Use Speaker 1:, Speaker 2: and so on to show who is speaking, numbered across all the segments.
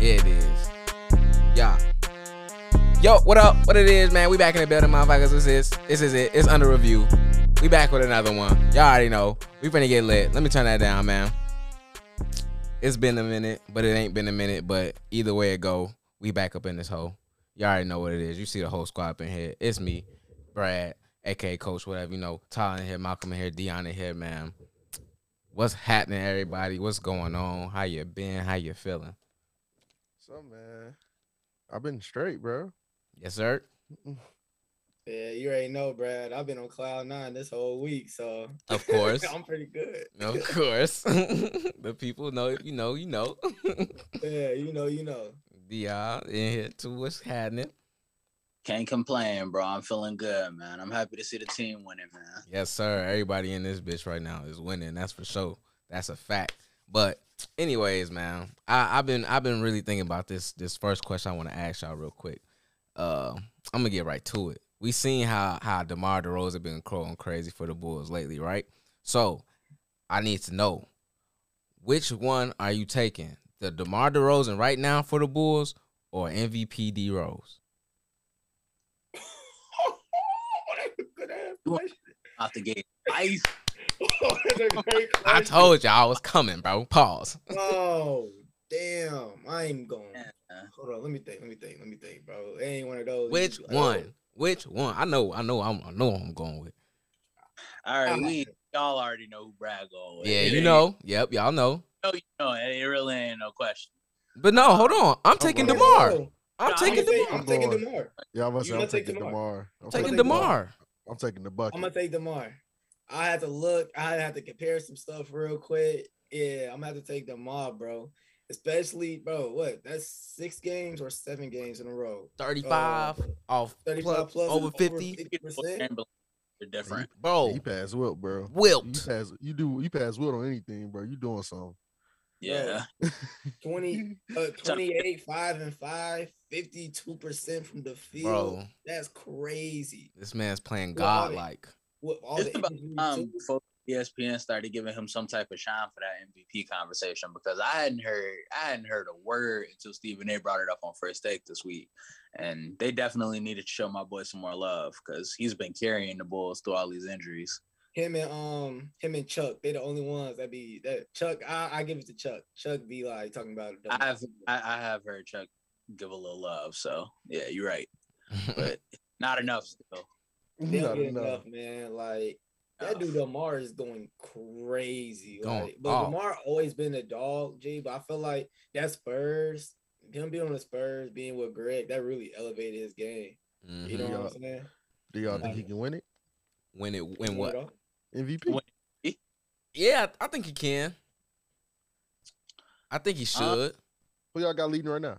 Speaker 1: Yeah, it is. Yeah. Yo, what up? What it is, man? We back in the building, motherfuckers. This is this is it. It's under review. We back with another one. Y'all already know. We finna get lit. Let me turn that down, man. It's been a minute, but it ain't been a minute. But either way it go, we back up in this hole. Y'all already know what it is. You see the whole squad up in here. It's me, Brad, aka Coach, whatever you know. Tyler in here, Malcolm in here, Dion in here, man. What's happening, everybody? What's going on? How you been? How you feeling?
Speaker 2: So man, I've been straight, bro.
Speaker 1: Yes, sir.
Speaker 3: Yeah, you already know, Brad. I've been on cloud nine this whole week, so
Speaker 1: Of course.
Speaker 3: I'm pretty good.
Speaker 1: Of course. the people know, you know, you know.
Speaker 3: Yeah, you know, you know.
Speaker 1: Yeah, in here too. What's happening?
Speaker 4: Can't complain, bro. I'm feeling good, man. I'm happy to see the team winning, man.
Speaker 1: Yes, sir. Everybody in this bitch right now is winning. That's for sure. That's a fact. But anyways, man, I, I've been I've been really thinking about this this first question I want to ask y'all real quick. Uh, I'm gonna get right to it. We seen how how Demar Derozan been going crazy for the Bulls lately, right? So I need to know which one are you taking, the Demar Derozan right now for the Bulls or MVP D Rose?
Speaker 3: Oh, that's a good ass question.
Speaker 4: Out the gate. Ice.
Speaker 3: Oh, that's a great
Speaker 1: I
Speaker 3: question.
Speaker 1: told y'all I was coming, bro. Pause.
Speaker 3: Oh, damn. I ain't going.
Speaker 4: Yeah.
Speaker 3: Hold on. Let me think. Let me think. Let me think, bro. It ain't one of those. you
Speaker 1: Which
Speaker 3: just like, oh,
Speaker 1: one? Which one? I know, I know, I'm, I know, I'm going with.
Speaker 4: All right,
Speaker 3: Oh.
Speaker 4: we y'all already know who Brad go with.
Speaker 1: Yeah,
Speaker 4: It
Speaker 1: you
Speaker 4: ain't-
Speaker 1: know. Yep, y'all know.
Speaker 4: you know, you know, it ain't- it really ain't no question.
Speaker 1: But no, hold on. I'm taking
Speaker 3: yeah,
Speaker 2: going-
Speaker 1: Demar.
Speaker 3: no,
Speaker 1: I'm
Speaker 4: I'm
Speaker 1: taking
Speaker 3: I'm,
Speaker 1: Demar.
Speaker 3: taking- I'm taking
Speaker 2: Demar.
Speaker 3: Demar.
Speaker 2: Yeah, I'm,
Speaker 3: You
Speaker 2: I'm
Speaker 3: gonna take
Speaker 2: taking
Speaker 3: Demar?
Speaker 2: Demar. I'm
Speaker 1: Taking
Speaker 3: taking
Speaker 1: Demar.
Speaker 2: I'm taking the
Speaker 3: I'm
Speaker 2: bucket.
Speaker 3: gonna take Demar. I had to look. I have to compare some stuff real quick. Yeah, I'm gonna have to take Demar, bro. Especially, bro. What? That's six games or seven games in a row.
Speaker 1: 35 off
Speaker 3: 35
Speaker 1: plus,
Speaker 3: plus
Speaker 1: over 50.
Speaker 3: 50%.
Speaker 4: Chamberlain, They're different.
Speaker 1: Bro,
Speaker 3: Oh.
Speaker 2: You pass Wilt, bro. You
Speaker 1: wilt.
Speaker 2: pass. You do. You pass Wilt on anything, bro. You doing something?
Speaker 4: Yeah.
Speaker 3: 20, uh, 28, 5 and 5, 52% from the field.
Speaker 1: Bro,
Speaker 3: That's crazy.
Speaker 1: this manman's playing
Speaker 3: Well, I-
Speaker 1: godlike.
Speaker 3: With all
Speaker 4: It's
Speaker 3: the
Speaker 4: about
Speaker 3: injuries,
Speaker 4: Um,
Speaker 3: too.
Speaker 4: before ESPN started giving him some type of shine for that MVP conversation because I hadn't heard I hadn't heard a word until Stephen A brought it up on first take this week. And they definitely needed to show my boy some more love because he's been carrying the Bulls through all these injuries.
Speaker 3: him and um him and Chuck, they the only ones that be that Chuck. I, I give it to Chuck. Chuck be like talking about it.
Speaker 4: I've I, I have heard Chuck give a little love, so yeah, you're right, but not enough still.
Speaker 3: They don't
Speaker 2: Not
Speaker 3: get
Speaker 2: enough.
Speaker 3: enough, man. Like
Speaker 4: Oh.
Speaker 3: that dude
Speaker 4: Um,
Speaker 3: Lamar is going crazy.
Speaker 1: Going
Speaker 3: like, but
Speaker 1: off.
Speaker 3: Lamar always been a dog, G. But I feel like that Spurs, him being on the Spurs, being with Greg, that really elevated his game. You know
Speaker 1: Mhm.
Speaker 3: what I'm
Speaker 2: Yeah.
Speaker 3: saying?
Speaker 2: Do y'all think he
Speaker 3: Mhm.
Speaker 2: can win it?
Speaker 1: When it when
Speaker 3: You
Speaker 1: what?
Speaker 3: know?
Speaker 2: MVP.
Speaker 4: Win.
Speaker 1: Yeah, I I think he can. I think he
Speaker 4: Uh,
Speaker 1: should.
Speaker 2: Who y'all got leading right now?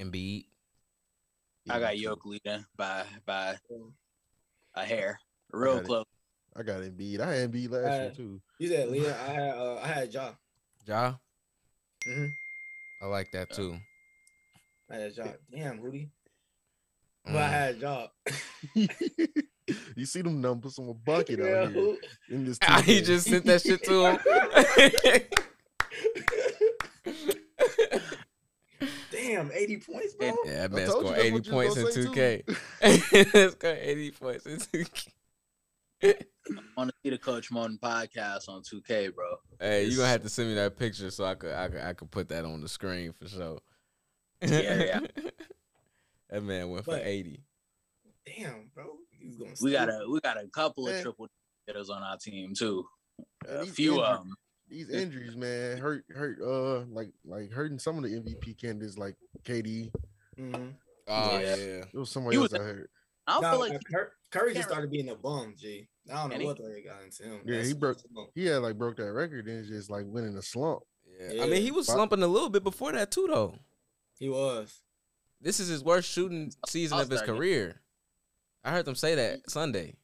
Speaker 1: Embiid.
Speaker 4: I got
Speaker 2: Jokic.
Speaker 4: Yoke leading by by
Speaker 3: So,
Speaker 4: a hair, real
Speaker 2: got it.
Speaker 4: close.
Speaker 2: I got Embiid. I had Embiid last year
Speaker 3: Uh,
Speaker 2: too.
Speaker 3: You said Leon. I had uh, I had Ja.
Speaker 1: Ja. Mm-hmm.
Speaker 3: Mhm.
Speaker 1: I like that
Speaker 4: Yeah.
Speaker 1: too.
Speaker 3: I had Ja. Damn, Rudy. But I
Speaker 1: Mm.
Speaker 3: had Ja.
Speaker 2: you see them numbers on a bucket
Speaker 3: Yeah,
Speaker 2: out here
Speaker 3: who-
Speaker 2: in this.
Speaker 1: he
Speaker 2: team.
Speaker 1: just sent that shit to him.
Speaker 3: Damn, 80 points, bro.
Speaker 1: Yeah, that
Speaker 2: I
Speaker 1: man
Speaker 2: told you
Speaker 1: scored
Speaker 2: that's
Speaker 1: 80
Speaker 2: what you was
Speaker 1: points in
Speaker 2: gonna say,
Speaker 1: 2K.
Speaker 2: too.
Speaker 1: scored 80 points in 2K.
Speaker 4: want to see the Coach Moten podcast on 2K, bro.
Speaker 1: Hey, you gonna
Speaker 4: Yes.
Speaker 1: have to send me that picture so I could I could, I could put that on the screen for sure.
Speaker 4: Yeah,
Speaker 1: that man went for
Speaker 3: But-
Speaker 1: 80.
Speaker 3: Damn, bro. He's going
Speaker 4: We got a we got a couple of
Speaker 2: Man.
Speaker 4: triple hitters on our team too.
Speaker 2: Man,
Speaker 4: A
Speaker 2: these
Speaker 4: few
Speaker 2: injuries-
Speaker 4: of them.
Speaker 2: These injuries, man, hurt hurt. Uh, like like hurting some of the MVP candidates, like KD.
Speaker 3: hmm
Speaker 1: Oh yeah.
Speaker 4: Yeah.
Speaker 2: It was somebody
Speaker 4: He
Speaker 2: else
Speaker 4: was-
Speaker 2: I heard.
Speaker 4: I don't
Speaker 3: Now,
Speaker 4: feel like
Speaker 3: Curry, Curry
Speaker 4: can't-
Speaker 3: just started being a bum, G. I don't
Speaker 4: And
Speaker 3: know
Speaker 4: he-
Speaker 3: what they got into him.
Speaker 2: Yeah, he
Speaker 3: That's-
Speaker 2: broke-
Speaker 3: that's-
Speaker 2: He had like broke that record and it's just like went in a slump.
Speaker 1: yeah. I mean, he was
Speaker 2: Yeah.
Speaker 1: slumping a little bit before that too, though.
Speaker 3: He was.
Speaker 1: This is his worst shooting season of his
Speaker 4: All-Star game.
Speaker 1: career. I heard them say that Sunday.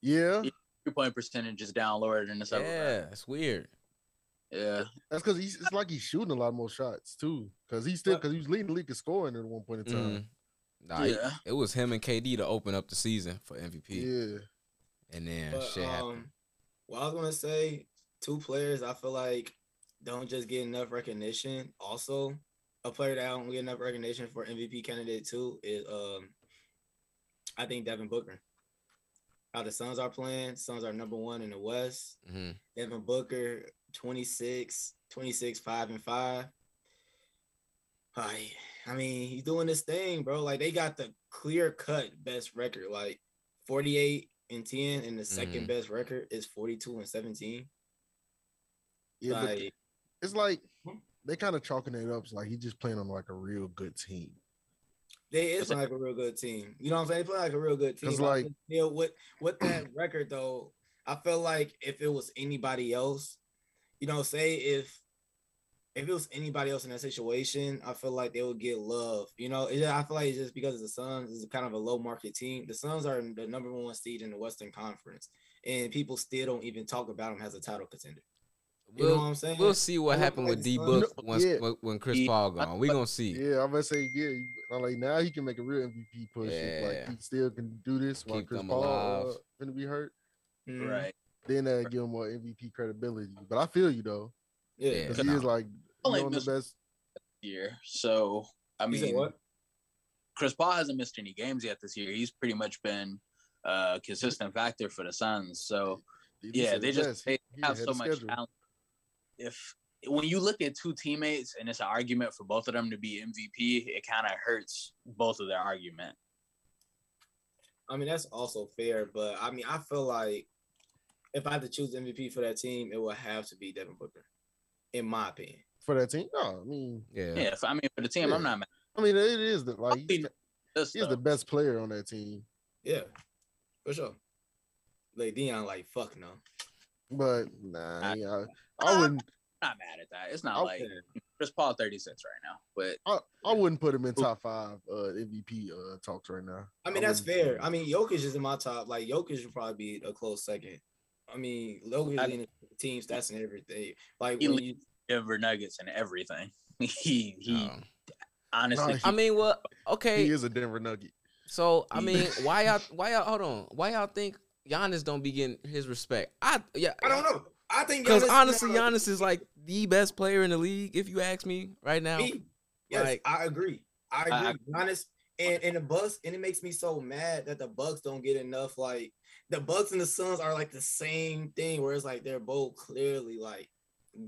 Speaker 2: Yeah,
Speaker 4: Yeah. three point percentage is down lower than this
Speaker 1: Yeah, it's weird.
Speaker 4: Yeah.
Speaker 2: that's because he's it's like he's shooting a lot more shots too. Because he still
Speaker 3: But-
Speaker 2: because he was leading the league in scoring at one point
Speaker 3: Mm-hmm.
Speaker 2: in time.
Speaker 1: Mm. Nah, it,
Speaker 4: yeah.
Speaker 1: it was him and KD to open up the season for MVP,
Speaker 2: Yeah,
Speaker 1: and then
Speaker 3: But,
Speaker 1: shit happened.
Speaker 3: um, well, I was gonna say two players I feel like don't just get enough recognition. Also, a player that I don't get enough recognition for MVP candidate too is um, I think Devin Booker. How the Suns are playing, Suns are number one in the West.
Speaker 4: Mm-hmm.
Speaker 1: hmm
Speaker 3: Devin Booker, 26, 26, 5 and 5. I, I mean, he's doing this thing, bro. Like they got the clear cut best record, like 48 and 10, and the 2nd
Speaker 1: Mhm.
Speaker 3: best record is 42 and 17.
Speaker 2: Yeah, but
Speaker 3: Like,
Speaker 2: it's like they kind of chalking it up. It's like he just playing on like a real good team.
Speaker 3: They is
Speaker 4: But they-
Speaker 3: like a real good team. You know what I'm saying? They play like a real good team.
Speaker 2: 'Cause,
Speaker 3: but I
Speaker 2: like-
Speaker 3: just feel with with that record though, I feel like if it was anybody else, you know, say if if it was anybody else in that situation, I feel like they would get love. You know, it, I feel like it's just because of the Suns is kind of a low market team. The Suns are the number one seed in the Western Conference, and people still don't even talk about them as a title contender. You know what
Speaker 1: We'll,
Speaker 3: I'm saying? uh,
Speaker 1: we'll see what
Speaker 3: We'll
Speaker 1: happened with
Speaker 3: play
Speaker 1: D
Speaker 3: the
Speaker 1: Book
Speaker 2: Suns. No,
Speaker 1: once
Speaker 2: yeah.
Speaker 1: when- when Chris
Speaker 4: Yeah.
Speaker 1: Paul gone. We gonna see.
Speaker 2: Yeah, I'm gonna say yeah. you- I'm Like now he can make a real MVP push. If,
Speaker 1: Yeah.
Speaker 2: Like he still can do this while
Speaker 1: Keep
Speaker 2: Chris
Speaker 1: them
Speaker 2: Paul uh,
Speaker 1: alive.
Speaker 2: gonna be hurt. Mm-hmm.
Speaker 3: Mhm.
Speaker 4: Right.
Speaker 2: Then that give him more MVP credibility. But I feel you though,
Speaker 3: Yeah.
Speaker 1: Yeah.
Speaker 2: because he is like
Speaker 4: Only
Speaker 2: one of
Speaker 4: missed-
Speaker 2: the best.
Speaker 4: Year. So I
Speaker 3: You said
Speaker 4: mean,
Speaker 3: what?
Speaker 4: Chris Paul hasn't missed any games yet this year. He's pretty much been a consistent factor for the Suns. So
Speaker 2: he
Speaker 4: yeah,
Speaker 2: said
Speaker 4: they
Speaker 2: it
Speaker 4: just
Speaker 2: best.
Speaker 4: they
Speaker 2: He
Speaker 4: have
Speaker 2: ahead
Speaker 4: so
Speaker 2: of
Speaker 4: much
Speaker 2: schedule.
Speaker 4: talent. If when you look at two teammates and it's an argument for both of them to be MVP, it kind of hurts both of their argument.
Speaker 3: I mean, that's also fair, but I mean, I feel like if I had to choose MVP for that team, it would have to be Devin Booker, in my opinion.
Speaker 2: for that team. No, I mean,
Speaker 1: Yeah.
Speaker 4: Yeah, if, I mean for the team,
Speaker 2: Yeah.
Speaker 4: I'm not mad.
Speaker 2: I mean it is the like
Speaker 4: Probably
Speaker 2: he's,
Speaker 4: at this,
Speaker 2: he's the
Speaker 4: though.
Speaker 2: best player on that team.
Speaker 3: Yeah, for sure. Like Dion, like fuck no.
Speaker 2: But nah,
Speaker 4: I-
Speaker 2: yeah, I, I wouldn't.
Speaker 4: I'm not mad at that. It's not
Speaker 2: I'll-
Speaker 4: like Chris Paul 36 right now, but
Speaker 2: I, I wouldn't put him in top five uh, MVP uh, talks right now.
Speaker 3: Oh. I mean, that's
Speaker 2: wouldn't.
Speaker 3: fair. I mean, Jokic is in my top. Like Jokic would probably be a close second. I mean, Jokic
Speaker 4: I-
Speaker 3: in the team stats and everything. Like
Speaker 4: He
Speaker 3: when
Speaker 4: leads
Speaker 3: you,
Speaker 4: Denver Nuggets and everything. he he
Speaker 1: Um,
Speaker 4: honestly
Speaker 2: No,
Speaker 1: I mean, well, okay.
Speaker 2: He is a Denver Nugget.
Speaker 1: So I
Speaker 4: He-
Speaker 1: mean, why y'all? Why y'all? Hold on. Why y'all think Giannis don't be getting his respect? I yeah.
Speaker 3: I don't know. I think
Speaker 1: Because
Speaker 3: Giannis-
Speaker 1: honestly, Giannis is like the best player in the league. If you ask me right now,
Speaker 3: Me? Yes,
Speaker 1: Like-
Speaker 3: I agree. I
Speaker 4: I-
Speaker 3: agree. Giannis and, and the Bucks, and it makes me so mad that the Bucks don't get enough. Like the Bucks and the Suns are like the same thing, where it's like they're both clearly like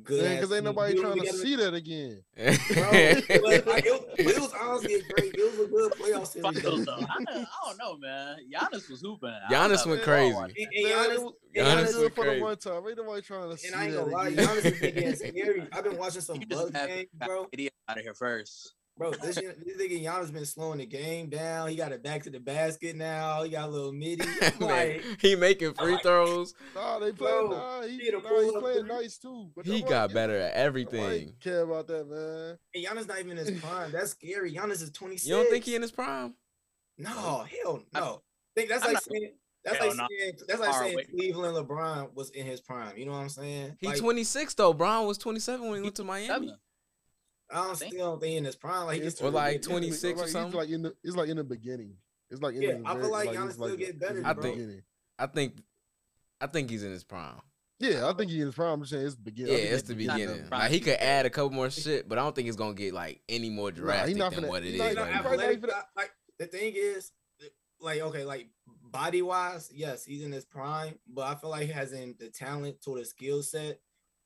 Speaker 3: good.
Speaker 2: Man, because
Speaker 3: ass
Speaker 2: ain't
Speaker 3: teams.
Speaker 2: nobody
Speaker 3: You
Speaker 2: trying to
Speaker 3: together-
Speaker 2: see that again.
Speaker 3: Bro, but, like, it, but it was honestly a great. It was a good playoff series. though.
Speaker 4: Finals, though. I, I don't know, man. Giannis was hooping. I don't
Speaker 1: Giannis
Speaker 4: know.
Speaker 1: went
Speaker 2: Man,
Speaker 1: crazy.
Speaker 4: Lord.
Speaker 3: And, and
Speaker 2: Man,
Speaker 3: Giannis-
Speaker 2: it was-
Speaker 1: Giannis
Speaker 2: Giannis
Speaker 1: is
Speaker 2: did it for
Speaker 1: crazy.
Speaker 2: the one time. Ain't nobody trying to see
Speaker 3: and I ain't
Speaker 2: that
Speaker 3: gonna lie,
Speaker 2: again.
Speaker 3: Giannis is getting scary. I've been watching some
Speaker 4: He just
Speaker 3: Bucks
Speaker 4: had-
Speaker 3: games, bro.
Speaker 4: Idiot out of here first.
Speaker 3: Bro, this, year- this nigga Giannis been slowing the game down. He got it back to the basket now. He got a little midi. I'm
Speaker 1: Man,
Speaker 3: like,
Speaker 1: he making free
Speaker 3: like-
Speaker 1: throws.
Speaker 2: Nah, they playing.
Speaker 3: Bro,
Speaker 2: Nah, he,
Speaker 3: he had a
Speaker 2: nah,
Speaker 3: pull
Speaker 2: he
Speaker 3: up
Speaker 2: playing
Speaker 3: three.
Speaker 2: nice too. But
Speaker 1: He
Speaker 2: nobody
Speaker 1: got
Speaker 2: gives-
Speaker 1: better at
Speaker 2: nobody
Speaker 1: everything.
Speaker 2: Care about that, man.
Speaker 3: And Giannis not even in his prime. That's scary. Giannis is 26.
Speaker 1: You don't think he in his prime?
Speaker 3: No, hell no. think that's
Speaker 4: I'm
Speaker 3: like
Speaker 4: not-
Speaker 3: saying that's
Speaker 4: hell
Speaker 3: like
Speaker 4: no.
Speaker 3: saying that's like
Speaker 4: Far
Speaker 3: saying
Speaker 4: away.
Speaker 3: Cleveland LeBron was in his prime. You know what I'm saying?
Speaker 1: He
Speaker 3: like,
Speaker 1: 26 though. Brown was 27 when he went to Miami.
Speaker 4: Seven.
Speaker 3: I don't still don't think he in his prime. Like he gets
Speaker 1: Or
Speaker 3: to-
Speaker 1: like
Speaker 2: it's
Speaker 1: 26 or
Speaker 2: like, he's
Speaker 1: something?
Speaker 2: Like in the, it's like in the beginning. It's like in
Speaker 3: Yeah,
Speaker 2: the
Speaker 3: I feel
Speaker 2: very-
Speaker 3: like Giannis
Speaker 2: it's
Speaker 3: still get
Speaker 2: it's
Speaker 3: better,
Speaker 2: in
Speaker 1: I
Speaker 2: the
Speaker 1: think-
Speaker 2: beginning.
Speaker 1: I think, I think he's in his prime.
Speaker 2: Yeah, I think he in his prime. I'm just saying it's the beginning.
Speaker 1: Yeah,
Speaker 2: I think
Speaker 1: it's the
Speaker 2: it's
Speaker 4: not the
Speaker 1: beginning.
Speaker 4: prime.
Speaker 1: Like he could add a couple more shit, but I don't think it's gonna get like any more
Speaker 2: Nah, he
Speaker 1: drastic
Speaker 2: not
Speaker 1: than
Speaker 2: finna-
Speaker 1: what it
Speaker 2: he
Speaker 1: is
Speaker 2: not-
Speaker 1: right
Speaker 2: he not-
Speaker 1: now.
Speaker 2: probably
Speaker 3: like,
Speaker 2: even a-
Speaker 3: like, the thing is, like okay, like body wise, yes, he's in his prime, but I feel like he has in the talent to the skill set,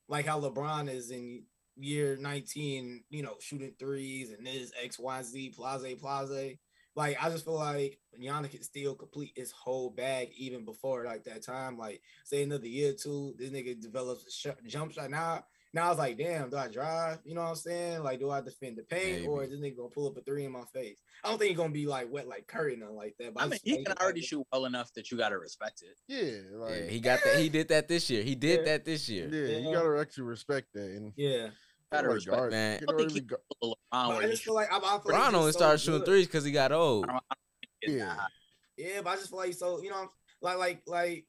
Speaker 3: like how LeBron is in year 19, you know, shooting threes and this X, Y, Z, plaza, plaza. Like I just feel like Giannis can still complete his whole bag even before like that time. Like say another year or two, this nigga develops a sh- jump shot. Now, now I was like, damn, do I drive? You know what I'm saying? Like, do I defend the paint or is this nigga gonna pull up a three in my face? I don't think he's gonna be like wet like Curry, nothing like that. But
Speaker 4: I
Speaker 3: I
Speaker 4: mean,
Speaker 3: just
Speaker 4: he
Speaker 3: think,
Speaker 4: can
Speaker 3: like,
Speaker 4: already shoot well enough that you got to respect it.
Speaker 2: Yeah,
Speaker 1: Yeah,
Speaker 2: like
Speaker 1: he got that. He did that this year. He did
Speaker 3: Yeah.
Speaker 1: that this
Speaker 2: yeah,
Speaker 1: year.
Speaker 2: you gotta actually respect that. And
Speaker 3: Yeah,
Speaker 4: Gotta
Speaker 2: nobody
Speaker 4: respect
Speaker 2: guard-
Speaker 1: Man.
Speaker 2: you
Speaker 4: I
Speaker 2: can't
Speaker 4: think
Speaker 2: really
Speaker 4: he-
Speaker 2: guard-
Speaker 4: LeBron,
Speaker 3: but
Speaker 4: where
Speaker 3: I
Speaker 4: he
Speaker 3: just feel like I, I feel like
Speaker 1: Brown
Speaker 3: he's
Speaker 1: only
Speaker 3: so
Speaker 1: started shooting
Speaker 3: good.
Speaker 1: threes because he got old.
Speaker 4: I don't- shoot is
Speaker 2: Yeah.
Speaker 4: not-
Speaker 3: Yeah, but I just feel like so you know, like like like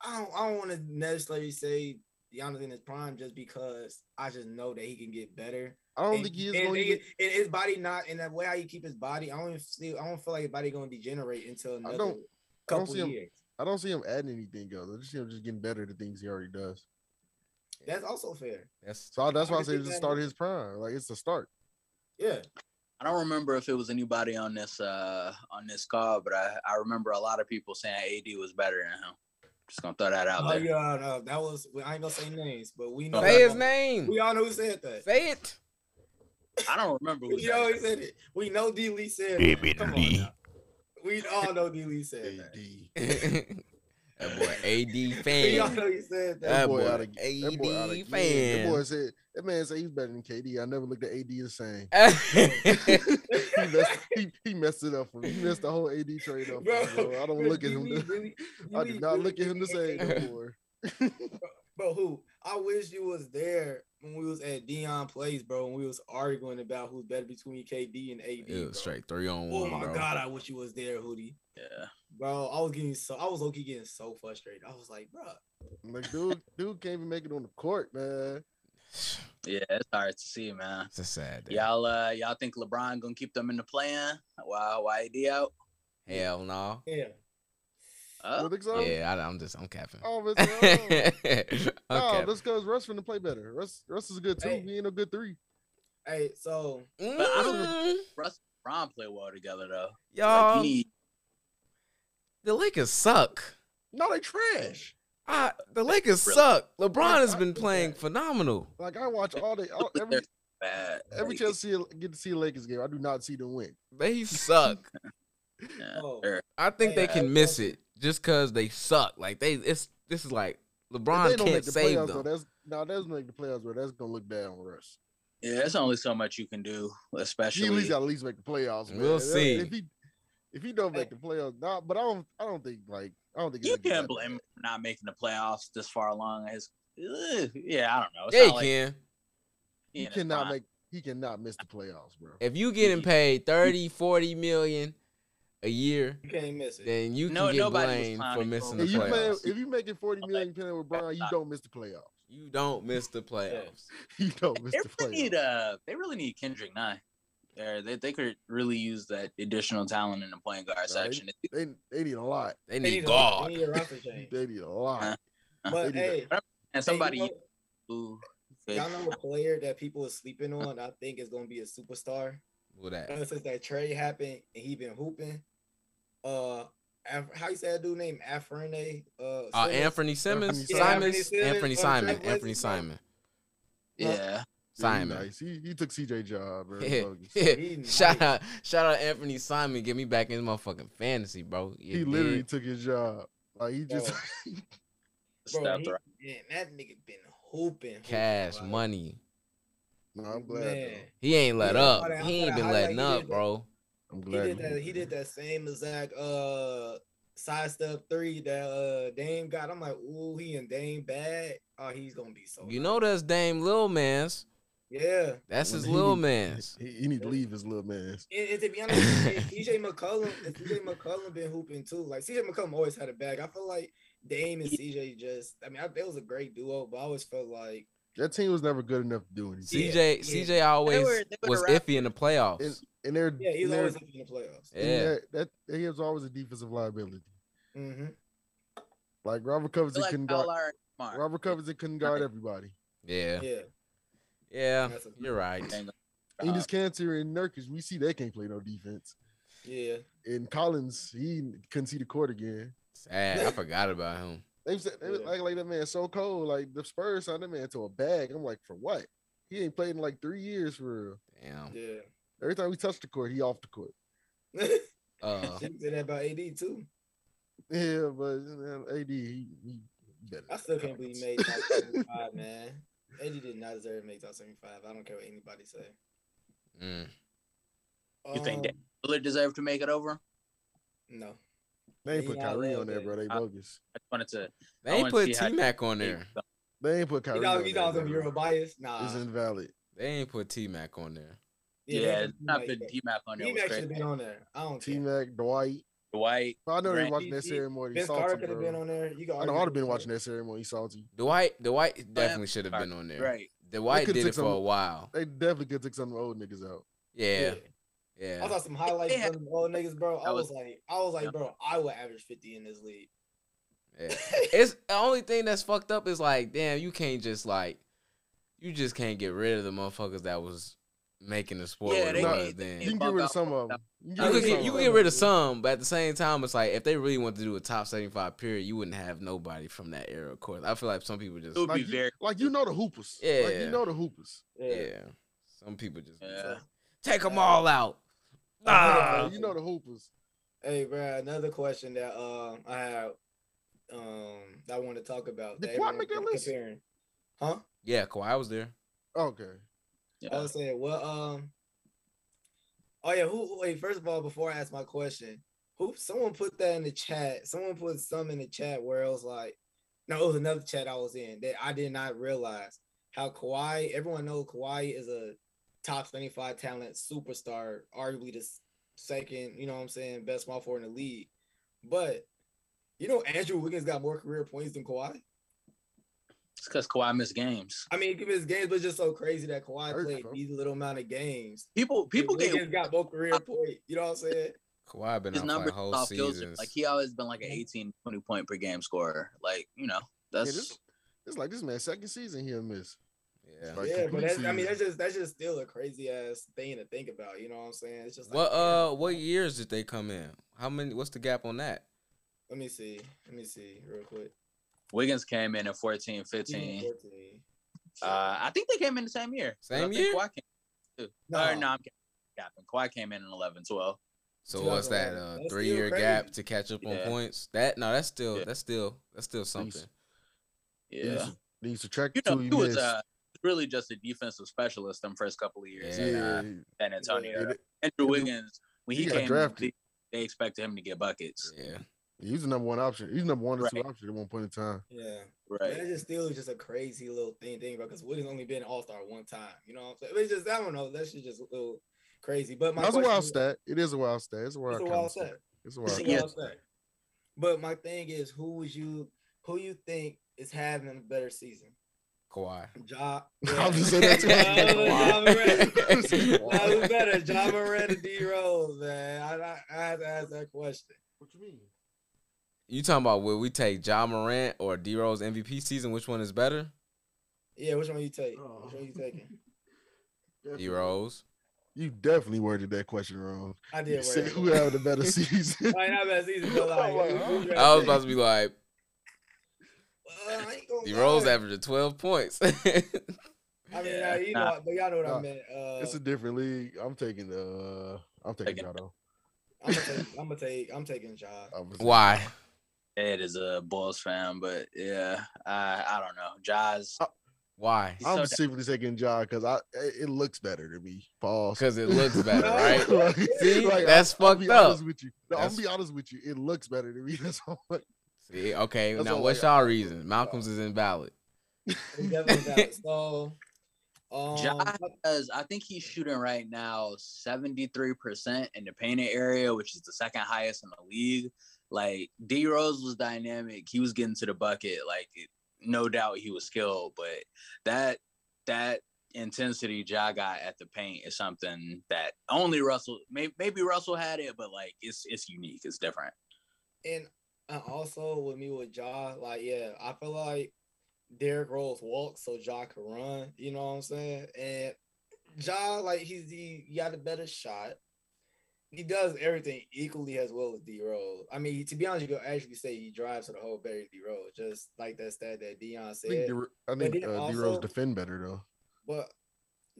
Speaker 3: I don't I don't want to necessarily say Giannis in his prime just because I just know that he can get better.
Speaker 2: I don't
Speaker 3: and,
Speaker 2: think he is
Speaker 3: and
Speaker 2: going
Speaker 3: they-
Speaker 2: to get.
Speaker 3: and his body not in the way how you keep his body. I don't even feel I don't feel like his body gonna degenerate until another
Speaker 2: don't- I don't
Speaker 3: couple
Speaker 2: see him-
Speaker 3: years.
Speaker 2: I don't see him adding anything else. I just see him just getting better at the things he already does.
Speaker 3: That's also fair.
Speaker 1: That's
Speaker 2: So that's why I
Speaker 3: Where did
Speaker 2: say
Speaker 3: you
Speaker 2: it's the
Speaker 3: get
Speaker 2: start of
Speaker 3: it?
Speaker 2: his prime. Like it's the start.
Speaker 3: Yeah.
Speaker 4: I don't remember if it was anybody on this uh on this call, but I, I remember a lot of people saying AD was better than him. Just gonna throw that out
Speaker 3: Oh
Speaker 4: there.
Speaker 3: yeah, no, that was. I ain't gonna say names, but we know.
Speaker 1: say his name.
Speaker 3: We all know who said that.
Speaker 1: Say it.
Speaker 4: I don't remember who.
Speaker 3: We
Speaker 4: said
Speaker 3: always
Speaker 4: it.
Speaker 3: said it. We know D Lee said
Speaker 5: Baby
Speaker 3: that. Come on
Speaker 5: Lee.
Speaker 3: now. We all know D Lee said that.
Speaker 1: that boy AD
Speaker 3: We all
Speaker 1: fan.
Speaker 3: know he
Speaker 1: That
Speaker 3: said that.
Speaker 2: That boy
Speaker 1: boy
Speaker 2: outta- That boy, out
Speaker 1: AD
Speaker 2: of that boy
Speaker 1: fan.
Speaker 2: said that man said he's better than KD. I never looked at AD the same. he, messed, he, he messed it up for me. He messed the whole AD trade up.
Speaker 3: Bro,
Speaker 2: Bro, bro. I don't
Speaker 3: bro,
Speaker 2: look at
Speaker 3: D.
Speaker 2: him.
Speaker 3: Lee
Speaker 2: the-
Speaker 3: really-
Speaker 2: I
Speaker 3: D. Lee
Speaker 2: did not
Speaker 3: really
Speaker 2: look at him the
Speaker 3: didn't
Speaker 2: same
Speaker 3: get
Speaker 2: no
Speaker 1: that.
Speaker 2: more.
Speaker 3: Bro, who? I wish you was there when we was at Dion Place, bro, when we was arguing about who's better between KD and AD.
Speaker 1: It
Speaker 3: bro.
Speaker 1: was straight three on
Speaker 3: Oh
Speaker 1: one,
Speaker 3: my
Speaker 1: bro.
Speaker 3: god, I wish you was there, Hootie.
Speaker 4: Yeah.
Speaker 3: Bro, I was getting so I was low-key getting so frustrated. I was like, bro,
Speaker 2: Like dude, dude can't even make it on the court, man.
Speaker 4: Yeah, it's hard to see, man.
Speaker 1: It's a sad day.
Speaker 4: Y'all uh y'all think LeBron gonna keep them in the plan? Wow, why AD out?
Speaker 1: Hell no.
Speaker 3: yeah.
Speaker 4: Uh,
Speaker 2: You think so?
Speaker 1: Yeah, I, I'm just I'm capping.
Speaker 2: Oh, but
Speaker 1: okay.
Speaker 2: no, that's because Russ finna play better. Russ, Russ is good too.
Speaker 3: Hey.
Speaker 2: He ain't no good three.
Speaker 3: Hey, so
Speaker 4: I don't-
Speaker 1: Mm,
Speaker 4: Russ and LeBron play well together though. Like, you
Speaker 1: y'all,
Speaker 4: need
Speaker 1: the Lakers suck.
Speaker 2: No, they trash.
Speaker 1: I, the Lakers
Speaker 4: Really?
Speaker 1: suck. LeBron has
Speaker 2: I
Speaker 1: been
Speaker 2: think
Speaker 1: playing
Speaker 2: that-
Speaker 1: phenomenal.
Speaker 2: Like I watch all the all,
Speaker 4: They're
Speaker 2: every
Speaker 4: bad.
Speaker 2: every
Speaker 4: Like,
Speaker 2: chance I see a- get to see a Lakers game, I do not see them win.
Speaker 1: They suck.
Speaker 4: yeah,
Speaker 3: Oh.
Speaker 4: they're-
Speaker 1: I think they
Speaker 3: Hey,
Speaker 1: can
Speaker 3: I-
Speaker 1: miss it just because they suck. Like they, it's this is like
Speaker 2: If
Speaker 1: LeBron
Speaker 2: they don't
Speaker 1: can't
Speaker 2: make the
Speaker 1: save
Speaker 2: playoffs,
Speaker 1: them.
Speaker 2: Though, that's no, that's make the playoffs, bro. That's gonna look bad on Russ.
Speaker 4: yeah, it's only so much you can do,
Speaker 2: He at least
Speaker 4: especially
Speaker 2: got to at least make the playoffs. Man.
Speaker 1: We'll
Speaker 2: That-
Speaker 1: see.
Speaker 2: if he if he don't make the playoffs. Nah, but I don't I don't think like I don't think it's
Speaker 4: you
Speaker 2: gonna get
Speaker 4: can't
Speaker 2: that
Speaker 4: blame him
Speaker 2: bad.
Speaker 4: for not making the playoffs this far along. It's, ugh, yeah, I don't know. It's
Speaker 1: They
Speaker 4: not like
Speaker 1: can.
Speaker 2: He
Speaker 4: he in his
Speaker 2: cannot
Speaker 4: prime.
Speaker 2: make he cannot miss the playoffs, bro.
Speaker 1: If you getting
Speaker 4: You-
Speaker 1: paid 30, 40 million a year,
Speaker 3: you can't miss it.
Speaker 1: then you can
Speaker 4: No,
Speaker 1: get
Speaker 4: nobody was
Speaker 1: blamed for
Speaker 4: clowning
Speaker 1: missing the
Speaker 4: Kobe.
Speaker 2: If you
Speaker 4: Yeah,
Speaker 2: play,
Speaker 1: playoffs.
Speaker 4: playoffs.
Speaker 2: if you making forty
Speaker 4: Okay.
Speaker 2: million playing with Brian, you
Speaker 4: not-
Speaker 2: don't miss the playoffs.
Speaker 1: You don't miss the playoffs.
Speaker 2: You don't miss
Speaker 4: They
Speaker 2: the
Speaker 4: really need
Speaker 2: playoffs.
Speaker 4: uh, they really need Kendrick Nine. They, they they could really use that additional talent in the point guard
Speaker 2: they-
Speaker 4: section.
Speaker 2: They they need a lot.
Speaker 1: They
Speaker 3: They
Speaker 1: need
Speaker 3: a-
Speaker 1: God.
Speaker 3: They need a roster change.
Speaker 2: They need a lot.
Speaker 3: But
Speaker 2: They
Speaker 3: hey,
Speaker 2: need
Speaker 4: And
Speaker 3: somebody.
Speaker 4: somebody who
Speaker 3: Y'all know a player that people are sleeping on. I think is gonna be a superstar.
Speaker 1: With that.
Speaker 3: Ever since that trade happened, and he been hooping. Uh, Af- how you say that dude name? Afrene. Uh,
Speaker 1: Uh,
Speaker 3: Simmons?
Speaker 1: Anthony Simmons,
Speaker 2: Yeah,
Speaker 1: Simons,
Speaker 3: Anthony Simmons
Speaker 1: Anthony
Speaker 3: on
Speaker 1: Simon,
Speaker 3: Trailblazers,
Speaker 1: Anthony
Speaker 3: bro.
Speaker 1: Simon,
Speaker 4: yeah,
Speaker 2: Yeah, he
Speaker 1: Simon.
Speaker 2: nice. He, he took CJ job, bro.
Speaker 1: Yeah.
Speaker 2: bogus.
Speaker 1: Yeah.
Speaker 3: He
Speaker 1: Shout
Speaker 3: nice.
Speaker 1: out, shout out Anthony Simon. Get me back in motherfucking fantasy, bro. You
Speaker 2: He literally
Speaker 1: dig?
Speaker 2: took his job. Like he just
Speaker 3: Oh. Bro,
Speaker 4: stepped
Speaker 3: he,
Speaker 4: right.
Speaker 3: man, that nigga been hooping. hooping,
Speaker 1: cash
Speaker 3: bro.
Speaker 1: money.
Speaker 2: No, I'm glad.
Speaker 3: Man,
Speaker 2: though.
Speaker 1: He ain't let
Speaker 3: Yeah,
Speaker 1: up.
Speaker 3: how that-
Speaker 1: he ain't
Speaker 3: how that-
Speaker 1: been
Speaker 3: how that
Speaker 1: letting
Speaker 3: he
Speaker 1: up,
Speaker 3: did that?
Speaker 1: bro.
Speaker 2: I'm
Speaker 3: he
Speaker 2: glad.
Speaker 3: did that. He did that same exact uh sidestep three that uh Dame got. I'm like, ooh, he and Dame bad. Oh, he's gonna be so.
Speaker 1: You
Speaker 3: nice.
Speaker 1: know that's Dame Lil Man's.
Speaker 3: Yeah.
Speaker 1: That's
Speaker 2: Well,
Speaker 1: his
Speaker 2: Oh, he
Speaker 1: Lil
Speaker 2: need-
Speaker 1: Man's.
Speaker 2: He, he need to leave his little man.
Speaker 3: And, and to be honest, CJ McCollum, and CJ McCollum been hooping too. Like CJ McCollum always had a bag. I feel like Dame and CJ just. I mean, I, they was a great duo, but I always felt like
Speaker 2: That team was never good enough to do anything.
Speaker 1: CJ,
Speaker 3: yeah.
Speaker 1: CJ always
Speaker 4: were- they were
Speaker 1: was
Speaker 4: around-
Speaker 1: iffy in the playoffs.
Speaker 2: And, and they're
Speaker 4: Mm,
Speaker 3: yeah,
Speaker 2: and
Speaker 3: he was
Speaker 2: they're-
Speaker 3: always in the playoffs.
Speaker 1: yeah,
Speaker 2: and that, that he was always a defensive liability.
Speaker 3: Mm-hmm.
Speaker 2: Like Robert Covington
Speaker 4: Like
Speaker 2: couldn't
Speaker 4: Kyle
Speaker 2: guard.
Speaker 4: Lowry, smart.
Speaker 2: Robert Covington couldn't guard everybody.
Speaker 1: yeah,
Speaker 3: Yeah.
Speaker 1: yeah.
Speaker 3: That's a-
Speaker 1: You're right.
Speaker 4: Dang. uh,
Speaker 2: And his cancer and Nurkic, we see they can't play no defense.
Speaker 3: Yeah.
Speaker 2: And Collins, he couldn't see the court again.
Speaker 1: Sad. I forgot about him.
Speaker 2: They said they was
Speaker 3: Yeah.
Speaker 2: like like that man so cold. Like the Spurs signed that man to a bag. I'm like, for what? He ain't played in like three years for real.
Speaker 1: Damn.
Speaker 4: Um,
Speaker 3: Yeah.
Speaker 2: Every time we touch the court, he off the court.
Speaker 1: Uh,
Speaker 3: She said that about AD too.
Speaker 2: Yeah, but man, AD, he, he better.
Speaker 3: I still can't believe he made top 75, man. AD did not deserve to make top 75. I don't care what anybody say.
Speaker 1: mm.
Speaker 4: You think
Speaker 3: Um,
Speaker 4: Lillard deserved to make it over?
Speaker 3: No.
Speaker 2: They ain't
Speaker 3: He
Speaker 2: put
Speaker 3: not
Speaker 2: Kyrie
Speaker 3: allowed
Speaker 2: on there,
Speaker 3: to.
Speaker 2: bro. They
Speaker 4: I-
Speaker 2: bogus.
Speaker 4: I just wanted to.
Speaker 1: They
Speaker 4: I
Speaker 1: ain't
Speaker 4: wanna
Speaker 1: put
Speaker 4: see how-
Speaker 1: T Mac on there.
Speaker 2: They ain't put
Speaker 3: You
Speaker 2: Kyrie.
Speaker 3: know,
Speaker 2: on
Speaker 3: you
Speaker 2: there,
Speaker 3: know,
Speaker 2: bro.
Speaker 3: some Euro bias. Nah.
Speaker 2: It's invalid.
Speaker 1: They ain't put T Mac on there.
Speaker 4: Yeah,
Speaker 3: that's
Speaker 4: not
Speaker 3: like
Speaker 4: putting
Speaker 3: that.
Speaker 4: T Mac on there.
Speaker 3: He
Speaker 4: was
Speaker 3: actually
Speaker 4: crazy.
Speaker 3: been on there. I don't
Speaker 2: T
Speaker 3: care.
Speaker 2: Mac, Dwight.
Speaker 4: Dwight,
Speaker 2: But I know they
Speaker 4: Grant.
Speaker 2: watching that
Speaker 3: He-
Speaker 2: ceremony.
Speaker 3: Vince Carter
Speaker 2: salty,
Speaker 3: could have
Speaker 2: bro.
Speaker 3: been on there. You could
Speaker 2: I know
Speaker 3: argue
Speaker 2: I'd have been
Speaker 3: with
Speaker 2: watching
Speaker 3: that.
Speaker 2: that ceremony. Salty.
Speaker 1: Dwight, Dwight definitely should have
Speaker 4: Sorry.
Speaker 1: been on there.
Speaker 4: right.
Speaker 1: Dwight
Speaker 2: could've
Speaker 1: did it
Speaker 2: took
Speaker 1: for
Speaker 2: some-
Speaker 1: a while.
Speaker 2: They definitely could take some old niggas out.
Speaker 1: Yeah,
Speaker 3: I
Speaker 1: yeah.
Speaker 3: saw some highlights
Speaker 4: had-
Speaker 3: from them old niggas, bro. I
Speaker 4: That
Speaker 3: was
Speaker 4: was-
Speaker 3: like, I was
Speaker 4: Yeah.
Speaker 3: like, bro, I would average 50 in this league.
Speaker 1: Yeah. it's the only thing that's fucked up is like, damn, you can't just like, you just can't get rid of the motherfuckers that was making the sport.
Speaker 4: Yeah,
Speaker 1: what
Speaker 4: they
Speaker 1: it
Speaker 2: can't-
Speaker 1: was then.
Speaker 2: You can get rid of some of them.
Speaker 1: You could
Speaker 4: Yeah.
Speaker 1: get, you could get rid of some, but at the same time, it's like if they really want to do a top seventy five period, you wouldn't have nobody from that era. Of course, I feel like some people just
Speaker 4: It would
Speaker 2: Like
Speaker 4: be
Speaker 2: you,
Speaker 4: very.
Speaker 2: like you know the hoopers. Like
Speaker 1: Yeah.
Speaker 2: you know the hoopers.
Speaker 1: yeah, some people just
Speaker 4: Yeah.
Speaker 1: take them all out.
Speaker 2: Like,
Speaker 1: Ah,
Speaker 2: You know the hoopers.
Speaker 3: Hey, bro. Another question that um I have um that I want to talk about.
Speaker 2: Did
Speaker 3: that
Speaker 2: Kawhi
Speaker 3: everyone
Speaker 2: make that
Speaker 3: keep
Speaker 2: list?
Speaker 3: comparing. Huh?
Speaker 1: yeah, Kawhi was there.
Speaker 2: Okay.
Speaker 4: Yeah.
Speaker 3: I was saying, well, um, oh yeah, who? Wait, first of all, before I ask my question, who? Someone put that in the chat. Someone put some in the chat where I was like, no, it was another chat I was in that I did not realize how Kawhi. Everyone knows Kawhi is a top twenty-five talent superstar, arguably the s- second, you know what I'm saying, best small forward in the league. But you know, Andrew Wiggins got more career points than Kawhi.
Speaker 4: It's because Kawhi missed games.
Speaker 3: I mean, give his games, but it's just so crazy that Kawhi
Speaker 2: Hurts,
Speaker 3: played
Speaker 2: bro.
Speaker 3: these little amount of games.
Speaker 4: People people
Speaker 3: Wiggins
Speaker 4: get
Speaker 3: got both career point. You know what I'm saying?
Speaker 1: Kawhi been
Speaker 4: his
Speaker 1: out for
Speaker 4: numbers
Speaker 1: like whole
Speaker 4: off kilter.
Speaker 1: seasons.
Speaker 4: Like he always been like an 18, 20 point per game scorer. Like you know
Speaker 2: Yeah,
Speaker 4: that's
Speaker 2: this, it's like this man second season here miss.
Speaker 1: yeah.
Speaker 2: Like
Speaker 3: yeah, but
Speaker 2: complete
Speaker 3: that's, I
Speaker 2: season.
Speaker 3: mean that's just that's just still a crazy ass thing to think about. You know what I'm saying? It's just like,
Speaker 1: What
Speaker 3: damn.
Speaker 1: uh, what years did they come in? How many? What's the gap on that?
Speaker 3: Let me see. Let me see real quick.
Speaker 4: Wiggins came in at 14,
Speaker 3: He was
Speaker 4: 15.
Speaker 3: 14.
Speaker 4: Uh, I think they came in the same year. 'cause I
Speaker 1: Same
Speaker 4: think
Speaker 1: year?
Speaker 4: Kawhi came in too.
Speaker 3: No.
Speaker 4: Or, no, I'm capping. Kawhi came in in 11, 12.
Speaker 1: So what's that?
Speaker 3: 2011.
Speaker 1: Uh,
Speaker 3: That's
Speaker 1: three year
Speaker 3: still
Speaker 1: gap
Speaker 3: crazy.
Speaker 1: to catch up on
Speaker 4: Yeah.
Speaker 1: points. That no, that's still
Speaker 4: Yeah.
Speaker 1: that's still that's still something.
Speaker 2: They
Speaker 4: Yeah.
Speaker 2: used to- They used to track
Speaker 4: You know,
Speaker 2: two,
Speaker 4: he
Speaker 2: you
Speaker 4: was
Speaker 2: missed.
Speaker 4: uh, really just a defensive specialist them first couple of years in
Speaker 2: yeah,
Speaker 4: uh, San Antonio.
Speaker 2: yeah,
Speaker 4: Andrew Wiggins, when he,
Speaker 2: he got
Speaker 4: came, in,
Speaker 2: drafted.
Speaker 4: they, they expected him to get buckets.
Speaker 1: Yeah,
Speaker 2: he's the number one option. He's number one or
Speaker 4: Right.
Speaker 2: two option at one point in time.
Speaker 3: Yeah,
Speaker 4: Right.
Speaker 3: that's just still just a crazy little thing thing about because Wiggins only been All Star one time. You know what I'm saying? It's just I don't know. That's just a little crazy. But my
Speaker 2: That's a
Speaker 3: question
Speaker 2: wild
Speaker 3: is-
Speaker 2: stat. It is a wild stat. It's a wild,
Speaker 3: It's a
Speaker 2: kinda
Speaker 3: wild
Speaker 2: stat.
Speaker 3: set.
Speaker 2: It's a wild.
Speaker 4: See,
Speaker 2: kinda
Speaker 4: yeah.
Speaker 2: stat.
Speaker 3: But my thing is, who would you, who you think is having a better season?
Speaker 1: Kawhi.
Speaker 3: Ja.
Speaker 2: I'm just saying that
Speaker 3: Ja-
Speaker 2: too.
Speaker 3: Ja- Ja- who better, John Moran or D Rose, man? I, I, I had to ask that question.
Speaker 2: What you mean?
Speaker 1: You talking about will we take John Morant or D Rose MVP season? Which one is better?
Speaker 3: Yeah, which one you take?
Speaker 2: Oh.
Speaker 3: Which one you taking?
Speaker 1: D Rose.
Speaker 2: You definitely worded that question wrong.
Speaker 3: I
Speaker 2: You
Speaker 3: did.
Speaker 2: said
Speaker 3: word.
Speaker 2: who had the better season?
Speaker 4: Uh,
Speaker 3: Like, not bad season, but like, who- who you
Speaker 1: I was
Speaker 3: gonna
Speaker 1: about to be like,
Speaker 3: take? Uh, I ain't gonna
Speaker 1: D
Speaker 3: lie.
Speaker 1: Rose averaged twelve points.
Speaker 3: I mean,
Speaker 4: Yeah,
Speaker 3: uh, you know,
Speaker 4: nah.
Speaker 3: but y'all know what
Speaker 2: Nah.
Speaker 3: I meant. Uh,
Speaker 2: it's a different league. I'm taking uh I'm taking
Speaker 4: Taking-
Speaker 2: Otto.
Speaker 3: I'm gonna take. I'm gonna take. I'm taking John.
Speaker 2: I was-
Speaker 1: Why?
Speaker 4: Ed is a uh, Bulls fan, but yeah, I I don't know. Jaws,
Speaker 2: Uh,
Speaker 1: Why?
Speaker 4: He's so
Speaker 2: I'm
Speaker 4: down.
Speaker 2: simply taking John because I it it looks better to me. Pause.
Speaker 1: Because it looks better,
Speaker 3: No.
Speaker 1: right?
Speaker 2: Like-
Speaker 1: See,
Speaker 2: like,
Speaker 1: that's
Speaker 2: I'll
Speaker 1: fucked
Speaker 2: be
Speaker 1: up.
Speaker 2: honest with you. No, I'm
Speaker 1: That's-
Speaker 2: gonna be honest with you. It looks better to me. That's all.
Speaker 1: See, okay.
Speaker 2: That's
Speaker 1: now,
Speaker 2: all I
Speaker 1: what's
Speaker 2: got.
Speaker 1: y'all reason? Malcolm's is invalid.
Speaker 3: It's definitely valid. So, um,
Speaker 4: Jaws, I think he's shooting right now 73% in the painted area, which is the second highest in the league. Like D Rose was dynamic. He was getting to the bucket. Like it- no doubt he was skilled, but that that intensity Ja got at the paint is something that only Russell maybe, maybe Russell had it, but like it's it's unique. It's different.
Speaker 3: and uh, also with me with Ja, like yeah, I feel like Derrick Rose walks so Ja can run. You know what I'm saying? And Ja, like he's the he got a better shot. He does everything equally as well as D Rose. I mean, to be honest, you could actually say he drives to the whole better than D Rose, just like that stat that Dion
Speaker 2: I think,
Speaker 3: said.
Speaker 2: D- I think
Speaker 3: then
Speaker 2: uh, D Rose
Speaker 3: also-
Speaker 2: defend better though.
Speaker 3: But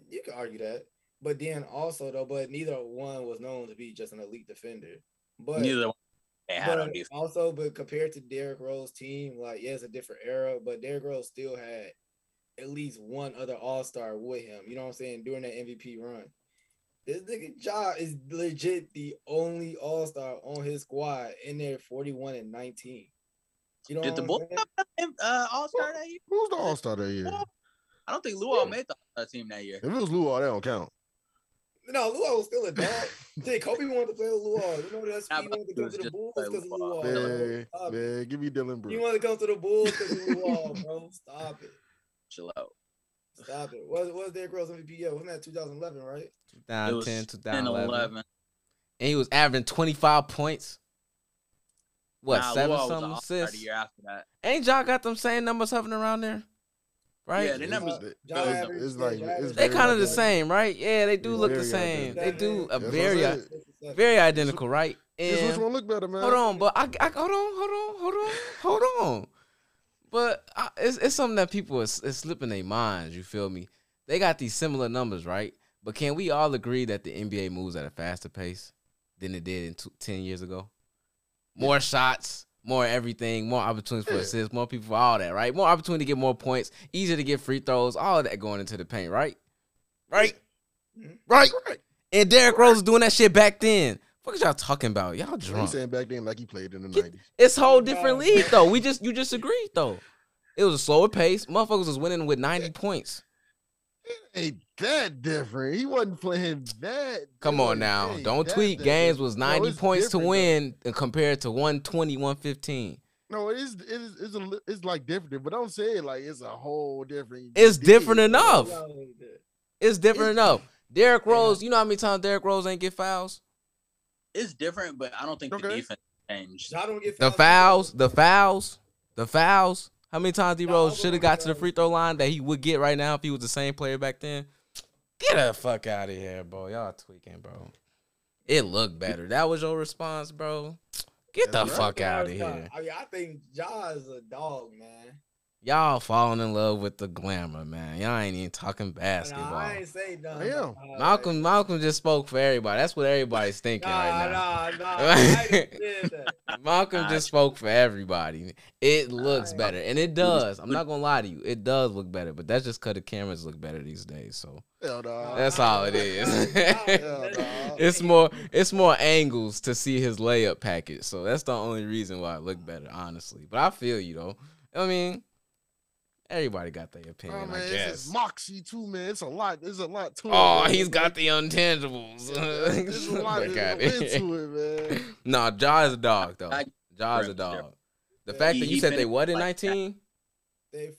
Speaker 3: you could argue that. But then also though, but neither one was known to be just an elite defender. But
Speaker 4: Neither one they had on
Speaker 3: But
Speaker 4: defense.
Speaker 3: also, but compared to Derrick Rose team, like yeah, it's a different era, but Derrick Rose still had at least one other All Star with him. You know what I'm saying during that MVP run. This nigga Ja is legit the only All Star on his squad in there, 41 and 19. You know
Speaker 4: Did
Speaker 3: what
Speaker 4: the
Speaker 3: I'm
Speaker 4: Bulls
Speaker 3: saying?
Speaker 4: have an, uh, All Star that year?
Speaker 2: Who's the All Star that year?
Speaker 4: I don't think Luol made the All Star team that year.
Speaker 2: If it was Luol, that don't count.
Speaker 3: No, Luol was still a dog. Did Kobe wanted to play with Luol? You know that's
Speaker 4: Nah,
Speaker 3: he
Speaker 4: but
Speaker 3: wanted to
Speaker 4: he
Speaker 3: come
Speaker 4: was
Speaker 3: to the
Speaker 4: just
Speaker 3: Bulls
Speaker 4: play
Speaker 3: because of
Speaker 4: Luol.
Speaker 3: Luol.
Speaker 2: Man,
Speaker 3: Stop it.
Speaker 2: man, give me Dylan
Speaker 3: He
Speaker 2: Brooks.
Speaker 3: wanted to come to the Bulls because of Luol, bro. Stop it.
Speaker 4: Chill out.
Speaker 3: Stop it. What was Derrick Rose MVP? Yeah, wasn't that 2011, right?
Speaker 4: It
Speaker 1: 2010,
Speaker 4: was
Speaker 1: 2011.
Speaker 4: 11.
Speaker 1: And he was averaging 25 points. What
Speaker 4: Nah,
Speaker 1: seven
Speaker 4: Luau was an
Speaker 1: something
Speaker 4: all-star
Speaker 1: assists?
Speaker 4: The year after that.
Speaker 1: Ain't y'all got them same numbers hovering around there, right?
Speaker 4: Yeah, they never-
Speaker 2: It's-
Speaker 4: John
Speaker 2: it's-
Speaker 4: Abbott,
Speaker 2: it's like-
Speaker 3: yeah,
Speaker 2: it's
Speaker 1: They
Speaker 2: very
Speaker 1: kind of the
Speaker 2: identical.
Speaker 1: same, right? Yeah, they do
Speaker 2: It's
Speaker 1: look the
Speaker 2: very
Speaker 1: same. They
Speaker 3: identical.
Speaker 1: do a
Speaker 2: That's what I
Speaker 1: very, uh,
Speaker 2: said.
Speaker 1: very identical, right?
Speaker 2: Just
Speaker 1: And
Speaker 2: which one look better, man?
Speaker 1: hold on, but I, I hold on, hold on, hold on, hold on. But I, it's it's something that people is, is slipping their minds. You feel me? They got these similar numbers, right? But can we all agree that the NBA moves at a faster pace than it did in two, ten years ago? More shots, more everything, more opportunities for
Speaker 2: Yeah.
Speaker 1: assists, more people for all that, right? More opportunity to get more points, easier to get free throws, all that going into the paint, right? Right,
Speaker 3: Mhm.
Speaker 1: right. And Derrick Rose was doing that shit back then. Fuck is y'all talking about? Y'all
Speaker 2: He
Speaker 1: drunk.
Speaker 2: saying back then like he played in the
Speaker 1: Get-
Speaker 2: nineties.
Speaker 1: It's whole
Speaker 3: Oh,
Speaker 1: different
Speaker 3: God.
Speaker 1: league though. We just you just agreed though. It was a slower pace. Motherfuckers was winning with 90 points.
Speaker 2: Ain't that different? He wasn't playing that.
Speaker 1: Come on
Speaker 2: different.
Speaker 1: now.
Speaker 2: Ain't
Speaker 1: Don't
Speaker 2: that
Speaker 1: tweet.
Speaker 2: different.
Speaker 1: Games was
Speaker 2: No,
Speaker 1: 90
Speaker 2: it's
Speaker 1: points to
Speaker 2: different, though.
Speaker 1: win and compared to 120, 115.
Speaker 2: No, it is. It is. It's, a, li- it's like different, but don't say it like it's a whole different.
Speaker 1: It's different
Speaker 2: dig,
Speaker 1: enough.
Speaker 2: bro.
Speaker 1: It's different
Speaker 2: It's-
Speaker 1: enough. Derrick
Speaker 4: Yeah.
Speaker 1: Rose, you know how many times Derrick Rose ain't get fouls?
Speaker 4: It's different, but I don't think the
Speaker 2: Okay.
Speaker 4: defense changed.
Speaker 3: Y'all don't get
Speaker 1: The fouls, the fouls, the fouls. How many times D
Speaker 3: Nah,
Speaker 1: Rose
Speaker 3: I
Speaker 1: should have
Speaker 3: wouldn't
Speaker 1: got to the
Speaker 3: say.
Speaker 1: free throw line that he would get right now if he was the same player back then? Get the fuck out of here, bro. Y'all tweaking, bro. It looked better. That was your response, bro. Get the
Speaker 2: That's right.
Speaker 1: fuck out of here.
Speaker 3: I mean, I think Ja is a dog, man.
Speaker 1: Y'all falling in love with the glamour, man. Y'all ain't even talking
Speaker 3: Nah, I
Speaker 1: basketball.
Speaker 3: ain't say nothing.
Speaker 2: I am.
Speaker 3: about Ja.
Speaker 1: Malcolm, Malcolm just spoke for everybody. That's what everybody's thinking
Speaker 3: Nah,
Speaker 1: right now.
Speaker 3: nah, nah. I ain't did that.
Speaker 1: Malcolm just spoke for everybody. It looks
Speaker 3: Alright.
Speaker 1: better, and it does. I'm not gonna lie to you, it does look better. But that's just cause the cameras look better these days. So
Speaker 2: Hell no.
Speaker 1: That's all it is.
Speaker 2: Hell no.
Speaker 1: it's more, it's more angles to see his layup package. So that's the only reason why it looked better, honestly. But I feel you though. I mean, everybody got their
Speaker 2: Oh,
Speaker 1: opinion,
Speaker 2: man,
Speaker 1: I
Speaker 2: it's just
Speaker 1: guess.
Speaker 2: moxie too, man. It's a lot. It's a lot to it.
Speaker 1: Oh,
Speaker 2: man.
Speaker 1: he's got the intangibles.
Speaker 2: It's a lot
Speaker 1: Fuck outta
Speaker 2: to
Speaker 1: here.
Speaker 2: into it, man.
Speaker 1: Nah, Jaw is a dog though.
Speaker 4: I-
Speaker 1: Jaw is a
Speaker 4: Correct,
Speaker 1: dog.
Speaker 4: correct.
Speaker 1: The
Speaker 3: Yeah.
Speaker 1: fact
Speaker 4: He-
Speaker 1: that you
Speaker 4: he
Speaker 1: said they
Speaker 4: finished
Speaker 1: what in
Speaker 4: like that.
Speaker 1: nineteen?
Speaker 3: They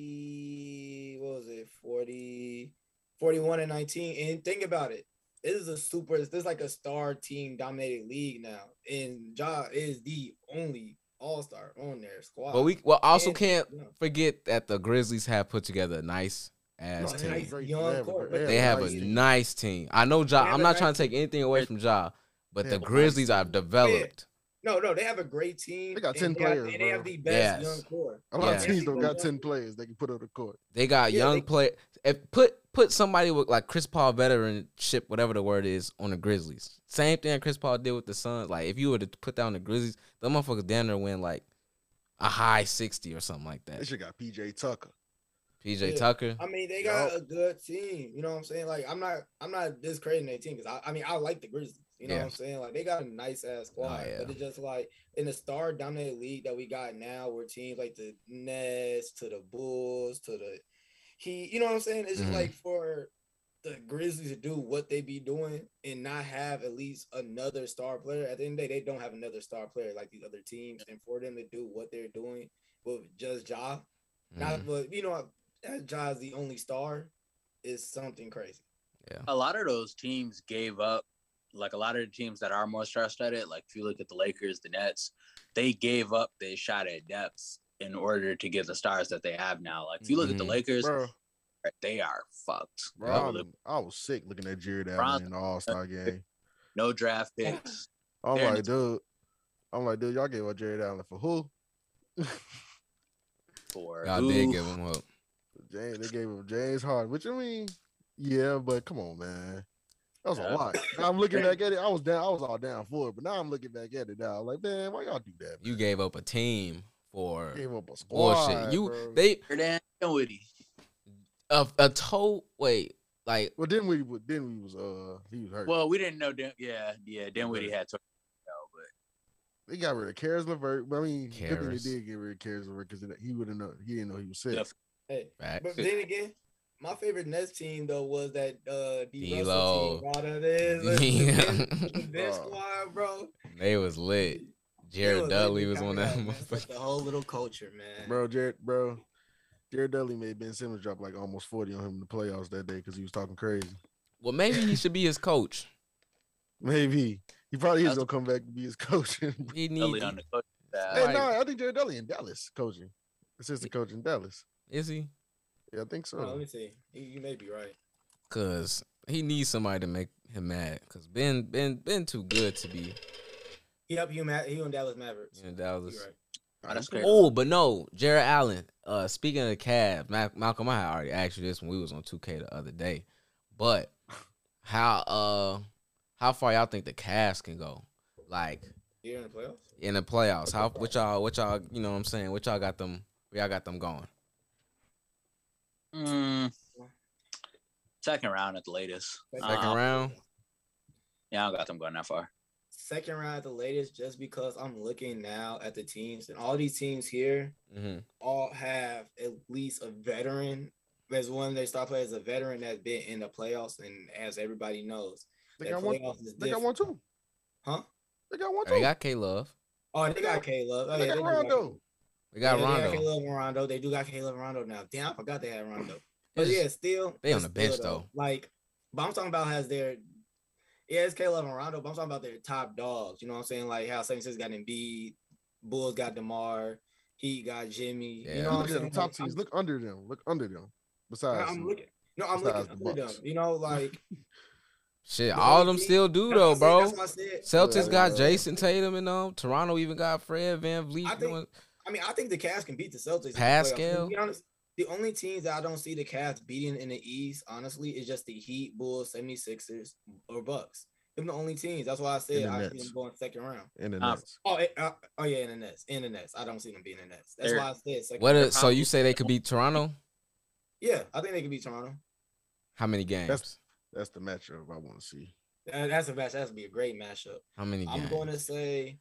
Speaker 3: 40, what was it, 40, 41 and 19. And think about it. This is a super, this is like a star team dominated league now. And Ja is the only all star on their squad.
Speaker 1: But we well also
Speaker 3: And-
Speaker 1: can't
Speaker 3: Yeah.
Speaker 1: forget that the Grizzlies have put together a nice ass
Speaker 2: No,
Speaker 1: team.
Speaker 2: nice. great
Speaker 3: Young
Speaker 2: forever,
Speaker 3: court,
Speaker 2: but
Speaker 3: but
Speaker 1: They have a
Speaker 2: nice team.
Speaker 1: nice team. I know Ja.
Speaker 3: They have
Speaker 1: I'm
Speaker 3: a
Speaker 1: not
Speaker 3: nice
Speaker 1: trying to take anything away from Ja, but
Speaker 2: They
Speaker 1: the
Speaker 2: have a nice
Speaker 1: Grizzlies
Speaker 2: team.
Speaker 1: have developed.
Speaker 3: No, no, they have a great team.
Speaker 2: They got
Speaker 3: and
Speaker 2: 10
Speaker 3: Have,
Speaker 2: players,
Speaker 3: and they have
Speaker 2: bro.
Speaker 3: the
Speaker 1: Yes.
Speaker 3: best young core.
Speaker 2: A lot of
Speaker 1: Yeah.
Speaker 2: teams don't got
Speaker 3: Yeah.
Speaker 2: ten players they can put on the court.
Speaker 1: They got
Speaker 3: Yeah,
Speaker 1: young
Speaker 3: they-
Speaker 1: player. If put put somebody with like Chris Paul veteranship, whatever the word is, on the Grizzlies. Same thing Chris Paul did with the Suns. Like if you were to put down the Grizzlies, them motherfuckers down there win like a high sixty or something like
Speaker 2: They
Speaker 1: that.
Speaker 2: should got PJ Tucker.
Speaker 1: PJ
Speaker 3: Yeah.
Speaker 1: Tucker.
Speaker 3: I mean, they got
Speaker 2: Yup.
Speaker 3: a good team. You know what I'm saying? Like, I'm not, I'm not discrediting their team because I, I mean, I like the Grizzlies. You know
Speaker 1: Yeah. Oh,
Speaker 3: what I'm saying? Like, they got a nice ass squad,
Speaker 1: yeah.
Speaker 3: but it's just like in the star dominated league that we got now, where teams like the Nets to the Bulls to the he, you know what I'm saying? It's just
Speaker 1: Mhm.
Speaker 3: like for the Grizzlies to do what they be doing and not have at least another star player. At the end of the day, they don't have another star player like these other teams, and for them to do what they're doing with just Ja,
Speaker 1: Mhm.
Speaker 3: not but you know that Ja's the only star is something crazy.
Speaker 4: a lot of those teams gave up. Like a lot of the teams that are more star studded, like if you look at the Lakers, the Nets, they gave up their shot at depth in order to get the stars that they have now. Like if you look at the
Speaker 1: Mhm.
Speaker 4: Lakers,
Speaker 2: Bro,
Speaker 4: they are fucked.
Speaker 2: bro
Speaker 1: Yup.
Speaker 2: I'm- I was sick looking at Jared
Speaker 4: Bron-
Speaker 2: Allen in the All Star game.
Speaker 4: No draft picks.
Speaker 2: I'm
Speaker 4: They're in
Speaker 2: like, dude. I'm like, dude, y'all gave up Jared Allen for who?
Speaker 4: For
Speaker 1: Y'all did
Speaker 4: who?
Speaker 1: give him up.
Speaker 2: James, they gave him James Harden, which I mean, yeah, but come on, man. That was a
Speaker 4: Yeah.
Speaker 2: lot. Now I'm looking back at it. I was down. I was all down for it, but now I'm looking back at it now. Like, man, why y'all do that?
Speaker 1: You gave up a team for
Speaker 2: Gave up a squad.
Speaker 1: bullshit. You
Speaker 2: bro.
Speaker 1: they
Speaker 4: Jordan Dinwiddie.
Speaker 1: a, a toe wait like
Speaker 2: Well, then we then we was uh he was hurt.
Speaker 4: Well, we didn't know. Din- yeah, yeah, Dinwiddie had. To-
Speaker 2: they got rid of Karis LeVert. but I mean, good thing they
Speaker 1: Karis.
Speaker 2: did get rid of Karis LeVert because he wouldn't know. He didn't know he was sick.
Speaker 4: Yeah.
Speaker 3: Hey,
Speaker 1: back.
Speaker 3: but then again, my favorite Nets team though was that uh D
Speaker 1: D-Lo.
Speaker 3: Russell team. Bro, that is the
Speaker 1: they
Speaker 3: bench- the bench
Speaker 2: Bro.
Speaker 3: squad, bro.
Speaker 1: was lit.
Speaker 3: They
Speaker 1: Jared
Speaker 3: was
Speaker 1: Dudley
Speaker 3: ugly
Speaker 1: was
Speaker 3: coming
Speaker 1: on that
Speaker 3: out, man. It's like
Speaker 1: motherfucker.
Speaker 3: the whole little culture, man.
Speaker 2: Bro, Jared, bro, Jared Dudley made Ben Simmons drop like almost forty on him in the playoffs that day because he was talking crazy.
Speaker 1: Well, maybe he should be his coach.
Speaker 2: Maybe He probably is
Speaker 4: That's-
Speaker 2: gonna come back and be his coach. and-
Speaker 1: He
Speaker 4: Ellie
Speaker 1: needs.
Speaker 4: on the coach.
Speaker 2: Hey,
Speaker 4: staff.
Speaker 1: Right.
Speaker 2: no, I think Jared Dudley in Dallas coaching, assistant coach in Dallas.
Speaker 1: Is he?
Speaker 2: Yeah, I think so.
Speaker 3: Hold on, let me see. You, you may be right.
Speaker 1: Cause he needs somebody to make him mad. Cause Ben, Ben, Ben, too good to be
Speaker 3: Yep, you Ma- he on Dallas Mavericks.
Speaker 1: in
Speaker 3: You
Speaker 1: Dallas.
Speaker 3: right.
Speaker 4: Oh, that's fair.
Speaker 1: Oh, but no, Jared Allen. Uh, speaking of the Cavs, Mal- Malcolm, I had already asked you this when we was on 2K the other day, but how uh how far y'all think the Cavs can go? Like
Speaker 3: You're in the playoffs.
Speaker 1: in the playoffs, how what y'all what y'all you know what I'm saying? What y'all got them? Where y'all got them going?
Speaker 4: Mm, second round at the latest.
Speaker 3: Second
Speaker 1: Second
Speaker 4: Uh,
Speaker 1: round.
Speaker 4: Yeah, I don't got them going that far.
Speaker 3: Second round at the latest, just because I'm looking now at the teams and all these teams here
Speaker 1: Mm-hmm.
Speaker 3: all have at least a veteran. There's one they start playing as a veteran that's been in the playoffs, and as everybody knows,
Speaker 2: They
Speaker 3: that
Speaker 2: got one.
Speaker 3: playoffs is
Speaker 2: They got
Speaker 3: different.
Speaker 2: one too.
Speaker 3: huh?
Speaker 2: They got one too.
Speaker 1: They got K Love.
Speaker 3: Oh, they
Speaker 2: They
Speaker 3: got
Speaker 2: got-
Speaker 3: K Love. Oh,
Speaker 2: They
Speaker 3: yeah,
Speaker 2: got
Speaker 3: they do
Speaker 2: Rondo.
Speaker 1: They got
Speaker 3: yeah, They got
Speaker 1: Rondo.
Speaker 3: Caleb and Rondo. They do got Caleb and Rondo now. Damn, I forgot they had Rondo. But yeah, still
Speaker 1: they on
Speaker 3: but
Speaker 1: the bench,
Speaker 3: still,
Speaker 1: though.
Speaker 3: Like, but I'm talking about has their yeah, it's Caleb and Rondo, but I'm talking about their top dogs. You know what I'm saying? Like how 76 got Embiid, Bulls got Demar, Heat got Jimmy.
Speaker 1: Yeah.
Speaker 3: You know
Speaker 1: I'm
Speaker 3: what I'm
Speaker 2: Look at
Speaker 3: saying?
Speaker 2: them top
Speaker 3: Like,
Speaker 2: teams. Look under them. Look under them.
Speaker 3: I'm,
Speaker 2: Besides,
Speaker 3: I'm looking. No, I'm
Speaker 2: besides
Speaker 3: looking
Speaker 2: the
Speaker 3: under them.
Speaker 2: Bucks.
Speaker 3: You know, like
Speaker 1: Shit,
Speaker 3: the
Speaker 1: all
Speaker 3: only
Speaker 1: them
Speaker 3: team-
Speaker 1: still do
Speaker 3: that's what I
Speaker 1: though,
Speaker 3: said-
Speaker 1: bro.
Speaker 3: That's what I said.
Speaker 1: Celtics
Speaker 2: Yeah,
Speaker 1: got
Speaker 2: bro.
Speaker 1: Jason Tatum and um. Toronto even got Fred Van Vliet.
Speaker 3: I think- I mean, I think the Cavs can beat the Celtics. in the playoffs.
Speaker 1: Pascal?
Speaker 3: To be honest, the only teams that I don't see the Cavs beating in the East, honestly, is just the Heat, Bulls, 76ers, or Bucks. Them the only teams. That's why I said
Speaker 2: the
Speaker 3: I see
Speaker 2: Nets.
Speaker 3: them going second round.
Speaker 2: in the
Speaker 4: Uh,
Speaker 2: Nets.
Speaker 3: Oh, eh, uh, oh yeah, in the Nets. In the Nets. I don't see them being in the Nets. That's
Speaker 4: They're-
Speaker 3: why I said second.
Speaker 1: What? Is, so you say they could beat Toronto?
Speaker 3: Yeah, I think they could beat Toronto.
Speaker 1: How many games?
Speaker 2: That's the matchup I want to see.
Speaker 3: Uh, That's a match. That's be a great matchup.
Speaker 1: How many
Speaker 3: I'm
Speaker 1: games?
Speaker 3: going to say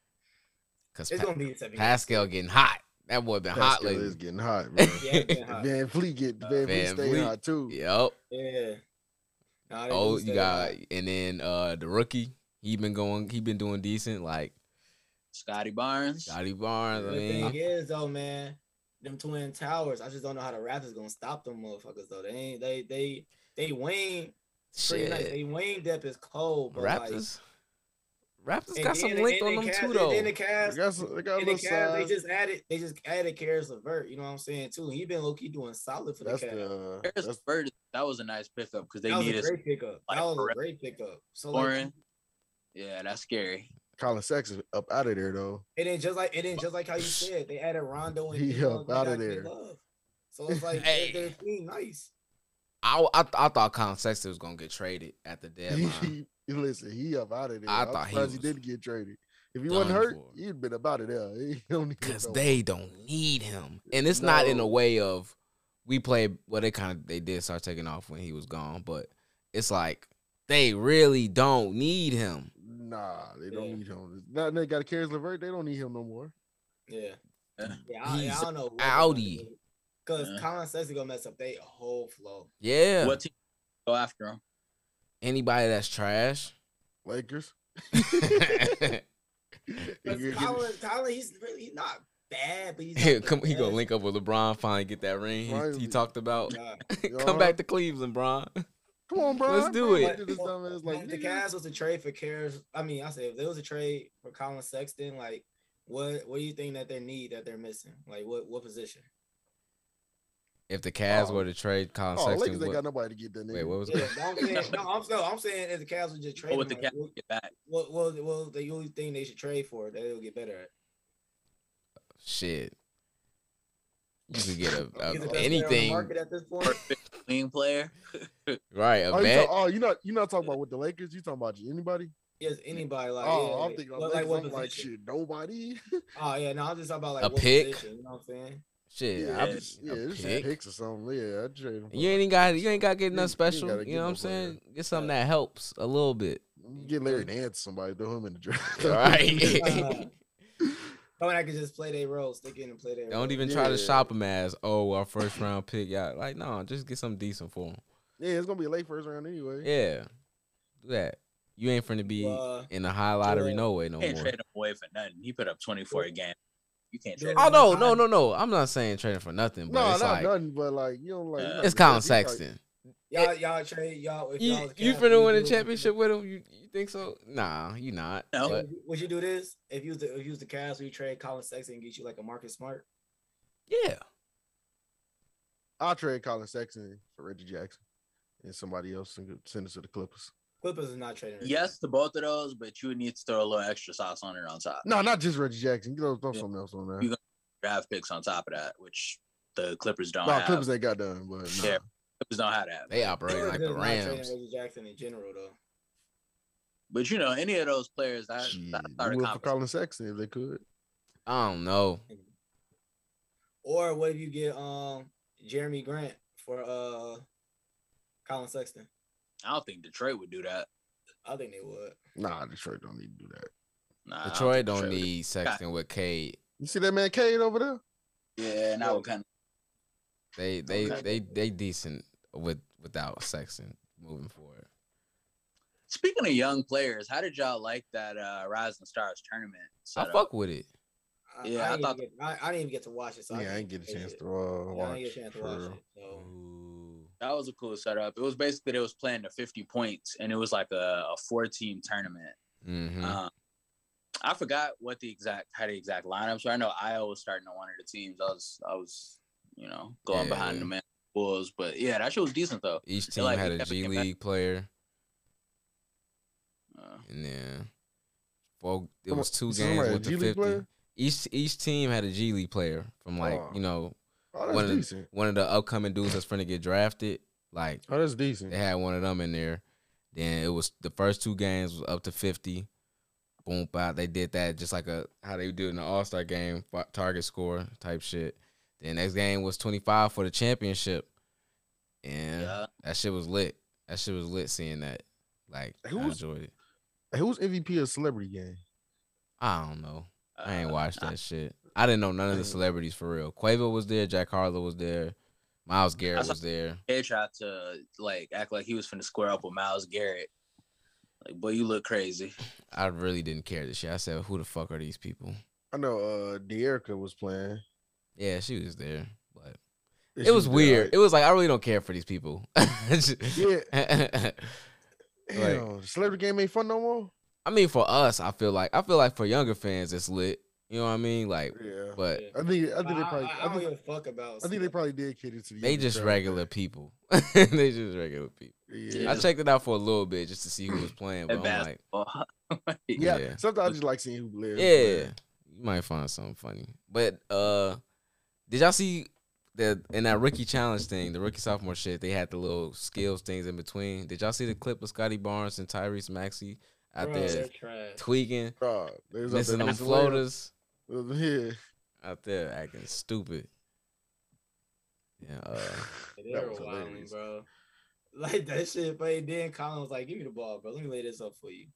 Speaker 1: Because
Speaker 3: it's going to be a seven. game.
Speaker 1: Pascal getting hot. That boy been hot
Speaker 2: Pascal
Speaker 1: lately.
Speaker 2: is getting hot, bro.
Speaker 3: Yeah, it's been hot.
Speaker 2: Van Fleet get
Speaker 3: Uh,
Speaker 2: Van Fleet
Speaker 1: Van
Speaker 2: staying
Speaker 1: Vliet.
Speaker 2: hot too.
Speaker 1: Yep.
Speaker 3: yeah. Nah, they
Speaker 1: Oh,
Speaker 3: do
Speaker 1: you
Speaker 3: stay
Speaker 1: got
Speaker 3: hot.
Speaker 1: and then uh the rookie. He been going. He been doing decent. Like
Speaker 4: Scotty Barnes.
Speaker 1: Scotty Barnes. I
Speaker 3: the thing
Speaker 1: mean,
Speaker 3: is though, man, them twin towers. I just don't know how the Raptors gonna stop them motherfuckers though. They ain't they they they wing pretty nice.
Speaker 1: shit.
Speaker 3: They wing depth is cold, but
Speaker 1: Raptors. Raptors
Speaker 3: like,
Speaker 1: got
Speaker 3: and
Speaker 1: some
Speaker 3: then-
Speaker 1: length on
Speaker 3: and
Speaker 1: them
Speaker 3: they
Speaker 1: too,
Speaker 3: Cavs- and
Speaker 1: though.
Speaker 3: Then the
Speaker 2: They
Speaker 3: Cavs,
Speaker 2: got, some, they got a
Speaker 3: and the
Speaker 2: little
Speaker 3: Cavs, they
Speaker 2: size.
Speaker 3: just added they just added Karis LeVert. You know what I'm saying too. He been low key doing solid for
Speaker 2: That's
Speaker 3: the Cavs.
Speaker 2: the. uh,
Speaker 4: Harris
Speaker 2: That's,
Speaker 4: Bird, That was a nice pickup because they
Speaker 3: that was a
Speaker 4: needed
Speaker 3: great pickup.
Speaker 4: like,
Speaker 3: That was a
Speaker 4: Brett
Speaker 3: great pickup. So like,
Speaker 4: scoring. Yeah, that's scary.
Speaker 2: Colin Sachs is up out of there though.
Speaker 3: and then just like and then just like how you said, they added Rondo and
Speaker 2: He
Speaker 3: Kevin
Speaker 2: up
Speaker 3: Love, they
Speaker 2: outta
Speaker 3: got
Speaker 2: there.
Speaker 3: Love. So it's like
Speaker 1: Hey.
Speaker 3: they're, they're being nice.
Speaker 1: I, I I thought Colin Sexton was gonna get traded at the deadline.
Speaker 2: he, listen, he up out of there.
Speaker 1: I
Speaker 2: I'm
Speaker 1: thought he
Speaker 2: surprised he,
Speaker 1: was
Speaker 2: didn't get traded. If he wasn't
Speaker 1: done
Speaker 2: hurt,
Speaker 1: for.
Speaker 2: he'd been about it there. He don't even
Speaker 1: Cause
Speaker 2: know.
Speaker 1: they don't need him, and it's not in a
Speaker 2: No.
Speaker 1: way of we play. Well, they kind of they did start taking off when he was gone, but it's like they really don't need him.
Speaker 2: Nah, they don't
Speaker 3: Yeah.
Speaker 2: need him. Not they got Caris LeVert. They don't need him no more.
Speaker 3: Yeah.
Speaker 4: Yeah.
Speaker 3: Yeah, I, yeah,
Speaker 1: He's
Speaker 3: I don't know.
Speaker 1: outie.
Speaker 3: Because
Speaker 4: Yeah.
Speaker 3: Colin Sexton gonna mess up their whole flow.
Speaker 1: Yeah,
Speaker 4: What team go after him?
Speaker 1: anybody that's trash.
Speaker 2: Lakers.
Speaker 3: Because
Speaker 2: You're getting-
Speaker 3: Colin, Colin, he's really he's not bad, but he's
Speaker 1: He'll
Speaker 3: not
Speaker 1: come,
Speaker 3: the
Speaker 1: he gonna
Speaker 3: best.
Speaker 1: link up with LeBron, finally get that ring he, he
Speaker 2: Finally.
Speaker 1: talked about.
Speaker 3: Nah.
Speaker 1: come back to Cleveland, Bron.
Speaker 2: Come on, bro.
Speaker 1: Let's do it.
Speaker 3: But-
Speaker 2: This dumbass, like,
Speaker 3: if the
Speaker 2: nigga,
Speaker 3: Cavs was to trade for Caris, I mean, I say if there was a trade for Colin Sexton, like what what do you think that they need that they're missing? Like what what position?
Speaker 1: If the Cavs
Speaker 2: Oh.
Speaker 1: were to trade Colin
Speaker 2: Oh,
Speaker 1: Sexton,
Speaker 2: Lakers ain't
Speaker 1: what-
Speaker 2: got nobody to get that nigga.
Speaker 1: wait, what was
Speaker 3: Yeah, but I'm saying, no, I'm no, I'm saying if the Cavs would just trade,
Speaker 4: What would the
Speaker 3: him, like,
Speaker 4: Cavs get back?
Speaker 3: what what what, what the only thing they should trade for that they'll get better at?
Speaker 1: shit? You could get a,
Speaker 3: He's the
Speaker 1: a
Speaker 3: best player on the
Speaker 1: anything
Speaker 3: market at this point.
Speaker 4: Perfect clean player.
Speaker 1: right. A
Speaker 2: Oh, you
Speaker 1: vet.
Speaker 2: talk, oh, you not you not talking about with the Lakers? You talking about anybody?
Speaker 3: Yes, anybody like
Speaker 2: oh,
Speaker 3: yeah,
Speaker 2: I'm thinking about
Speaker 3: what-
Speaker 2: Lakers.
Speaker 3: what
Speaker 2: I'm like
Speaker 3: position?
Speaker 2: shit, nobody.
Speaker 3: Oh yeah, no, I'm just talking about like
Speaker 1: A
Speaker 3: what
Speaker 1: pick?
Speaker 3: Position, you know what I'm saying?
Speaker 1: Shit,
Speaker 2: yeah,
Speaker 1: I
Speaker 2: I
Speaker 1: be-
Speaker 2: just, yeah,
Speaker 1: a
Speaker 2: it's just
Speaker 1: pick.
Speaker 2: picks or something. Yeah, I trade them.
Speaker 1: You ain't got you ain't got to get nothing
Speaker 2: You- you ain't gotta
Speaker 1: special.
Speaker 2: get
Speaker 1: You know what
Speaker 2: no
Speaker 1: I'm
Speaker 2: player.
Speaker 1: saying? Get something that helps a little bit,
Speaker 2: Get Larry Nance, somebody throw him in the draft.
Speaker 1: right?
Speaker 3: Uh, Someone that can just play their role, stick in and play their role.
Speaker 1: Don't even try to
Speaker 2: Yeah.
Speaker 1: shop him as oh our first round pick. Yeah, like no, just get something decent for him.
Speaker 2: yeah, it's gonna be a late first round anyway.
Speaker 1: Yeah, do that. You ain't finna be
Speaker 3: Uh,
Speaker 1: in the high lottery
Speaker 3: yeah.
Speaker 1: no way no
Speaker 4: You can't
Speaker 1: more.
Speaker 4: trade him away for nothing. He put up 24 a game. You can't trade him.
Speaker 1: Oh
Speaker 3: him
Speaker 1: no,
Speaker 3: one
Speaker 1: no,
Speaker 3: time.
Speaker 1: no, no. I'm not saying trading for nothing, but
Speaker 2: No,
Speaker 1: it's
Speaker 2: not
Speaker 1: like
Speaker 2: nothing, but like you don't like. you're not
Speaker 1: it's Colin
Speaker 2: gonna get- he's like-
Speaker 1: Sexton.
Speaker 3: Y'all, y'all trade y'all. If y'all
Speaker 1: You
Speaker 3: was
Speaker 1: you
Speaker 3: Cavs,
Speaker 1: finna
Speaker 3: would
Speaker 1: win a
Speaker 3: you-
Speaker 1: championship with him? You, you think so? Nah, you not.
Speaker 4: No.
Speaker 1: But
Speaker 3: Would you- would you do this if you was the if you was the Cavs? Would you trade Colin Sexton and get you like a Marcus Smart?
Speaker 1: yeah,
Speaker 2: I'll trade Colin Sexton for Reggie Jackson and somebody else and go- send us to the Clippers.
Speaker 3: Clippers is not trading. Reggie.
Speaker 4: Yes to both of those, but you would need to throw a little extra sauce on it on top.
Speaker 2: No, not just Reggie Jackson. You know, throw
Speaker 4: Yeah.
Speaker 2: something else on there.
Speaker 4: You Draft picks on top of that, which the Clippers don't
Speaker 2: No,
Speaker 4: have.
Speaker 2: Clippers ain't got done, but nah.
Speaker 4: Yeah. Clippers don't have that.
Speaker 1: they operating like the
Speaker 3: Clippers not trading
Speaker 1: Rams.
Speaker 3: Reggie Jackson in general though.
Speaker 4: But you know, any of those players, that,
Speaker 2: Shit,
Speaker 4: that
Speaker 2: they
Speaker 4: started
Speaker 2: would for
Speaker 4: conference.
Speaker 2: Colin Sexton if they could.
Speaker 1: I don't know.
Speaker 3: Or what if you get um Jeremy Grant for uh Colin Sexton?
Speaker 4: I don't think Detroit would do that.
Speaker 3: I think they would.
Speaker 2: Nah, Detroit don't need to do that.
Speaker 4: Nah, I don't
Speaker 1: Detroit
Speaker 4: think
Speaker 1: don't
Speaker 4: would-
Speaker 1: need Sexton with Cade.
Speaker 2: You see that man Cade over there?
Speaker 4: Yeah, and I would kind of.
Speaker 1: They they
Speaker 3: Okay.
Speaker 1: they they decent with without Sexton moving forward.
Speaker 4: Speaking of young players, how did y'all like that uh Rising Stars tournament?
Speaker 1: I
Speaker 4: setup?
Speaker 1: fuck with it.
Speaker 3: I,
Speaker 4: Yeah, I
Speaker 3: I, didn't
Speaker 4: thought-
Speaker 3: even get, I, I didn't even get to watch it. So
Speaker 2: yeah, I
Speaker 3: can't
Speaker 2: ain't get a
Speaker 3: say
Speaker 2: chance
Speaker 3: shit.
Speaker 2: to uh,
Speaker 3: Yeah, I
Speaker 2: watch.
Speaker 3: didn't get a chance to
Speaker 2: for
Speaker 3: watch
Speaker 2: real.
Speaker 3: it. So
Speaker 1: Ooh.
Speaker 4: That was a cool setup. It was basically they was playing to 50 points, and it was like a, a four team tournament.
Speaker 1: hmm
Speaker 4: Um, I forgot what the exact how the exact lineups were. I know Iowa was starting on one of the teams. I was I was you know going
Speaker 1: Yeah.
Speaker 4: behind the man Bulls, but yeah, that shit was decent though.
Speaker 1: Each
Speaker 4: they
Speaker 1: team
Speaker 4: like
Speaker 1: had
Speaker 4: to
Speaker 1: a
Speaker 4: kept it
Speaker 1: G
Speaker 4: competitive.
Speaker 1: League player,
Speaker 4: Uh,
Speaker 1: and then well, it
Speaker 2: Come
Speaker 1: was
Speaker 2: on,
Speaker 1: two
Speaker 2: you said
Speaker 1: games
Speaker 2: somebody a
Speaker 1: with
Speaker 2: G
Speaker 1: the
Speaker 2: League
Speaker 1: fifty.
Speaker 2: player?
Speaker 1: Each each team had a G League player from like
Speaker 2: Oh.
Speaker 1: you know
Speaker 2: Oh, that's
Speaker 1: One of the-
Speaker 2: decent.
Speaker 1: one of the upcoming dudes that's finna get drafted. Like
Speaker 2: Oh, that's decent.
Speaker 1: they had one of them in there. Then it was the first two games was up to fifty. Boom, out. They did that just like a how they do it in the All Star game fi- target score type shit. Then next game was twenty five for the championship, and
Speaker 4: yeah.
Speaker 1: that shit was lit. That shit was lit. Seeing that, like
Speaker 2: Who
Speaker 1: I
Speaker 2: was-
Speaker 1: enjoyed it.
Speaker 2: Who was MVP of Celebrity Game?
Speaker 1: I don't know. I ain't
Speaker 4: uh,
Speaker 1: watched that shit. I didn't know none of the
Speaker 2: I-
Speaker 1: celebrities for real. Quavo was there. Jack Harlow was there. Miles Garrett
Speaker 4: saw-
Speaker 1: was there.
Speaker 4: They tried to like act like he was finna square up with Miles Garrett. Like, boy, you look crazy.
Speaker 1: I really didn't care this shit. I said, "Who the fuck are these people?"
Speaker 2: I know uh De'Erica was playing.
Speaker 1: Yeah, she was there, but
Speaker 2: And
Speaker 1: it
Speaker 2: she
Speaker 1: was
Speaker 2: did
Speaker 1: weird. It
Speaker 2: alright.
Speaker 1: was like I really don't care for these people.
Speaker 2: yeah, damn, Celebrity Game ain't fun no more.
Speaker 1: I mean, for us, I feel like I feel like for younger fans, it's lit. You know what I mean? Like,
Speaker 2: Yeah,
Speaker 1: but
Speaker 3: yeah.
Speaker 2: I think I
Speaker 3: I,
Speaker 2: think they probably.
Speaker 3: I- I
Speaker 2: I,
Speaker 3: don't
Speaker 2: think,
Speaker 3: give a fuck about.
Speaker 2: I think they probably did cater to the.
Speaker 1: they
Speaker 2: younger
Speaker 1: just
Speaker 2: crowd.
Speaker 1: regular people. they just regular people.
Speaker 2: Yeah,
Speaker 1: I
Speaker 2: yeah.
Speaker 4: just-
Speaker 1: checked it out for a little bit just to see who was playing, but I'm
Speaker 4: Advanced.
Speaker 1: like,
Speaker 4: Oh,
Speaker 1: yeah.
Speaker 2: Sometimes I just like seeing who players.
Speaker 1: yeah, you might find something funny. But uh, did y'all see that in that rookie challenge thing, the rookie sophomore shit? They had the little skills things in between. Did y'all see the clip of Scotty Barnes and Tyrese Maxey out there tweaking,
Speaker 2: God, they was up
Speaker 1: missing them
Speaker 2: there missing layups.
Speaker 1: floaters?
Speaker 2: Yeah,
Speaker 1: out there acting stupid. Yeah, uh,
Speaker 2: That
Speaker 3: They're
Speaker 2: was
Speaker 3: wilding,
Speaker 2: hilarious.
Speaker 3: bro. Like that shit. But then Colin was like, "Give me the ball, bro. Let me lay this up for you."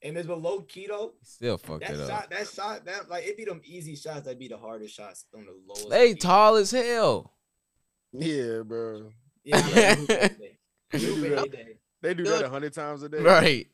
Speaker 3: And it's below keto.
Speaker 1: he still fucked
Speaker 3: That
Speaker 1: it up.
Speaker 3: shot, that shot, that like it be them easy shots that be the hardest shots on the lowest.
Speaker 1: They
Speaker 3: key.
Speaker 1: tall as hell.
Speaker 2: yeah, bro.
Speaker 3: Yeah, I know, Lupe day. Lupe
Speaker 2: Yeah.
Speaker 3: day.
Speaker 2: They do that a hundred times a day.
Speaker 1: Right.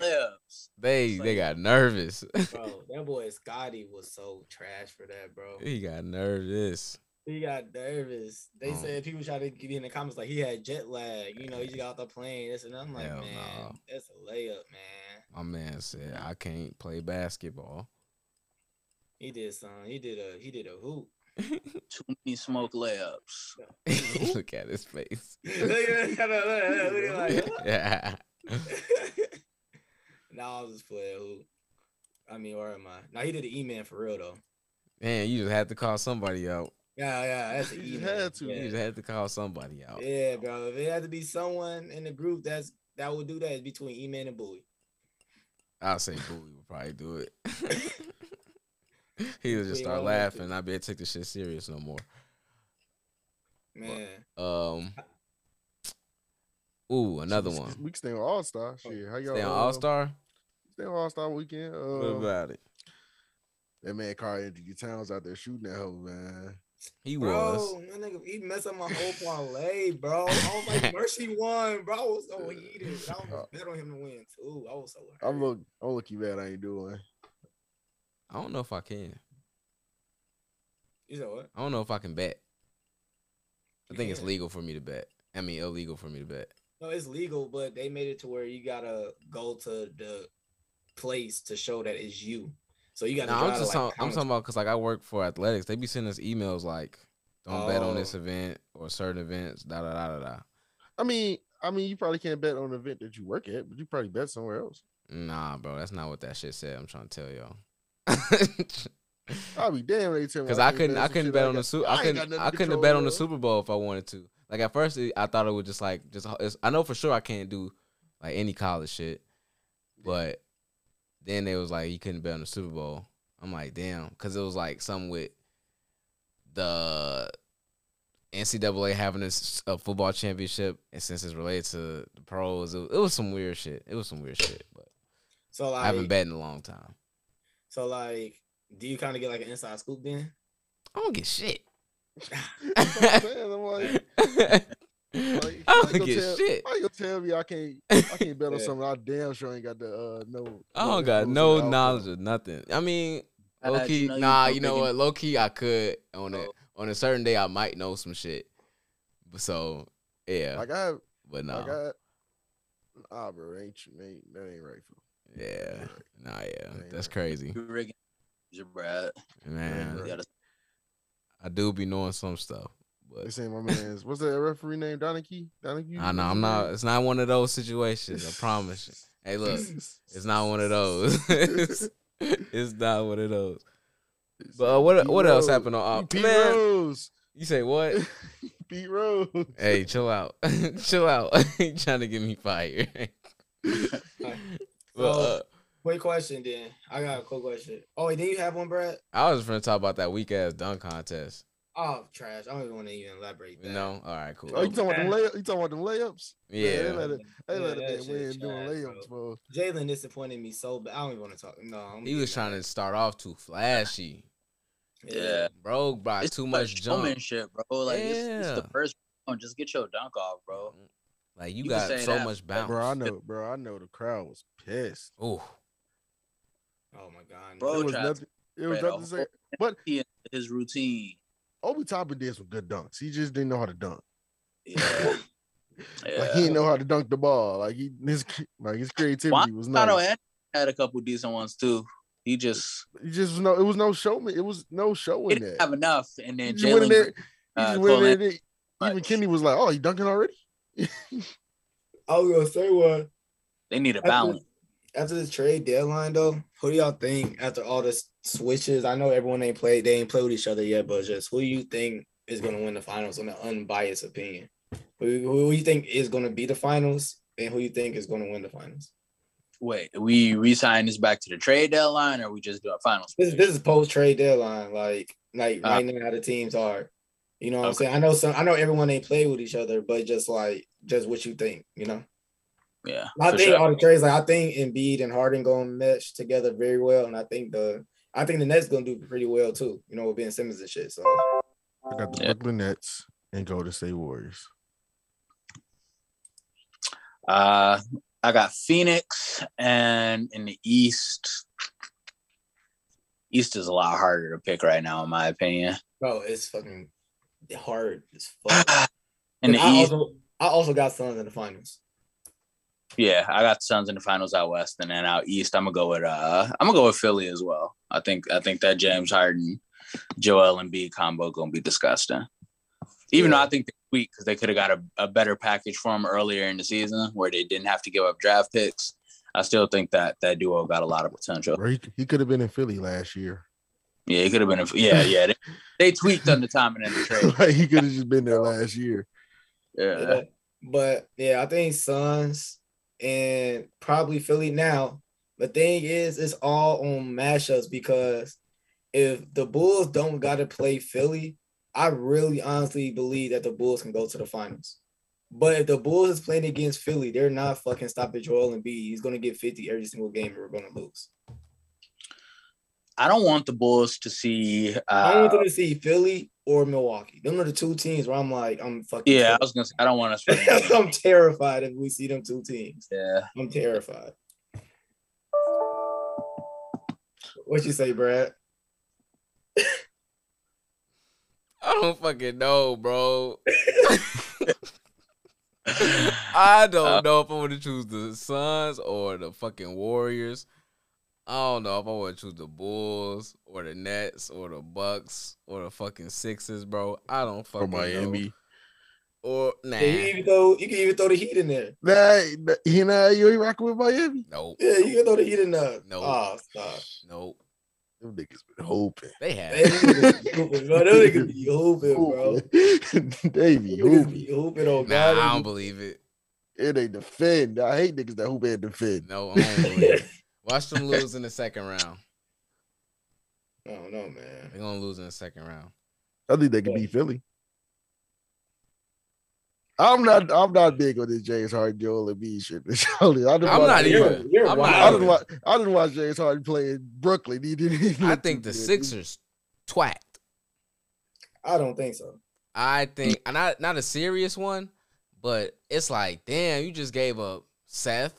Speaker 4: lips.
Speaker 1: They they got nervous.
Speaker 3: bro. That boy Scotty was so trash for that, bro.
Speaker 1: he got nervous.
Speaker 3: He got nervous. They
Speaker 2: Mm.
Speaker 1: Oh.
Speaker 3: said people tried to give you in the comments like he had jet lag. You know, he just got off the plane. This and that. I'm like,
Speaker 1: Hell
Speaker 3: man,
Speaker 1: no.
Speaker 3: that's a layup, man.
Speaker 1: My man said, I can't play basketball.
Speaker 3: He did something. He did a he did a hoop.
Speaker 4: Too many smoke layups.
Speaker 1: Look at his face.
Speaker 3: Look at that, look at that, look at that,
Speaker 1: yeah.
Speaker 3: like, nah, I was just playing hoop. I mean, or am I? Now he did an E man for real though.
Speaker 1: Man, you just had to call somebody out.
Speaker 3: Yeah, yeah, that's an
Speaker 2: You
Speaker 3: E man.
Speaker 2: had to.
Speaker 1: You
Speaker 3: Yeah.
Speaker 1: just had to call somebody out.
Speaker 3: yeah, bro. If it had to be someone in the group that's that would do that, it's between E man and Bowie.
Speaker 1: I'll say Bowie would probably do it. he would just
Speaker 3: Between
Speaker 1: start
Speaker 3: all of them.
Speaker 1: laughing. I'd be able to take this shit serious no more.
Speaker 3: Man,
Speaker 1: Um. Ooh, another
Speaker 2: We-
Speaker 1: one.
Speaker 2: We can stay on All Star. Shit, how y'all
Speaker 1: Stay on
Speaker 2: uh,
Speaker 1: All Star.
Speaker 2: Stay on All Star weekend.
Speaker 1: What
Speaker 2: Uh,
Speaker 1: about it?
Speaker 2: that man Carl Anthony Towns out there shooting that hoe, man.
Speaker 1: He was.
Speaker 3: bro, that nigga, he messed up my whole parlay, bro. I was like, Mercy won, bro. I was so heated. I
Speaker 1: Oh.
Speaker 3: almost bet on him to win too. I was so. hurt.
Speaker 2: I'm look, I'm looking bad. I ain't doing.
Speaker 1: I don't know if I can.
Speaker 3: You said what?
Speaker 1: I don't know if I can bet. I
Speaker 3: You
Speaker 1: think it's
Speaker 3: can.
Speaker 1: legal for me to bet. I mean, illegal for me to bet.
Speaker 3: No, it's legal, but they made it to where you gotta go to the place to show that it's you. So you gotta.
Speaker 1: No, I'm
Speaker 3: drive to,
Speaker 1: just
Speaker 3: like,
Speaker 1: talking, I'm
Speaker 3: County-
Speaker 1: talking about because like I work for athletics. They be sending us emails like, "Don't bet on this
Speaker 3: Oh.
Speaker 1: event or certain events." Da da da da da.
Speaker 2: I mean, I mean, you probably can't bet on an event that you work at, but you probably bet somewhere else.
Speaker 1: Nah, bro, that's not what that shit said. I'm trying to tell y'all.
Speaker 2: I'll be damn. They tell me
Speaker 1: Because I
Speaker 2: can't
Speaker 1: couldn't,
Speaker 2: on
Speaker 1: I
Speaker 2: some
Speaker 1: couldn't
Speaker 2: shit
Speaker 1: bet
Speaker 2: ain't
Speaker 1: on the
Speaker 2: got-
Speaker 1: Super.
Speaker 2: I
Speaker 1: I
Speaker 2: ain't got
Speaker 1: couldn't,
Speaker 2: nothing
Speaker 1: I
Speaker 2: to
Speaker 1: couldn't
Speaker 2: control
Speaker 1: bet on the
Speaker 2: of.
Speaker 1: Super Bowl if I wanted to. Like at first, it, I thought it was just like just. It's, I know for sure I can't do like any college shit, but then they was like you couldn't bet on the Super Bowl. I'm like damn, because it was like something with the NCAA having a, s- a football championship, and since it's related to the pros, it, it was some weird shit. It was some weird shit, but
Speaker 3: So like,
Speaker 1: I haven't bet in a long time.
Speaker 3: so like, do you kind of get like an inside scoop then?
Speaker 1: I don't get shit.
Speaker 2: That's what I'm saying. I'm like,
Speaker 1: I
Speaker 2: Like,
Speaker 1: don't
Speaker 2: gonna
Speaker 1: get
Speaker 2: tell,
Speaker 1: shit.
Speaker 2: Why you gonna tell me I can't? I can't bet on
Speaker 3: Yeah.
Speaker 2: something. I damn sure ain't got the uh no.
Speaker 1: I
Speaker 2: no
Speaker 1: don't got
Speaker 2: influence
Speaker 1: no
Speaker 2: on the
Speaker 1: knowledge
Speaker 2: outcome.
Speaker 1: of nothing. I mean,
Speaker 4: I
Speaker 1: low
Speaker 4: let
Speaker 1: key,
Speaker 4: you know you
Speaker 1: nah.
Speaker 4: broke
Speaker 1: You know
Speaker 4: it.
Speaker 1: what? Low key, I could on a
Speaker 4: Oh.
Speaker 1: on a certain day, I might know some shit. But So yeah,
Speaker 2: Like I have,
Speaker 1: but no,
Speaker 2: like I, nah, bro, ain't you? Ain't, that ain't right for.
Speaker 1: yeah, nah, yeah,
Speaker 2: That ain't
Speaker 1: that's
Speaker 2: right.
Speaker 1: crazy,
Speaker 4: You rigging your breath. You
Speaker 1: man.
Speaker 2: right.
Speaker 4: gotta-
Speaker 1: I do be knowing some stuff, but
Speaker 2: This ain't my man's. What's that referee name? Donaghy? Donaghy?
Speaker 1: I know I'm not. It's not one of those situations. I promise you. Hey, look, it's not one of those. it's, it's not one of those. But uh, what what else happened on
Speaker 2: Pete
Speaker 1: uh, man?
Speaker 2: Rose.
Speaker 1: You say what?
Speaker 2: Pete Rose.
Speaker 1: Hey, chill out. chill out. you trying to get me fired.
Speaker 2: Oh.
Speaker 1: well, uh,
Speaker 3: Quick question then. I got a quick question. Oh, wait, did you have one, Brad?
Speaker 1: I was just going to talk about that weak ass dunk contest.
Speaker 3: Oh, trash. I don't even want to even elaborate that.
Speaker 1: You know? All right,
Speaker 2: Oh,
Speaker 1: cool.
Speaker 2: you talking about them layups? You talking about them layups? Man, they
Speaker 1: Yeah.
Speaker 2: let it. They let
Speaker 3: Yeah,
Speaker 2: it
Speaker 3: that
Speaker 2: man win
Speaker 3: shit
Speaker 2: doing
Speaker 3: trash,
Speaker 2: layups, bro.
Speaker 3: Jalen disappointed me so bad. I don't even want to talk. No, I'm
Speaker 1: He was trying to start off too flashy.
Speaker 4: Yeah.
Speaker 1: Bro, brought
Speaker 4: It's
Speaker 1: too
Speaker 4: like
Speaker 1: much jump.
Speaker 4: showmanship, bro. Like it's, it's
Speaker 1: Yeah.
Speaker 4: the first round. Just get your dunk off, bro.
Speaker 1: Like, you,
Speaker 4: You can
Speaker 1: got
Speaker 4: say
Speaker 1: so
Speaker 4: that,
Speaker 1: much
Speaker 2: Bro, I
Speaker 1: bounce.
Speaker 2: know, bro, I know the crowd was pissed.
Speaker 1: Ooh.
Speaker 3: Oh my god.
Speaker 4: Bro,
Speaker 2: It
Speaker 3: no.
Speaker 2: was
Speaker 4: tried to
Speaker 2: nothing. It was
Speaker 4: spread
Speaker 2: nothing to
Speaker 4: a
Speaker 2: say.
Speaker 4: He in his routine.
Speaker 2: Obi Toppin did some good dunks. He just didn't know how to dunk.
Speaker 4: Yeah.
Speaker 2: Like he
Speaker 4: yeah.
Speaker 2: didn't know how to dunk the ball. Like he, his, like his creativity
Speaker 4: Juan
Speaker 2: was
Speaker 4: Soto
Speaker 2: nice.
Speaker 4: had, had a couple decent ones too. He just
Speaker 2: He just was no, it was no showman. It was no show
Speaker 4: he
Speaker 2: in
Speaker 4: didn't
Speaker 2: that.
Speaker 4: have enough, and
Speaker 2: He
Speaker 4: then
Speaker 2: just went in there.
Speaker 4: Jalen.
Speaker 2: He
Speaker 4: uh,
Speaker 2: just went in there.
Speaker 4: Colin-
Speaker 2: and they- Even
Speaker 4: like-
Speaker 2: Kenny was like, "Oh, he dunking already."
Speaker 3: I was gonna say what
Speaker 4: They need a
Speaker 3: After-
Speaker 4: balance.
Speaker 3: after the trade deadline though. Who do y'all think after all the switches? I know everyone ain't played. They ain't played with each other yet, but just who you think is gonna win the finals? In an unbiased opinion, who, who you think is gonna be the finals, and who you think is gonna win the finals?
Speaker 4: Wait, we resign this back to the trade deadline, or we just do a finals?
Speaker 3: This this is post trade deadline, like like
Speaker 4: Uh,
Speaker 3: right now how the teams are. You know what I'm
Speaker 4: okay.
Speaker 3: saying? I know some. I know everyone ain't played with each other, but just like just what you think, you know.
Speaker 4: Yeah,
Speaker 3: I
Speaker 4: for
Speaker 3: think
Speaker 4: sure.
Speaker 3: all the trades, like I think Embiid and Harden gonna mesh together very well, and I think the I think the Nets gonna do pretty well too. You know, with Ben Simmons and shit. So
Speaker 2: I got the
Speaker 4: Yeah.
Speaker 2: Brooklyn Nets and Golden State Warriors.
Speaker 4: Uh, I got Phoenix, and in the East, East is a lot harder to pick right now, in my opinion.
Speaker 3: bro, it's fucking hard as fuck.
Speaker 4: In
Speaker 3: And
Speaker 4: the
Speaker 3: I
Speaker 4: East,
Speaker 3: also I also got Suns in the finals.
Speaker 4: yeah, I got the Suns in the finals out west, and then out east, I'm gonna go with uh, I'm gonna go with Philly as well. I think I think that James Harden, Joel and B combo gonna be disgusting. Even though I think they're weak because they could have got a, a better package for him earlier in the season where they didn't have to give up draft picks. I still think that that duo got a lot of
Speaker 1: Oh.
Speaker 4: potential.
Speaker 2: Bro, he, he could have been in Philly last year.
Speaker 4: Yeah, it could have been. A, yeah, yeah. They, they tweaked on the timing and the trade.
Speaker 2: like he could have just been there last year.
Speaker 4: Yeah.
Speaker 3: Yeah. But yeah, I think Suns and probably Philly now. The thing is, it's all on mashups because if the Bulls don't got to play Philly, I really honestly believe that the Bulls can go to the finals. But if the Bulls is playing against Philly, they're not fucking stopping Joel and B. He's gonna get 50 every single game and we're gonna lose.
Speaker 4: I don't want the Bulls to see.
Speaker 3: I want
Speaker 4: Uh,
Speaker 3: them to see Philly or Milwaukee. Them are the two teams where I'm like, I'm fucking
Speaker 4: yeah, I was gonna say I don't want us.
Speaker 3: ter-
Speaker 4: to-
Speaker 3: I'm terrified if we see them two teams.
Speaker 4: yeah,
Speaker 3: I'm terrified. What you say, Brad?
Speaker 1: I don't fucking know, bro. I don't know if I want to choose the Suns or the fucking Warriors. I don't know if I want to choose the Bulls or the Nets or the Bucks or the fucking Sixers, bro. I don't
Speaker 2: Or
Speaker 1: fucking know.
Speaker 2: Miami.
Speaker 1: Or nah,
Speaker 3: You can even throw you can even throw the heat in there.
Speaker 2: Nah, nah, you know you ain't rocking with Miami.
Speaker 1: nope,
Speaker 3: Yeah, you can throw the heat in there.
Speaker 1: No.
Speaker 3: Oh, stop.
Speaker 1: nope.
Speaker 2: Them niggas been hoping.
Speaker 1: They
Speaker 3: Man,
Speaker 1: have.
Speaker 3: them niggas be hooping, bro. Them niggas be hooping, bro.
Speaker 2: Hooping. they be
Speaker 3: Them niggas be
Speaker 2: hooping.
Speaker 3: hooping on
Speaker 1: Nah, I
Speaker 3: God.
Speaker 1: don't believe it.
Speaker 2: It ain't defend. I hate niggas that hoop and defend.
Speaker 1: No, I don't believe it. Watch them lose in the second round.
Speaker 3: I don't know, Oh, man.
Speaker 1: They're gonna lose in the second round.
Speaker 2: I think they can beat Philly. I'm not. I'm not big on this James Harden, Joel Embiid shit. I'm
Speaker 1: I'm not either.
Speaker 3: You're- you're
Speaker 1: I'm
Speaker 3: wild.
Speaker 2: I
Speaker 1: not
Speaker 2: didn't
Speaker 1: either.
Speaker 2: watch. I didn't watch James Harden play in Brooklyn. He didn't. he didn't
Speaker 1: I
Speaker 2: look
Speaker 1: think
Speaker 2: too
Speaker 1: the
Speaker 2: good.
Speaker 1: Sixers twacked.
Speaker 3: I don't think so.
Speaker 1: I think uh, not not a serious one, but it's like, damn, you just gave up Seth.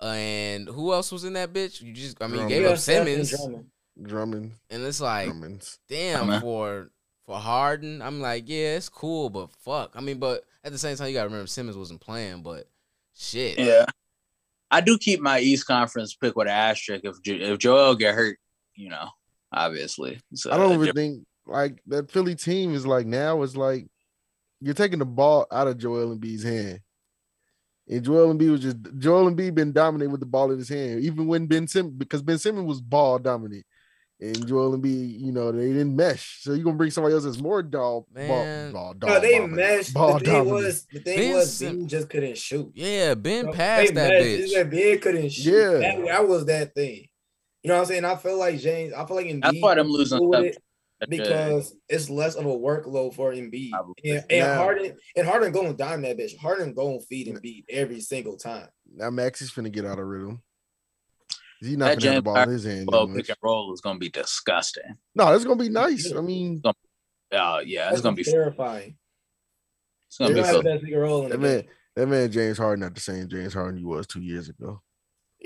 Speaker 1: And who else was in that bitch? You just, I mean, you
Speaker 2: Drummond.
Speaker 1: gave
Speaker 3: Um, Yeah,
Speaker 1: up
Speaker 3: Steph and
Speaker 1: Simmons,
Speaker 3: Drummond.
Speaker 2: Drummond,
Speaker 1: and it's like,
Speaker 2: Drummonds.
Speaker 1: damn,
Speaker 4: Drummond.
Speaker 1: for for Harden, I'm like, yeah, it's cool, but fuck, I mean, but at the same time, you gotta remember Simmons wasn't playing, but shit,
Speaker 4: Yeah, I do keep my East Conference pick with an asterisk if Jo- if Joel get hurt, you know, obviously. So
Speaker 2: I don't even think like that Philly team is like now is like you're taking the ball out of Joel Embiid's hand. And Joel Embiid was just Joel Embiid been dominant with the ball in his hand, even when Ben Simmons because Ben Simmons was ball dominant. And Joel Embiid, you know, they didn't mesh. So you're gonna bring somebody else that's more doll
Speaker 1: Man.
Speaker 2: ball, ball,
Speaker 3: No, they
Speaker 2: dominant,
Speaker 3: meshed.
Speaker 2: ball
Speaker 3: The thing
Speaker 2: dominant.
Speaker 3: was, the thing
Speaker 1: Ben
Speaker 3: was,
Speaker 1: Sim-
Speaker 3: Ben just couldn't shoot.
Speaker 1: yeah, Ben
Speaker 3: No,
Speaker 1: passed
Speaker 3: they
Speaker 1: that
Speaker 3: messed.
Speaker 1: bitch.
Speaker 3: It's That Ben couldn't shoot.
Speaker 2: Yeah.
Speaker 3: That, that was that thing. You know what I'm saying? I feel like James. I feel like Embiid.
Speaker 4: That's why them losing
Speaker 3: cool with
Speaker 4: stuff
Speaker 3: it because it's less of a workload for Embiid.
Speaker 4: Probably.
Speaker 3: And, and
Speaker 2: Nah.
Speaker 3: Harden and Harden going to dime that bitch. Harden going to feed Embiid every single time.
Speaker 2: Now Max is finna get out of rhythm. He's not
Speaker 4: That
Speaker 2: gonna have the
Speaker 4: James
Speaker 2: ball in his hand. that
Speaker 4: Well,
Speaker 2: much.
Speaker 4: pick and roll is gonna be disgusting.
Speaker 2: No, that's gonna be nice. I mean,
Speaker 4: Oh yeah, it's gonna be
Speaker 3: terrifying.
Speaker 4: it's
Speaker 3: You
Speaker 2: They're
Speaker 4: gonna be
Speaker 3: don't
Speaker 2: not
Speaker 4: so
Speaker 3: have that big role in
Speaker 2: that
Speaker 3: the man.
Speaker 2: man, that man James Harden not the same James Harden you was two years ago.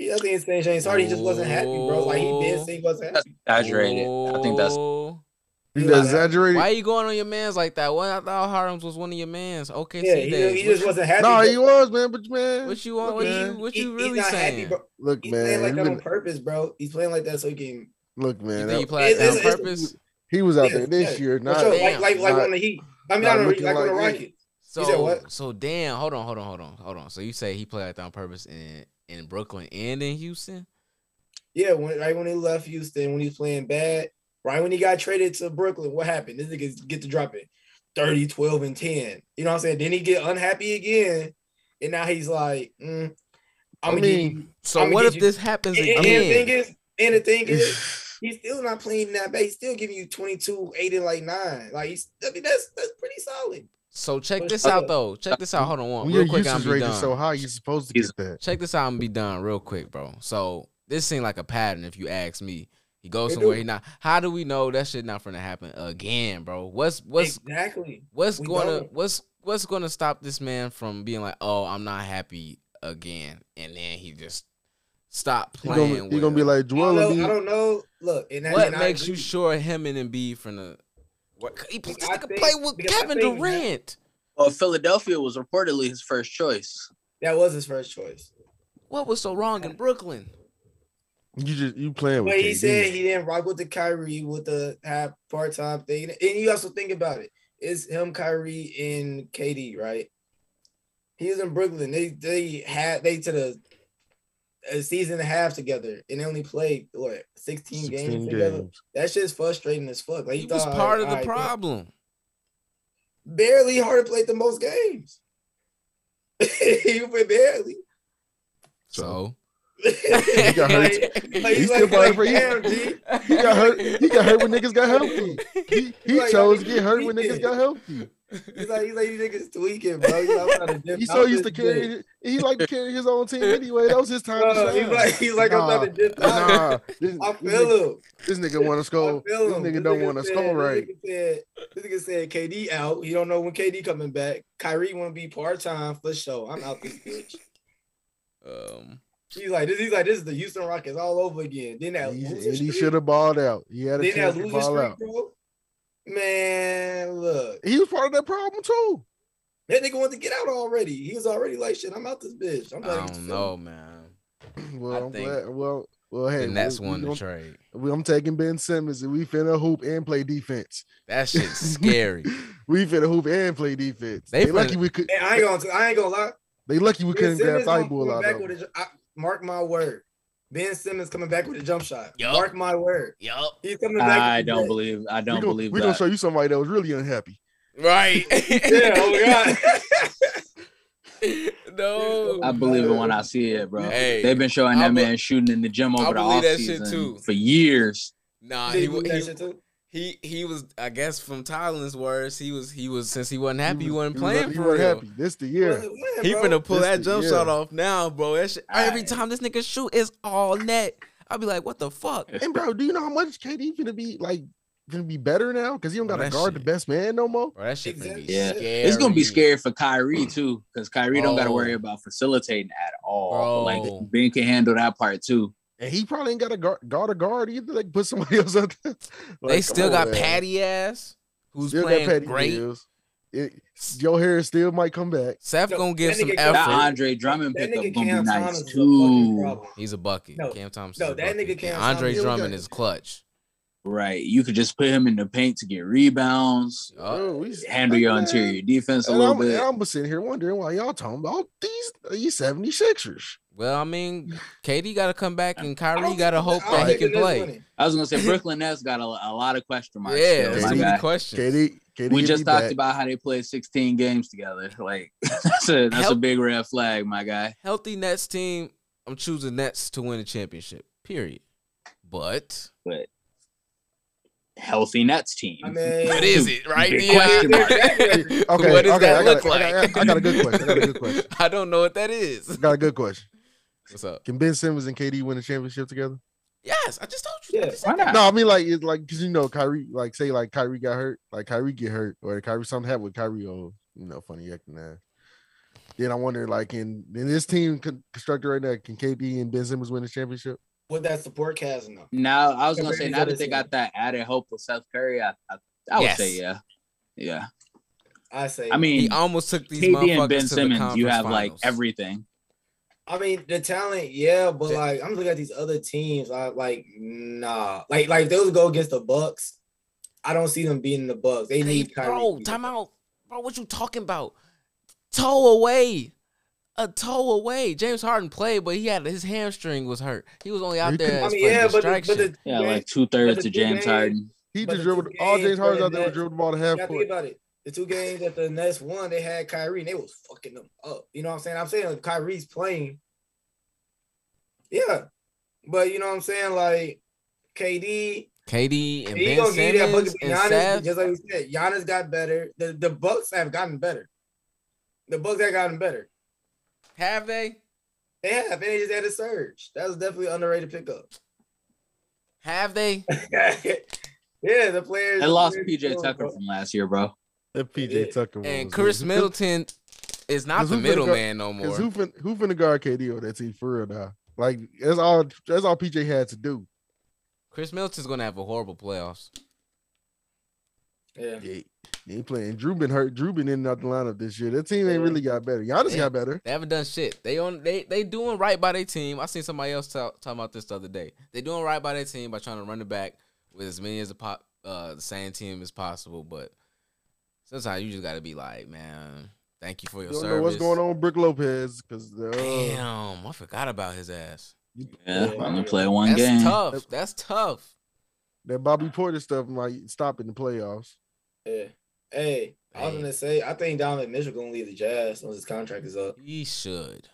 Speaker 3: I think it's saying James Harden he just wasn't happy, bro. Like he
Speaker 4: Oh.
Speaker 3: did say he wasn't happy.
Speaker 4: exaggerated. I think that's
Speaker 1: Oh.
Speaker 2: He's
Speaker 3: Yeah.
Speaker 2: exaggerated.
Speaker 1: Why you going on your man's like that? Well, I thought Harden was one of your man's. Okay,
Speaker 3: Yeah, he, he just wasn't happy.
Speaker 2: No,
Speaker 3: bro.
Speaker 2: he was man, but man,
Speaker 1: What you want? What you
Speaker 2: man.
Speaker 1: what
Speaker 3: He-
Speaker 1: you
Speaker 3: he's
Speaker 1: really
Speaker 3: not
Speaker 1: saying?
Speaker 3: happy, bro.
Speaker 2: look,
Speaker 3: He's
Speaker 2: man,
Speaker 3: playing like
Speaker 2: he
Speaker 3: that on
Speaker 2: been-
Speaker 3: purpose, bro. He's playing like that so he can
Speaker 2: look,
Speaker 1: you
Speaker 2: man,
Speaker 1: think he
Speaker 2: that,
Speaker 1: played
Speaker 3: it's-
Speaker 1: that on
Speaker 3: it's-
Speaker 1: purpose?
Speaker 2: he was out
Speaker 3: Yeah,
Speaker 2: there this
Speaker 3: yeah,
Speaker 2: year,
Speaker 3: for
Speaker 2: not
Speaker 3: sure.
Speaker 1: damn,
Speaker 3: like like like
Speaker 2: not-
Speaker 3: on the Heat. I
Speaker 2: not
Speaker 3: mean, not on the Heat,
Speaker 2: looking
Speaker 3: like on the
Speaker 2: like that.
Speaker 3: Rockets.
Speaker 1: So
Speaker 3: said what?
Speaker 1: so damn. Hold on, hold on, hold on, hold on. So you say he played like that on purpose in in Brooklyn and in Houston?
Speaker 3: Yeah, when right when he left Houston, when he was playing bad, right when he got traded to Brooklyn, what happened? This nigga get to dropping 30, 12, and 10. You know what I'm saying? Then he get unhappy again, and now he's like, mm,
Speaker 2: I
Speaker 3: I'm I
Speaker 2: mean,
Speaker 1: So
Speaker 3: I'ma
Speaker 1: what
Speaker 3: get
Speaker 1: if
Speaker 3: you-
Speaker 1: this happens
Speaker 3: and, and the thing
Speaker 1: again?
Speaker 3: is, and the thing is, he's still not playing that bad. He's still giving you 22, 8, and like nine. Like he's I mean, that's that's pretty solid.
Speaker 1: So check
Speaker 3: But-
Speaker 1: this out though. Check this out. Hold on, one
Speaker 2: when
Speaker 1: real
Speaker 2: your
Speaker 1: quick. I'm
Speaker 2: usage
Speaker 1: be
Speaker 2: rate is so
Speaker 1: done.
Speaker 2: high, you're supposed to
Speaker 4: He's-
Speaker 2: get that.
Speaker 1: Check this out and be done real quick, bro. So this seemed like a pattern if you ask me. He goes
Speaker 3: It
Speaker 1: somewhere.
Speaker 3: do.
Speaker 1: He not. How do we know that shit not gonna happen again, bro? What's what's
Speaker 3: exactly?
Speaker 1: What's
Speaker 3: We
Speaker 1: gonna
Speaker 3: don't.
Speaker 1: what's what's gonna stop this man from being like, oh, I'm not happy again, and then he just stop
Speaker 2: He's
Speaker 1: playing
Speaker 2: gonna,
Speaker 1: with.
Speaker 2: he gonna be
Speaker 1: him?
Speaker 2: like
Speaker 3: I don't
Speaker 2: Joel
Speaker 3: know. I
Speaker 2: Embiid.
Speaker 3: don't know. Look, and, I-
Speaker 1: what
Speaker 3: and I
Speaker 1: makes you
Speaker 3: agree.
Speaker 1: sure him and Embiid from the? What, he, this
Speaker 3: I
Speaker 1: nigga
Speaker 3: think-
Speaker 1: play with
Speaker 3: because I
Speaker 1: Kevin
Speaker 3: think that-
Speaker 1: Durant.
Speaker 4: Well, Philadelphia was reportedly his first choice.
Speaker 3: that was his first choice?
Speaker 1: What was so wrong in Brooklyn?
Speaker 2: You just you playing with
Speaker 3: But he
Speaker 2: KD.
Speaker 3: said he didn't rock with the Kyrie with the half part time thing. And you also think about it. It's him, Kyrie, and KD, right? He was in Brooklyn. They they had they to the a season and a half together and they only played what 16,
Speaker 2: 16
Speaker 3: games, together.
Speaker 2: games.
Speaker 3: That shit's frustrating as fuck. Like
Speaker 1: He was
Speaker 3: thought,
Speaker 1: part of the
Speaker 3: alright, bro.
Speaker 1: problem.
Speaker 3: Barely Harden played the most games. he went barely.
Speaker 1: So
Speaker 2: He got hurt.
Speaker 3: Like,
Speaker 2: He
Speaker 3: he's
Speaker 2: still
Speaker 3: like,
Speaker 2: playing
Speaker 3: like,
Speaker 2: for
Speaker 3: damn, G.
Speaker 2: He got hurt. He got hurt when niggas got healthy. He, he
Speaker 3: Like,
Speaker 2: chose
Speaker 3: I
Speaker 2: to
Speaker 3: mean,
Speaker 2: get hurt when
Speaker 3: he
Speaker 2: niggas
Speaker 3: did.
Speaker 2: got healthy.
Speaker 3: He's like, he's like, you niggas tweaking, bro. He's, like, I'm not a
Speaker 2: He
Speaker 3: diff-
Speaker 2: so
Speaker 3: I'm
Speaker 2: used to
Speaker 3: just dick.
Speaker 2: carry. He liked to carry his own team anyway. That was his time. to
Speaker 3: Bro, he's
Speaker 2: shine.
Speaker 3: like, he's like, I'm not a dip. I
Speaker 2: nah, this, this,
Speaker 3: feel him.
Speaker 2: this nigga want to
Speaker 3: I
Speaker 2: score. This
Speaker 3: feel him.
Speaker 2: nigga don't want to
Speaker 3: said-
Speaker 2: score right.
Speaker 3: This nigga, said, this nigga said KD out. He don't know when KD coming back. Kyrie want to be part time for sure. I'm out this bitch.
Speaker 1: um,
Speaker 3: He's like, this, he's like, this is the Houston Rockets all over again. Then that
Speaker 2: He's-
Speaker 3: losing
Speaker 2: and he
Speaker 3: streak.
Speaker 2: should have balled out. He had a
Speaker 3: Then that
Speaker 2: chance to
Speaker 3: losing
Speaker 2: ball
Speaker 3: streak,
Speaker 2: out.
Speaker 3: bro. Man, look.
Speaker 2: He was part of that problem too.
Speaker 3: That nigga wanted to get out already. He was already like, shit, I'm out this bitch. I'm
Speaker 1: I
Speaker 3: out this
Speaker 1: don't
Speaker 3: bitch.
Speaker 1: know, man.
Speaker 2: Well,
Speaker 1: I
Speaker 2: I'm
Speaker 1: think-
Speaker 2: glad. Well, well, hey,
Speaker 1: and that's
Speaker 2: we- we
Speaker 1: one to
Speaker 2: gon-
Speaker 1: trade.
Speaker 2: we- I'm taking Ben Simmons, and we finna hoop and play defense.
Speaker 1: That shit's scary.
Speaker 2: We finna hoop and play defense.
Speaker 1: They
Speaker 2: They,
Speaker 1: finna-
Speaker 2: lucky we could.
Speaker 3: Hey, I ain't gonna. I ain't gonna lie.
Speaker 2: They lucky we
Speaker 3: Ben
Speaker 2: couldn't grab
Speaker 3: Simmons gonna
Speaker 2: Thibault
Speaker 3: come
Speaker 2: out
Speaker 3: back
Speaker 2: of
Speaker 3: with
Speaker 2: them.
Speaker 3: a ju- I- Mark my word. Ben Simmons coming back with a jump shot.
Speaker 1: Yup.
Speaker 3: Mark my word.
Speaker 1: yup.
Speaker 3: He's coming back.
Speaker 4: I
Speaker 3: with
Speaker 4: don't
Speaker 3: that.
Speaker 4: believe. I don't
Speaker 2: we gonna,
Speaker 4: believe
Speaker 2: we gonna
Speaker 4: that.
Speaker 2: show you somebody that was really unhappy.
Speaker 1: Right.
Speaker 3: Yeah. Oh my god.
Speaker 1: no.
Speaker 4: I believe it when I see it, bro.
Speaker 1: Hey,
Speaker 4: They've been showing
Speaker 1: I
Speaker 4: that
Speaker 1: be-
Speaker 4: man shooting in the gym
Speaker 1: I
Speaker 4: over the
Speaker 1: believe that shit too.
Speaker 4: offseason for years.
Speaker 1: Nah,
Speaker 3: Did
Speaker 1: he,
Speaker 3: he do
Speaker 1: wa-
Speaker 3: that
Speaker 1: he,
Speaker 3: shit too?
Speaker 1: he he was I guess from Tylen's words, he was he was since he wasn't happy, he wasn't
Speaker 2: was- was
Speaker 1: playing
Speaker 2: he
Speaker 1: for
Speaker 2: wasn't
Speaker 1: real.
Speaker 2: happy. This the year.
Speaker 3: Well, yeah,
Speaker 1: He
Speaker 3: bro.
Speaker 1: finna pull
Speaker 2: this
Speaker 1: that
Speaker 2: the
Speaker 1: jump
Speaker 2: year.
Speaker 1: shot off now, bro. That shit, every
Speaker 4: Aight.
Speaker 1: time this nigga shoot, it's all net. I'll be like, what the fuck?
Speaker 2: And bro, do you know how much KD finna be like finna be better now? Cause he don't
Speaker 1: Well,
Speaker 2: gotta
Speaker 1: that
Speaker 2: guard
Speaker 1: shit-
Speaker 2: the best man no more.
Speaker 1: Bro, that shit finna be
Speaker 4: Yeah.
Speaker 1: scary.
Speaker 4: It's gonna be scary for Kyrie too, because Kyrie don't gotta
Speaker 1: Mm. Oh.
Speaker 4: worry about facilitating at
Speaker 1: Bro.
Speaker 4: all. Like Ben can handle that part too.
Speaker 2: And he probably ain't got a guard, guard a guard either. Like put somebody else out there. Like,
Speaker 1: they
Speaker 2: come
Speaker 1: still
Speaker 2: on,
Speaker 1: got
Speaker 2: man.
Speaker 1: Patty ass, who's
Speaker 2: Still got
Speaker 1: playing
Speaker 2: Patty
Speaker 1: great.
Speaker 2: Mills. It, Joe Harris still might come back.
Speaker 1: Seth
Speaker 3: No,
Speaker 1: gonna give
Speaker 3: that
Speaker 1: some
Speaker 3: nigga got-
Speaker 4: That
Speaker 1: effort.
Speaker 4: Andre Drummond
Speaker 3: That
Speaker 4: pickup
Speaker 3: nigga
Speaker 4: gonna be
Speaker 3: Cam Thomas
Speaker 4: nice
Speaker 3: is a fucking
Speaker 4: too.
Speaker 3: problem.
Speaker 1: He's a bucket.
Speaker 3: No,
Speaker 1: Cam Thomas.
Speaker 3: no,
Speaker 1: is a
Speaker 3: that
Speaker 1: bucket.
Speaker 3: nigga Cam
Speaker 1: And Andre
Speaker 3: Thomas- Yeah,
Speaker 2: we
Speaker 1: Drummond
Speaker 2: got-
Speaker 1: is clutch.
Speaker 4: Right. You could just put him in the paint to get rebounds,
Speaker 1: Uh,
Speaker 2: Bro, we s-
Speaker 4: handle your
Speaker 2: man.
Speaker 4: interior defense a
Speaker 2: And
Speaker 4: little
Speaker 2: I'm,
Speaker 4: bit.
Speaker 2: and I'm sitting here wondering why y'all talking about these uh, these 76ers.
Speaker 1: Well, I mean, KD got to come back, and
Speaker 3: I
Speaker 1: Kyrie
Speaker 3: don't
Speaker 1: got to
Speaker 3: think-
Speaker 1: hope
Speaker 3: I don't
Speaker 1: that he
Speaker 3: think
Speaker 1: can
Speaker 3: it is
Speaker 1: play.
Speaker 3: winning.
Speaker 4: I was gonna say Brooklyn Nets got a, a lot of question marks.
Speaker 1: Yeah,
Speaker 4: still,
Speaker 1: it's
Speaker 4: my
Speaker 1: too
Speaker 4: guy.
Speaker 1: many questions.
Speaker 2: KD, KD
Speaker 4: we
Speaker 2: get
Speaker 4: just
Speaker 2: me
Speaker 4: talked
Speaker 2: back.
Speaker 4: about how they played 16 games together. Like that's a that's a
Speaker 1: Help.
Speaker 4: big red flag, my guy.
Speaker 1: Healthy Nets team. I'm choosing Nets to win the championship. Period. But
Speaker 4: But healthy Nets team.
Speaker 3: I mean,
Speaker 1: what is it, right?
Speaker 4: Big
Speaker 1: Yeah.
Speaker 4: question mark.
Speaker 1: okay,
Speaker 2: Okay,
Speaker 1: what does
Speaker 2: okay,
Speaker 1: that
Speaker 2: I got a-
Speaker 1: look
Speaker 2: I
Speaker 1: like?
Speaker 2: got- I got- I got a good question, I got a good question.
Speaker 1: I don't know what that is.
Speaker 2: Got a good question.
Speaker 1: What's up?
Speaker 2: Can Ben Simmons and KD win a championship together?
Speaker 1: Yes, I just told you. I
Speaker 3: Yeah,
Speaker 1: just
Speaker 4: why
Speaker 1: said that.
Speaker 4: not?
Speaker 2: No, I mean like it's like because you know Kyrie, like say like Kyrie got hurt, like Kyrie get hurt, or Kyrie something happened with Kyrie, oh you know funny acting that. Then I wonder like in in this team con- constructed right now, can KD and Ben Simmons win the championship?
Speaker 3: with that support chasm though.
Speaker 4: Now I was gonna
Speaker 3: Compared
Speaker 4: say
Speaker 3: to
Speaker 4: now
Speaker 3: this
Speaker 4: that they
Speaker 3: team.
Speaker 4: got that added hope with Seth Curry, I I, I would
Speaker 1: Yes.
Speaker 4: say yeah, yeah.
Speaker 3: I say.
Speaker 4: I mean,
Speaker 1: He almost took these
Speaker 4: KD
Speaker 1: motherfuckers
Speaker 4: and Ben
Speaker 1: to the
Speaker 4: Simmons,
Speaker 1: conference
Speaker 4: you have like
Speaker 1: finals.
Speaker 4: everything.
Speaker 3: I mean the talent, yeah, but
Speaker 1: Yeah.
Speaker 3: like I'm looking at these other teams. I like nah, like like if they was go against the Bucks. I don't see them beating the Bucks. They
Speaker 1: Hey,
Speaker 3: need Kyrie.
Speaker 1: bro, time out. Bro, what you talking about? Toe away. A toe away. James Harden played, but he had his hamstring was hurt. He was only out
Speaker 2: He
Speaker 1: there
Speaker 2: couldn't-
Speaker 3: I
Speaker 1: as
Speaker 3: mean,
Speaker 1: for
Speaker 3: yeah, but the,
Speaker 1: distraction.
Speaker 3: but the
Speaker 4: Yeah,
Speaker 3: man,
Speaker 4: like two thirds
Speaker 3: but
Speaker 4: to
Speaker 3: the
Speaker 4: James
Speaker 3: thing is-
Speaker 4: Harden.
Speaker 2: He
Speaker 3: But
Speaker 2: just
Speaker 3: the
Speaker 2: dribbled
Speaker 3: two
Speaker 2: all
Speaker 3: games
Speaker 2: James Harden's
Speaker 3: for
Speaker 2: out there
Speaker 3: that-
Speaker 2: was dribbled the ball to
Speaker 3: you
Speaker 2: half
Speaker 3: gotta think
Speaker 2: court.
Speaker 3: about it. The two games that the Nets won, they had Kyrie, and they was fucking them up. You know what I'm saying? I'm saying if Kyrie's playing. Yeah, but you know what I'm saying? Like KD,
Speaker 1: KD and
Speaker 3: He
Speaker 1: Ben
Speaker 3: gonna give you that
Speaker 1: Simmons
Speaker 3: bucket.
Speaker 1: and
Speaker 3: Giannis,
Speaker 1: Seth.
Speaker 3: just like we said, Giannis got better. The the Bucks have gotten better. The Bucks have gotten better.
Speaker 1: Have they?
Speaker 3: They have. And they just had a surge. That was definitely underrated pickup.
Speaker 1: Have they?
Speaker 3: yeah, the players.
Speaker 4: They lost
Speaker 3: the players-
Speaker 4: PJ Tucker from last year, bro.
Speaker 2: That
Speaker 3: Yeah.
Speaker 2: PJ Tucker
Speaker 1: And
Speaker 2: was,
Speaker 1: Chris
Speaker 2: man.
Speaker 1: Middleton is not
Speaker 2: 'Cause
Speaker 1: the
Speaker 2: who finna go-
Speaker 1: middleman no more.
Speaker 2: Cause who fin who finna guard KD on that team for real now? Like that's all that's all PJ had to do.
Speaker 1: Chris Middleton's gonna have a horrible playoffs.
Speaker 3: Yeah.
Speaker 2: Yeah. He ain't playing. Drew been hurt. Drew been in and out the lineup this year. That team ain't
Speaker 3: Yeah.
Speaker 2: really got better. Giannis
Speaker 1: Yeah.
Speaker 2: got better.
Speaker 1: They haven't done shit. They on they they doing right by their team. I seen somebody else talk, talking about this the other day. They doing right by their team by trying to run it back with as many as the pop uh the same team as possible. But sometimes you just gotta be like, man, thank you for your
Speaker 2: You don't
Speaker 1: service.
Speaker 2: know what's going on with Brick Lopez because the uh,
Speaker 1: Damn, I forgot about his ass.
Speaker 4: Yeah,
Speaker 3: Yeah.
Speaker 4: only play one
Speaker 1: That's
Speaker 4: game.
Speaker 1: tough. That's tough.
Speaker 2: that Bobby Porter stuff might stop in the playoffs.
Speaker 3: Yeah. Hey, I was gonna say, I think Donovan Mitchell gonna leave the Jazz once his contract is
Speaker 2: Mm-hmm.
Speaker 3: up.
Speaker 1: He should.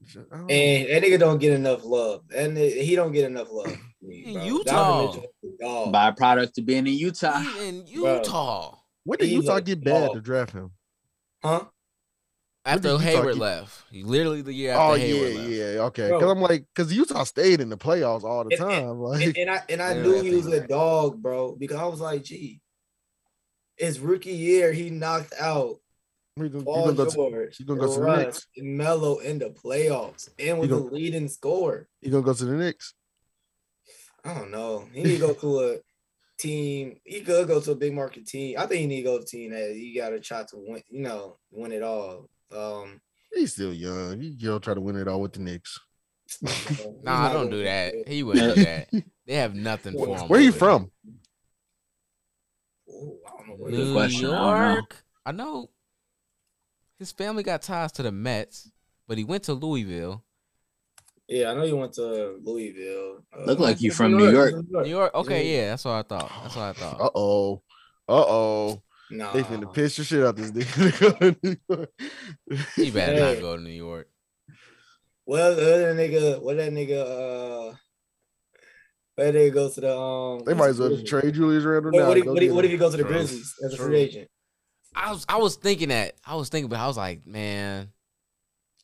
Speaker 2: I don't know.
Speaker 3: And that nigga don't get enough love, and he don't get enough love. for me,
Speaker 1: In
Speaker 3: bro.
Speaker 1: Utah.
Speaker 3: Donovan Mitchell is a dog.
Speaker 4: Byproduct of being in Utah.
Speaker 1: He in Utah
Speaker 2: when did
Speaker 3: he's
Speaker 2: Utah
Speaker 3: a
Speaker 2: get bad
Speaker 3: dog.
Speaker 2: to draft him?
Speaker 3: huh?
Speaker 1: after
Speaker 2: did Utah
Speaker 1: Hayward
Speaker 2: get-
Speaker 1: left. He literally the year after
Speaker 2: Oh
Speaker 1: Hayward
Speaker 2: yeah,
Speaker 1: left.
Speaker 2: yeah, okay.
Speaker 3: Bro.
Speaker 2: Because I'm like, because Utah stayed in the playoffs all the
Speaker 3: And-
Speaker 2: time.
Speaker 3: and-
Speaker 2: like,
Speaker 3: and, and I and I
Speaker 1: Yeah,
Speaker 3: knew
Speaker 1: I
Speaker 3: he was
Speaker 1: think
Speaker 3: a dog, bro, because I was like, gee, his rookie year he knocked out
Speaker 2: we gonna, we
Speaker 3: Paul
Speaker 2: gonna go to,
Speaker 3: George,
Speaker 2: he gonna go to the
Speaker 3: Russ,
Speaker 2: Knicks.
Speaker 3: and Melo in the playoffs, and was
Speaker 2: He
Speaker 3: the
Speaker 2: gonna-
Speaker 3: leading scorer.
Speaker 2: you gonna go to the Knicks.
Speaker 3: I don't know. He need to go to a team. He could go to a big market team. I think he need to go to a team that he got a shot to win. You know, win it all. Um,
Speaker 2: He's still young. He will try to win it all with the Knicks.
Speaker 1: Nah, I don't do that. He wouldn't do that. They have nothing for him.
Speaker 2: Where you
Speaker 1: over there.
Speaker 2: from?
Speaker 3: Ooh, I don't know where
Speaker 4: Good
Speaker 1: New
Speaker 3: he-
Speaker 4: question. I don't know.
Speaker 1: York. I know his family got ties to the Mets, but he went to Louisville.
Speaker 3: Yeah, I know you went to Louisville. Uh,
Speaker 4: Look like you
Speaker 3: he's
Speaker 4: from New York.
Speaker 3: he's from
Speaker 1: New York. Okay, yeah, that's what I thought. That's what I thought.
Speaker 2: Uh oh. Uh oh.
Speaker 3: Nah.
Speaker 2: They finna piss the shit out this nigga.
Speaker 1: He better not
Speaker 3: Yeah.
Speaker 1: go to New York.
Speaker 3: Well, the other nigga, what that nigga, uh, where they go to the um?
Speaker 2: they might as well just
Speaker 3: Grizzlies?
Speaker 2: trade Julius Randle
Speaker 3: What,
Speaker 2: now.
Speaker 3: what, if,
Speaker 2: Go
Speaker 3: what, if,
Speaker 2: get
Speaker 3: what if
Speaker 2: him.
Speaker 3: you go to the
Speaker 2: True.
Speaker 3: Grizzlies as a
Speaker 2: True.
Speaker 3: free agent?
Speaker 1: I was I was thinking that. I was thinking, but I was like, man,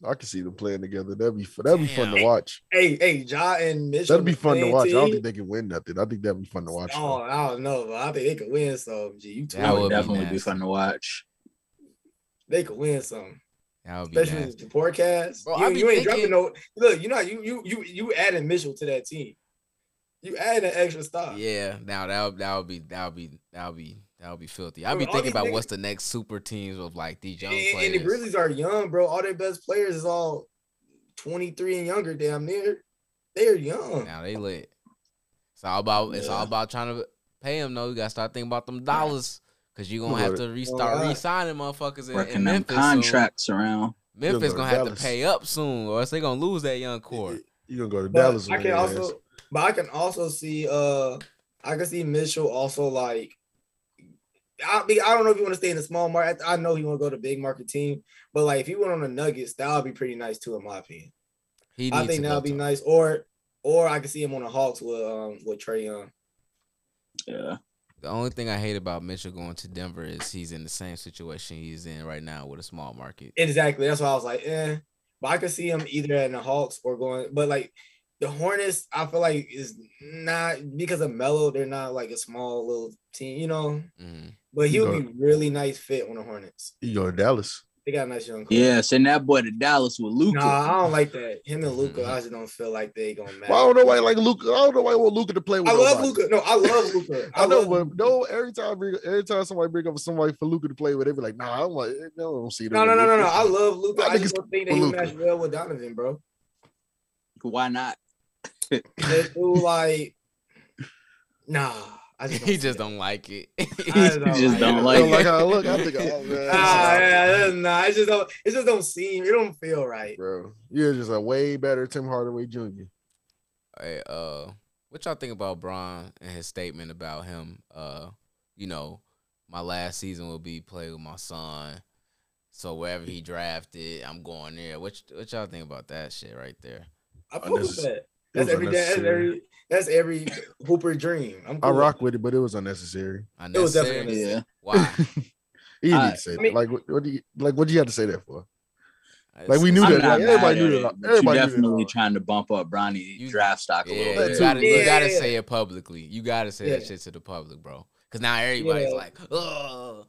Speaker 2: I can see them playing together. That'd be fun. That'd be fun to
Speaker 1: Damn.
Speaker 2: watch.
Speaker 3: Hey, hey, Ja and Mitchell.
Speaker 2: That'd be fun to
Speaker 3: same
Speaker 2: watch. I don't
Speaker 3: team?
Speaker 2: think they can win nothing. I think that'd be fun to watch.
Speaker 3: Oh,
Speaker 2: though.
Speaker 3: I don't know, but I think they could win some. Gee, you
Speaker 1: That
Speaker 4: That
Speaker 1: would
Speaker 4: would
Speaker 1: be
Speaker 4: definitely be
Speaker 1: nasty.
Speaker 4: fun to watch.
Speaker 3: they could win some,
Speaker 1: that would be
Speaker 3: especially
Speaker 1: nasty.
Speaker 3: with the forecast.
Speaker 1: Bro, I
Speaker 3: you
Speaker 1: be
Speaker 3: you ain't
Speaker 1: thinking-
Speaker 3: dropping no. Look, you know you you you you added Mitchell to that team. You add an extra star.
Speaker 1: Yeah, now that would- that would be that would be that would be that would be filthy. I'd be
Speaker 3: Bro, all
Speaker 1: thinking
Speaker 3: these
Speaker 1: about
Speaker 3: niggas-
Speaker 1: what's the next super teams of like these young
Speaker 3: And, and the
Speaker 1: players.
Speaker 3: Grizzlies are young, bro. All their best players is all 23 and younger, damn near. They are young.
Speaker 1: Now they lit. It's all about it's all
Speaker 4: Yeah.
Speaker 1: about trying to pay them though. You gotta start thinking about them dollars. Cause you're gonna
Speaker 2: Look
Speaker 1: have
Speaker 2: at
Speaker 1: to restart
Speaker 3: Alright.
Speaker 1: re-signing motherfuckers in, in
Speaker 4: Working them
Speaker 1: Memphis. soon.
Speaker 4: contracts around.
Speaker 1: Memphis
Speaker 2: Those are
Speaker 1: gonna have
Speaker 2: Dallas.
Speaker 1: to pay up soon, or else they gonna lose that young core.
Speaker 2: You gonna go to
Speaker 3: But
Speaker 2: Dallas?
Speaker 3: I
Speaker 2: and
Speaker 3: can
Speaker 2: win their ass.
Speaker 3: also, but I can also see, uh, I can see Mitchell also like. I be, I don't know if you want to stay in the small market. I know he want to go to big market team, but like if he went on the Nuggets, that would be pretty nice too, in my opinion.
Speaker 1: He needs
Speaker 3: I think
Speaker 1: to
Speaker 3: that
Speaker 1: go
Speaker 3: would be
Speaker 1: to-
Speaker 3: nice, or or I could see him on the Hawks with um with Trey Young.
Speaker 4: Yeah.
Speaker 1: The only thing I hate about Mitchell going to Denver is he's in the same situation he's in right now with a small market.
Speaker 3: Exactly. That's why I was like, eh. But I could see him either in the Hawks or going, but like the Hornets, I feel like is not because of Melo, they're not like a small little team, you know.
Speaker 1: Mhm.
Speaker 3: But he would
Speaker 2: Got
Speaker 3: be really nice fit on the Hornets.
Speaker 2: You go to Dallas.
Speaker 3: They got a nice young core.
Speaker 4: Yeah, send that boy to Dallas with Luca.
Speaker 3: Nah, I don't like that. Him and Luca, I just don't feel like they gonna match.
Speaker 2: Why Mm-hmm. don't nobody like Luca? I don't know why I want Luca to play with.
Speaker 3: I love
Speaker 2: nobody.
Speaker 3: Luca. No, I love Luca.
Speaker 2: I know,
Speaker 3: love Luka.
Speaker 2: but no. Every time, I bring, every time somebody bring up somebody for Luca to play with, they be like, "Nah, I'm like, eh, no, I don't see that.
Speaker 3: no, no, no, no, no. I love Luca.
Speaker 2: I
Speaker 3: I
Speaker 2: think
Speaker 3: just
Speaker 2: it's
Speaker 3: don't think that he would
Speaker 2: Luka.
Speaker 3: match well with Donovan, bro.
Speaker 4: Why not?
Speaker 3: That dude, like, nah. I just don't
Speaker 1: He
Speaker 3: see
Speaker 1: just
Speaker 3: it.
Speaker 1: don't like it.
Speaker 3: I
Speaker 4: You just
Speaker 3: it.
Speaker 4: don't
Speaker 2: I
Speaker 4: like
Speaker 2: don't like
Speaker 4: it.
Speaker 2: how I look. I think, oh, man,
Speaker 3: Ah,
Speaker 1: Sorry.
Speaker 3: yeah, that's nah, it just don't, it just don't seem, it don't feel right.
Speaker 2: bro, you're just a way better Tim Hardaway Jr.
Speaker 1: Hey, uh, what y'all think about Braun and his statement about him? Uh, you know, my last season will be play with my son. So wherever he drafted, I'm going there. What y- what y'all think about that shit right there?
Speaker 3: I fuck with
Speaker 2: Unnecess-
Speaker 3: that.
Speaker 2: It was
Speaker 3: That's every, that's
Speaker 2: unnecessary.
Speaker 3: every, that's every Hooper dream. I'm
Speaker 2: I
Speaker 3: cool.
Speaker 2: rock with it, but it was unnecessary.
Speaker 1: Unnecessary.
Speaker 3: It was definitely
Speaker 4: Yeah.
Speaker 1: Why?
Speaker 2: He
Speaker 4: I-
Speaker 2: didn't say that.
Speaker 3: mean-
Speaker 2: like what, what do you like? What do you have to say that for?
Speaker 1: It's-
Speaker 2: we knew
Speaker 1: I
Speaker 2: that.
Speaker 4: I'm
Speaker 1: mean,
Speaker 4: not
Speaker 2: like, everybody
Speaker 4: mad
Speaker 2: knew
Speaker 4: at
Speaker 2: that.
Speaker 4: it, but
Speaker 2: Everybody knew
Speaker 4: you
Speaker 2: that.
Speaker 4: definitely trying to bump up Bronny
Speaker 1: You-
Speaker 4: draft stock a
Speaker 1: Yeah,
Speaker 4: little
Speaker 1: you
Speaker 4: bit.
Speaker 2: too.
Speaker 1: gotta, you
Speaker 3: Yeah,
Speaker 1: gotta
Speaker 3: yeah,
Speaker 1: say it publicly. You gotta say that
Speaker 3: Yeah.
Speaker 1: shit to the public, bro. Cause now everybody's
Speaker 3: Yeah.
Speaker 1: like, oh,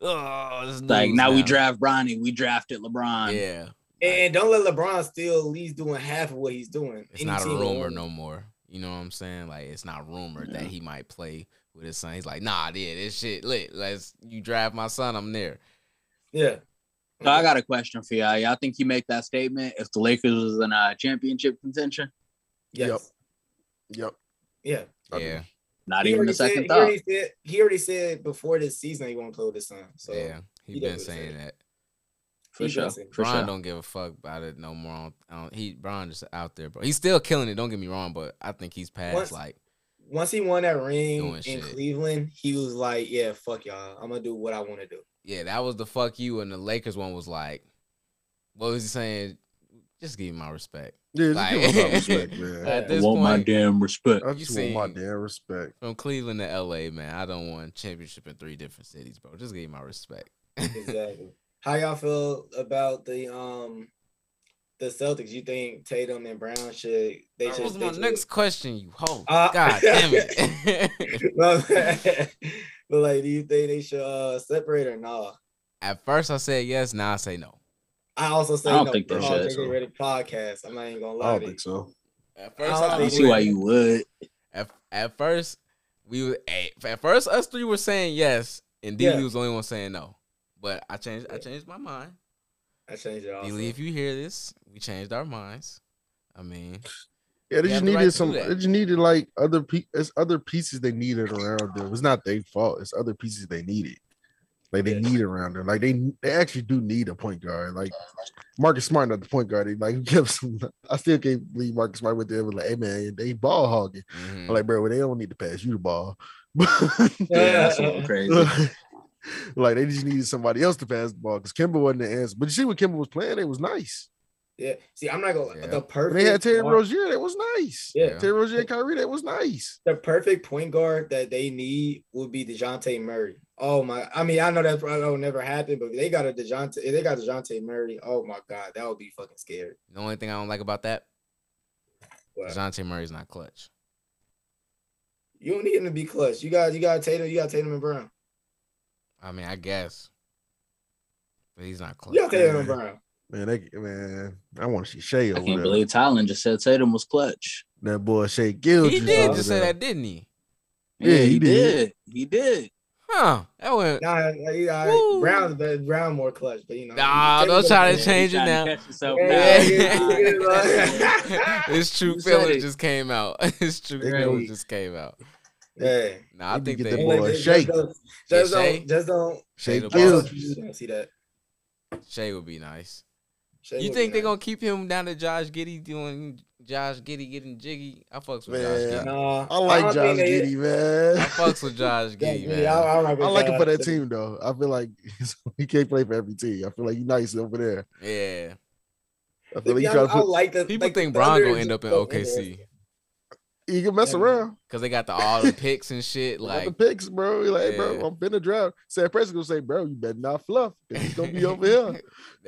Speaker 1: oh, this
Speaker 4: Like
Speaker 1: news
Speaker 4: now we draft Bronny, we drafted LeBron.
Speaker 1: Yeah,
Speaker 3: And, and don't let LeBron still at least doing half of what he's doing.
Speaker 1: it's
Speaker 3: Any
Speaker 1: not a
Speaker 3: team will
Speaker 1: rumor
Speaker 3: win.
Speaker 1: no more. You know what I'm saying? Like it's not rumored that
Speaker 4: Yeah.
Speaker 1: he might play with his son. He's like, nah, yeah, this shit lit. Let's you draft my son, I'm there.
Speaker 3: Yeah.
Speaker 4: So I got a question for y'all. Y'all think you make that statement if the Lakers was in a championship contention?
Speaker 3: Yes.
Speaker 2: Yep.
Speaker 3: Yeah.
Speaker 2: I do.
Speaker 1: yeah,
Speaker 4: Not
Speaker 3: He
Speaker 4: even
Speaker 3: already
Speaker 4: a second
Speaker 3: said,
Speaker 4: thought.
Speaker 3: He already, said, he already said before this season he want to play with his son. So
Speaker 1: yeah. He,
Speaker 3: he
Speaker 1: been
Speaker 3: definitely
Speaker 1: saying
Speaker 3: said
Speaker 1: that.
Speaker 4: for
Speaker 3: he
Speaker 4: sure.
Speaker 3: does it.
Speaker 4: For
Speaker 1: Bron
Speaker 4: sure.
Speaker 1: don't give a fuck about it no more. I don't- I don't- he Bron just out there, bro. He's still killing it. Don't get me wrong, but I think he's past
Speaker 3: Once-
Speaker 1: like
Speaker 3: once he won that ring
Speaker 1: Doing
Speaker 3: in
Speaker 1: shit.
Speaker 3: Cleveland, he was like, yeah, fuck y'all. I'm going to do what I want to do.
Speaker 1: yeah, that was the fuck you, and the Lakers one was like, what was he saying? Just give me my respect.
Speaker 2: Yeah, just
Speaker 1: Like-
Speaker 2: give him my respect, man.
Speaker 1: At
Speaker 4: I
Speaker 1: this
Speaker 4: want my
Speaker 1: point,
Speaker 4: damn respect.
Speaker 2: I
Speaker 1: You
Speaker 2: just want my
Speaker 1: seen-
Speaker 2: damn respect.
Speaker 1: from Cleveland to L.A., man, I don't want championship in three different cities, bro. Just give me my respect.
Speaker 3: Exactly. How y'all feel about the um the Celtics? You think Tatum and Brown should they
Speaker 1: That
Speaker 3: should
Speaker 1: was
Speaker 3: they
Speaker 1: my
Speaker 3: should-
Speaker 1: next question, you hoe.
Speaker 3: Uh,
Speaker 1: God damn it.
Speaker 3: No, but like, do you think they should uh, separate or nah?
Speaker 1: At first I said yes, now I say no.
Speaker 3: I also say
Speaker 4: I don't
Speaker 3: no,
Speaker 4: think they
Speaker 3: bro.
Speaker 4: should.
Speaker 3: They get rid of podcast. I'm not even gonna
Speaker 2: I
Speaker 3: lie.
Speaker 2: don't
Speaker 3: To you.
Speaker 2: think so.
Speaker 1: At
Speaker 3: first Oh, I
Speaker 4: I
Speaker 3: was
Speaker 4: don't see why you would.
Speaker 1: At, at first we were hey, at first us three were saying yes, and D
Speaker 3: Yeah.
Speaker 1: Lee was the only one saying no. But I changed I changed my mind.
Speaker 3: I changed it.
Speaker 1: D
Speaker 3: Also.
Speaker 1: Lee, if you hear this, we changed our minds. I mean,
Speaker 2: Yeah, they
Speaker 1: They have
Speaker 2: just
Speaker 1: the right
Speaker 2: needed
Speaker 1: to do
Speaker 2: some.
Speaker 1: that.
Speaker 2: They just needed like other pe- it's other pieces they needed around them. It's not their fault. It's other pieces they needed. Like they
Speaker 3: Yeah.
Speaker 2: need around them. Like they they actually do need a point guard. Like Marcus Smart not the point guard. They like give some. I still can't believe Marcus Smart went there. and Was like, hey man, they ball hogging.
Speaker 1: mhm.
Speaker 2: I'm like, bro, well, they don't need to pass you the ball.
Speaker 4: Yeah, that's a little crazy.
Speaker 2: like they just needed somebody else to pass the ball because Kimber wasn't the answer. But you see what Kimber was playing, it was nice.
Speaker 3: Yeah. See, I'm not gonna
Speaker 1: Yeah.
Speaker 3: the
Speaker 2: When
Speaker 3: perfect.
Speaker 2: they had Terry
Speaker 3: point-
Speaker 2: Rozier, that was nice.
Speaker 3: Yeah.
Speaker 2: Terry Rozier and Kyrie, that was nice.
Speaker 3: The perfect point guard that they need would be Dejounte Murray. Oh my! I mean, I know that probably will never happen, but if they got a Dejounte. If they got Dejounte Murray, oh my god, that would be fucking scary.
Speaker 1: The only thing I don't like about that,
Speaker 3: Wow.
Speaker 1: Dejounte Murray's not clutch.
Speaker 3: You don't need him to be clutch. You got you got Tatum. You got Tatum and Brown.
Speaker 1: I mean, I guess, but he's not clutch.
Speaker 3: You got Tatum and Brown.
Speaker 2: Man, that man, I want to see Shay
Speaker 4: I
Speaker 2: over
Speaker 4: can't
Speaker 2: there.
Speaker 4: believe Tylen just said Tatum was clutch.
Speaker 2: that boy Shay Gilgis.
Speaker 1: He did
Speaker 2: over
Speaker 1: just say
Speaker 2: there.
Speaker 1: that, didn't he?
Speaker 4: Yeah, he, did.
Speaker 2: did.
Speaker 4: He did.
Speaker 1: Huh? That went.
Speaker 3: Nah, he, all right.
Speaker 1: Woo.
Speaker 3: Brown's better. Brown more clutch, but you know.
Speaker 1: Nah, don't try to change it
Speaker 4: Trying to
Speaker 1: now.
Speaker 4: catch yourself
Speaker 3: Yeah,
Speaker 4: now.
Speaker 3: yeah, yeah,
Speaker 1: His true
Speaker 4: You said
Speaker 1: feelings
Speaker 4: it.
Speaker 1: just came out. His true
Speaker 2: Right.
Speaker 1: feelings just came out.
Speaker 3: Yeah.
Speaker 1: Nah, I
Speaker 2: Need to
Speaker 1: think
Speaker 2: get
Speaker 1: they.
Speaker 2: that boy. Shake.
Speaker 3: Just,
Speaker 1: Yeah,
Speaker 3: just
Speaker 1: Shay.
Speaker 3: don't. Just don't.
Speaker 2: Shay
Speaker 1: Tatum
Speaker 3: Oh,
Speaker 1: Gilgis.
Speaker 2: Gilgis.
Speaker 3: you don't see that.
Speaker 1: Shea would be nice.
Speaker 3: Shea
Speaker 1: you
Speaker 3: would
Speaker 1: think
Speaker 3: be
Speaker 1: they're gonna keep him down to Josh Giddy doing Josh Giddy getting jiggy? I fucks with Josh
Speaker 2: Man.
Speaker 1: Giddy.
Speaker 3: Nah,
Speaker 2: I like
Speaker 3: don't
Speaker 2: Josh
Speaker 3: think they-
Speaker 2: Giddy,
Speaker 1: I
Speaker 2: man.
Speaker 1: fucks with Josh
Speaker 3: Yeah,
Speaker 1: Giddy, man.
Speaker 3: yeah, I, I,
Speaker 2: I like him for that team though. I feel like he can't play for every team. I feel like he's nice over there.
Speaker 1: yeah.
Speaker 2: I feel
Speaker 3: To
Speaker 2: like
Speaker 3: be
Speaker 2: you try to
Speaker 3: honest, I
Speaker 2: put,
Speaker 3: like that.
Speaker 1: People
Speaker 3: like,
Speaker 1: think
Speaker 3: the
Speaker 1: Bron
Speaker 3: Thunder
Speaker 1: gonna
Speaker 3: is
Speaker 1: end up in
Speaker 3: so
Speaker 1: OKC
Speaker 3: interesting.
Speaker 2: you can mess around.
Speaker 1: because they got the all the picks and shit.
Speaker 2: Like the
Speaker 1: Like,
Speaker 2: picks, bro. He like,
Speaker 1: Yeah.
Speaker 2: bro, I'm finna draft. San Francisco say, bro, you better not fluff. 'cause He's gonna be over here.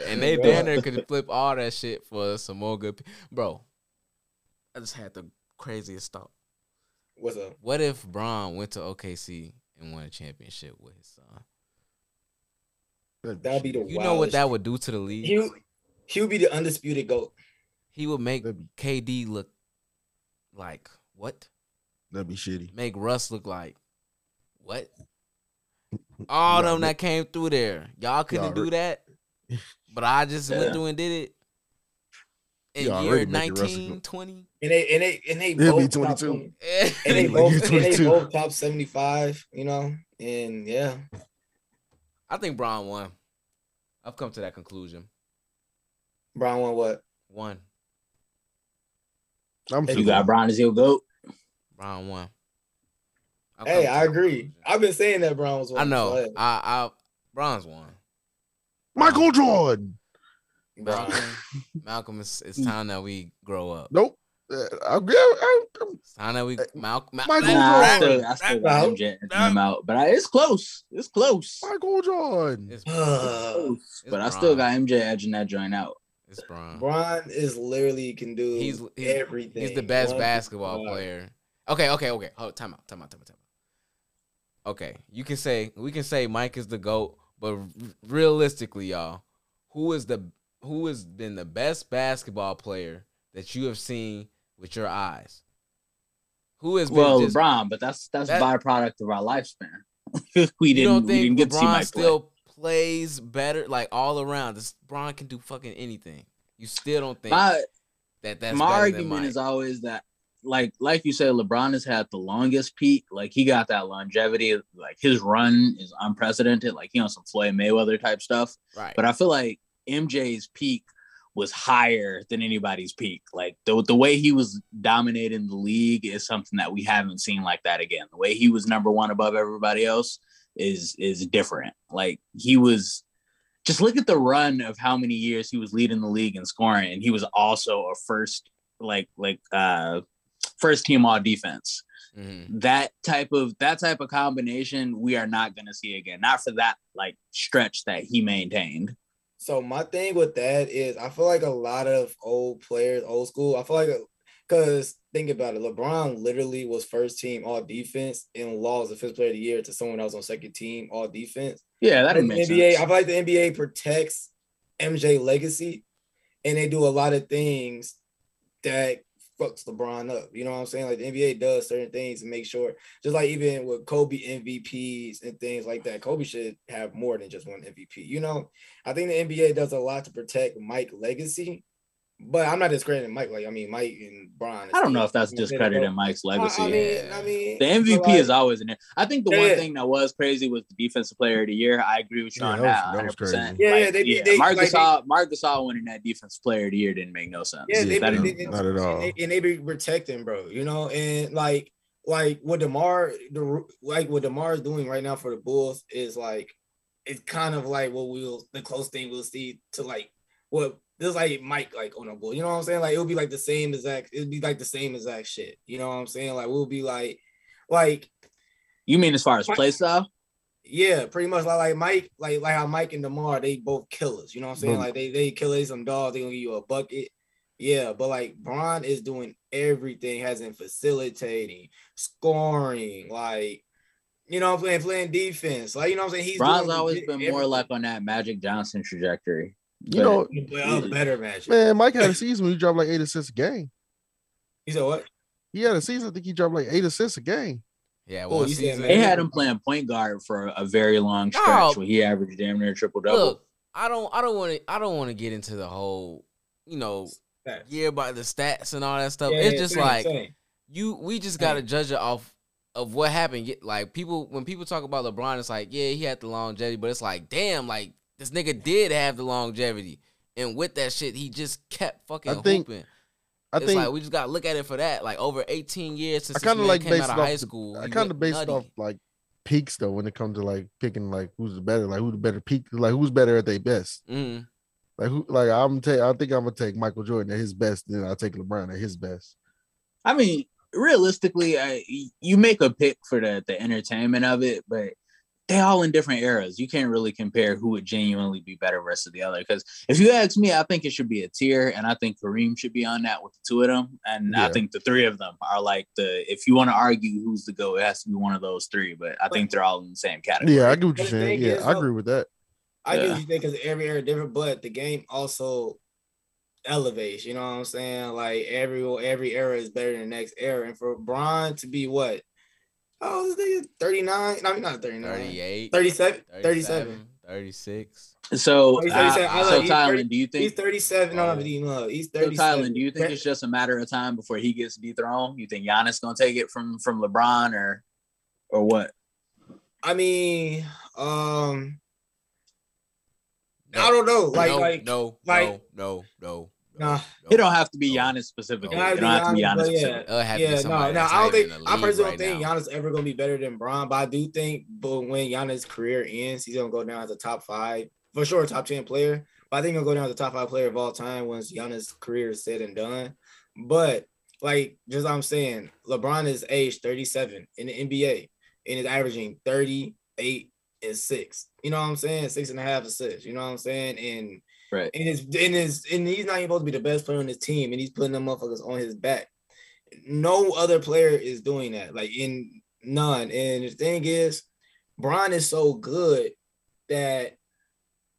Speaker 1: and they down there could flip all that shit for some more good, p- bro. I just had the craziest thought.
Speaker 3: What's up?
Speaker 1: What if Braun went to OKC and won a championship with his son?
Speaker 3: That'd be the
Speaker 1: You know what
Speaker 3: wildest-
Speaker 1: that would do to the league?
Speaker 3: He he would be the undisputed goat.
Speaker 1: He would make
Speaker 2: That'd be-
Speaker 1: KD look like what?
Speaker 2: that'd be shitty.
Speaker 1: Make Russ look like what? All
Speaker 2: Y'all
Speaker 1: them
Speaker 2: re-
Speaker 1: that came through there, y'all couldn't
Speaker 2: Y'all
Speaker 1: do
Speaker 2: re-
Speaker 1: that, but I just
Speaker 4: Yeah.
Speaker 1: went through and did it. In
Speaker 2: Y'all
Speaker 1: year
Speaker 2: already making Russ look-
Speaker 1: 19, 20.
Speaker 3: And they and they and they
Speaker 2: He'll be
Speaker 3: both top
Speaker 2: 22.
Speaker 3: 20. And
Speaker 2: Like,
Speaker 3: they
Speaker 2: you're
Speaker 3: both and they
Speaker 2: 22.
Speaker 3: both top seventy five. You know, and yeah,
Speaker 1: I think Braun won. I've come to that conclusion.
Speaker 3: Bron won what?
Speaker 1: One.
Speaker 2: I'm
Speaker 4: You
Speaker 3: You
Speaker 2: feeling
Speaker 4: got
Speaker 2: it.
Speaker 4: Bron as your goat.
Speaker 1: Braun won. I've come
Speaker 3: Hey,
Speaker 1: to
Speaker 3: I
Speaker 1: that
Speaker 3: agree.
Speaker 1: conclusion.
Speaker 3: I've been saying that Brown was.
Speaker 1: I
Speaker 3: one, so,
Speaker 1: know.
Speaker 3: hey,
Speaker 1: I, I Braun's won.
Speaker 2: Michael Jordan.
Speaker 3: Bron.
Speaker 1: Braun, Malcolm, it's,
Speaker 3: Mm.
Speaker 1: it's time that we grow up.
Speaker 2: Nope. Uh, I'm, I'm, I'm-
Speaker 1: It's time that we
Speaker 2: Uh,
Speaker 1: Malcolm. Mal-
Speaker 2: Michael
Speaker 4: Nah, I
Speaker 2: Jordan.
Speaker 4: still, I still got
Speaker 3: Brown.
Speaker 4: MJ and him out, but I, it's close. It's close.
Speaker 2: Michael Jordan.
Speaker 1: It's,
Speaker 3: Uh,
Speaker 4: Close. But I still got
Speaker 1: Bron.
Speaker 4: MJ edging that joint out.
Speaker 1: it's Braun.
Speaker 3: Bron is literally can do
Speaker 1: He's- he's-
Speaker 3: everything.
Speaker 1: He's the best
Speaker 3: One-
Speaker 1: basketball
Speaker 3: Wow.
Speaker 1: player. Okay, okay, okay. Hold time out, time out, time out, time out. Okay, you can say we can say Mike is the goat, but r- realistically, y'all, who is the who has been the best basketball player that you have seen with your eyes? Who has been
Speaker 4: Well,
Speaker 1: just
Speaker 4: LeBron, but that's that's
Speaker 1: That-
Speaker 4: byproduct of our lifespan. we
Speaker 1: you
Speaker 4: didn't
Speaker 1: don't
Speaker 4: we
Speaker 1: think
Speaker 4: didn't get to see
Speaker 1: LeBron
Speaker 4: Mike play.
Speaker 1: still plays better, like all around. This LeBron can do fucking anything. You still don't think
Speaker 4: My
Speaker 1: that that's
Speaker 4: my
Speaker 1: better
Speaker 4: argument
Speaker 1: than
Speaker 4: is
Speaker 1: Mike.
Speaker 4: always that like like you said, LeBron has had the longest peak. Like he got that longevity. Like his run is unprecedented. Like he on some Floyd Mayweather type stuff.
Speaker 1: right?
Speaker 4: But I feel like MJ's peak was higher than anybody's peak. Like the the way he was dominating the league is something that we haven't seen like that again. The way he was number one above everybody else is is different. Like he was just look at the run of how many years he was leading the league in scoring, and he was also a first like like uh first team all defense
Speaker 1: Mhm.
Speaker 4: that type of that type of combination we are not going to see again not for that like stretch that he maintained
Speaker 3: So my thing with that is I feel like a lot of old players, old school, I feel like because think about it, LeBron literally was first team all defense and lost the fifth player of the year to someone else on second team all defense.
Speaker 4: yeah that
Speaker 3: The
Speaker 4: didn't make
Speaker 3: NBA, I
Speaker 4: sense
Speaker 3: feel like the NBA protects MJ legacy and they do a lot of things that fucks LeBron up. You know what I'm saying? Like the NBA does certain things to make sure, just like even with Kobe MVPs and things like that, Kobe should have more than just one MVP. You know, I think the NBA does a lot to protect Mike's legacy, but I'm not discrediting Mike. Like I mean, Mike and Bron.
Speaker 4: I don't know if that's discrediting Mike's legacy.
Speaker 3: I, I mean, I mean,
Speaker 4: the
Speaker 3: so,
Speaker 4: MVP
Speaker 3: like,
Speaker 4: is always in there. I think the
Speaker 3: Yeah.
Speaker 4: one thing that was crazy was the defensive player of the year. I agree with you
Speaker 5: Yeah,
Speaker 4: on
Speaker 5: that was-
Speaker 4: that.
Speaker 5: that was
Speaker 4: 100%.
Speaker 5: crazy.
Speaker 4: Like,
Speaker 3: Yeah, yeah, they- they-
Speaker 4: Marc
Speaker 3: like, they-
Speaker 4: Gasol- Marc Gasol winning that defensive player of the year didn't make no sense.
Speaker 3: Yeah, they-
Speaker 4: That
Speaker 3: they-
Speaker 4: didn't-
Speaker 3: they-
Speaker 5: not at all.
Speaker 3: and they, and they be protecting, bro. You know, and like like what Demar the Ru- like what Demar is doing right now for the Bulls is like it's kind of like what we'll the close thing we'll see to like what this like Mike like on a bull. You know what I'm saying? Like it'll be like the same exact. It'll be like the same exact shit. You know what I'm saying? Like we'll be like like
Speaker 4: you mean as far as play style?
Speaker 3: yeah, pretty much like, like Mike, like like how Mike and Demar, they both killers. You know what I'm saying? Like they they kill they some dogs. They gonna give you a bucket. Yeah, but like Braun is doing everything, has in facilitating, scoring, like you know, what I'm saying playing defense. Like you know, what I'm saying he's
Speaker 4: Bron's
Speaker 3: doing e,
Speaker 4: always
Speaker 3: legit
Speaker 4: been more
Speaker 3: everything,
Speaker 4: like on that Magic Johnson trajectory.
Speaker 2: You know,
Speaker 3: but a better match.
Speaker 2: man, Mike had a season when he dropped like eight assists a game.
Speaker 3: He said what?
Speaker 2: He had a season, I think he dropped like eight assists a game.
Speaker 1: Yeah,
Speaker 3: Oh,
Speaker 1: well,
Speaker 3: you said
Speaker 1: season.
Speaker 4: They had him playing point guard for a very long stretch
Speaker 1: No.
Speaker 4: where he averaged damn near triple double.
Speaker 1: Look, I don't, I don't want to, I don't want to get into the whole, you know,
Speaker 3: Stats.
Speaker 1: year by the stats and all that stuff.
Speaker 3: Yeah,
Speaker 1: it's
Speaker 3: yeah,
Speaker 1: just
Speaker 3: same,
Speaker 1: like
Speaker 3: same.
Speaker 1: you, we just gotta judge it off of what happened. Get- Like people, when people talk about LeBron, it's like, yeah, he had the longevity, but it's like, damn, like this nigga did have the longevity, and with that shit, he just kept fucking
Speaker 2: think-
Speaker 1: hooping.
Speaker 2: I
Speaker 1: it's
Speaker 2: think
Speaker 1: like we just gotta look at it for that. Like over 18 years since
Speaker 2: I
Speaker 1: this
Speaker 2: kinda
Speaker 1: man
Speaker 2: like
Speaker 1: came
Speaker 2: based
Speaker 1: out of
Speaker 2: it off
Speaker 1: high
Speaker 2: the-
Speaker 1: school.
Speaker 2: I
Speaker 1: he
Speaker 2: kind of
Speaker 1: went
Speaker 2: based
Speaker 1: nutty.
Speaker 2: off like peaks though when it comes to like picking like who's the better, like who the better peak, like who's better at their best.
Speaker 1: Mhm.
Speaker 2: Like who, like I'm take, I think I'm gonna take Michael Jordan at his best, then I'll take LeBron at his best.
Speaker 4: I mean, realistically, I, you make a pick for the, the entertainment of it, but they all in different eras. You can't really compare who would genuinely be better versus the other. Because if you ask me, I think it should be a tier, and I think Kareem should be on that with the two of them, and I
Speaker 2: Yeah.
Speaker 4: think the three of them are like the. If you want to argue who's the go, it has to be one of those three. But I think they're all in the same category.
Speaker 2: Yeah, I get what
Speaker 3: But
Speaker 2: you're
Speaker 3: the
Speaker 2: saying.
Speaker 3: thing
Speaker 2: Yeah,
Speaker 3: is,
Speaker 2: I
Speaker 3: though-
Speaker 2: agree with that.
Speaker 3: I
Speaker 4: Yeah.
Speaker 3: get you because every era different, but the game also elevates. You know what I'm saying? Like every every era is better than the next era, and for Braun to be what? Oh, this nigga 39. I mean, not 39.
Speaker 1: 38,
Speaker 3: 37. 37.
Speaker 1: 36.
Speaker 4: So,
Speaker 3: Like you
Speaker 4: uh,
Speaker 3: said, Oh, I
Speaker 4: so
Speaker 3: like-
Speaker 4: Tylen, do you think?
Speaker 3: He's
Speaker 4: Oh,
Speaker 3: 37. No, no, no, he's
Speaker 4: So
Speaker 3: 37.
Speaker 4: Tylen, do you think it's just a matter of time before he gets dethroned? You think Giannis gonna take it from from LeBron or or what?
Speaker 3: I mean, um, I don't know. Like,
Speaker 1: no,
Speaker 3: like,
Speaker 1: no,
Speaker 3: like-
Speaker 1: no, no, no, no.
Speaker 3: Nah.
Speaker 1: no.
Speaker 4: It don't have to be
Speaker 1: No.
Speaker 4: Giannis specifically.
Speaker 1: No,
Speaker 4: It don't have to be
Speaker 3: Giannis,
Speaker 4: Giannis
Speaker 3: but Oh,
Speaker 1: It'll
Speaker 4: specifically.
Speaker 3: yeah.
Speaker 1: have to be
Speaker 3: Yeah, no,
Speaker 1: somebody
Speaker 3: no,
Speaker 1: that's
Speaker 3: I don't
Speaker 1: not even
Speaker 3: think
Speaker 1: in the
Speaker 3: I
Speaker 1: league
Speaker 3: personally
Speaker 1: right
Speaker 3: don't think
Speaker 1: now.
Speaker 3: Giannis ever gonna be better than Bron, but I do think but when Giannis' career ends, he's gonna go down as a top five for sure, top ten player. But I think he'll go down as a top five player of all time once Giannis' career is said and done. But like just I'm saying, LeBron is age 37 in the NBA and is averaging 38 and six. You know what I'm saying? Six and a half assists. You know what I'm saying? And
Speaker 4: Right.
Speaker 3: and his and his and he's not even supposed to be the best player on his team, and he's putting them motherfuckers on his back. No other player is doing that, like in none. And the thing is, Bron is so good that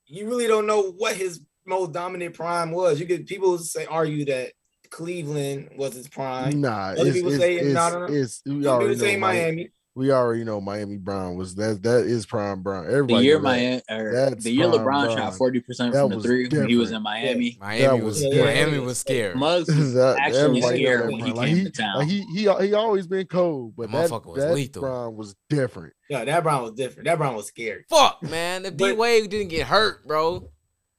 Speaker 3: you really don't know what his most dominant prime was. You could people say argue that Cleveland was his prime.
Speaker 2: Nah,
Speaker 3: Other
Speaker 2: it's,
Speaker 3: people
Speaker 2: it's,
Speaker 3: say it,
Speaker 2: it's,
Speaker 3: nah, nah, nah.
Speaker 2: it's- we
Speaker 3: Some
Speaker 2: already
Speaker 3: people say
Speaker 2: know Miami.
Speaker 3: Miami.
Speaker 2: We already know Miami Brown was that that is prime Brown. Everybody
Speaker 4: The year
Speaker 2: know that.
Speaker 4: Miami, or
Speaker 2: That's
Speaker 4: the year
Speaker 2: prime
Speaker 4: LeBron
Speaker 2: Bron.
Speaker 4: shot forty percent
Speaker 2: That
Speaker 4: from the
Speaker 2: was
Speaker 4: three when he was
Speaker 2: different.
Speaker 4: in Miami.
Speaker 1: Miami
Speaker 2: was
Speaker 1: was
Speaker 3: different.
Speaker 1: Miami was scared.
Speaker 4: Muggs was
Speaker 2: that,
Speaker 4: actually
Speaker 2: everybody know
Speaker 4: scared
Speaker 2: that
Speaker 4: when he
Speaker 2: Bron. like
Speaker 4: came
Speaker 2: he,
Speaker 4: to town.
Speaker 2: like he he he always been cold,
Speaker 1: That
Speaker 2: but that,
Speaker 1: motherfucker was
Speaker 2: that
Speaker 1: lethal.
Speaker 2: Bron was different.
Speaker 3: Yeah, that Bron was different. That Bron was scared.
Speaker 1: Fuck, man. If D
Speaker 3: But-
Speaker 1: Wade didn't get hurt, bro.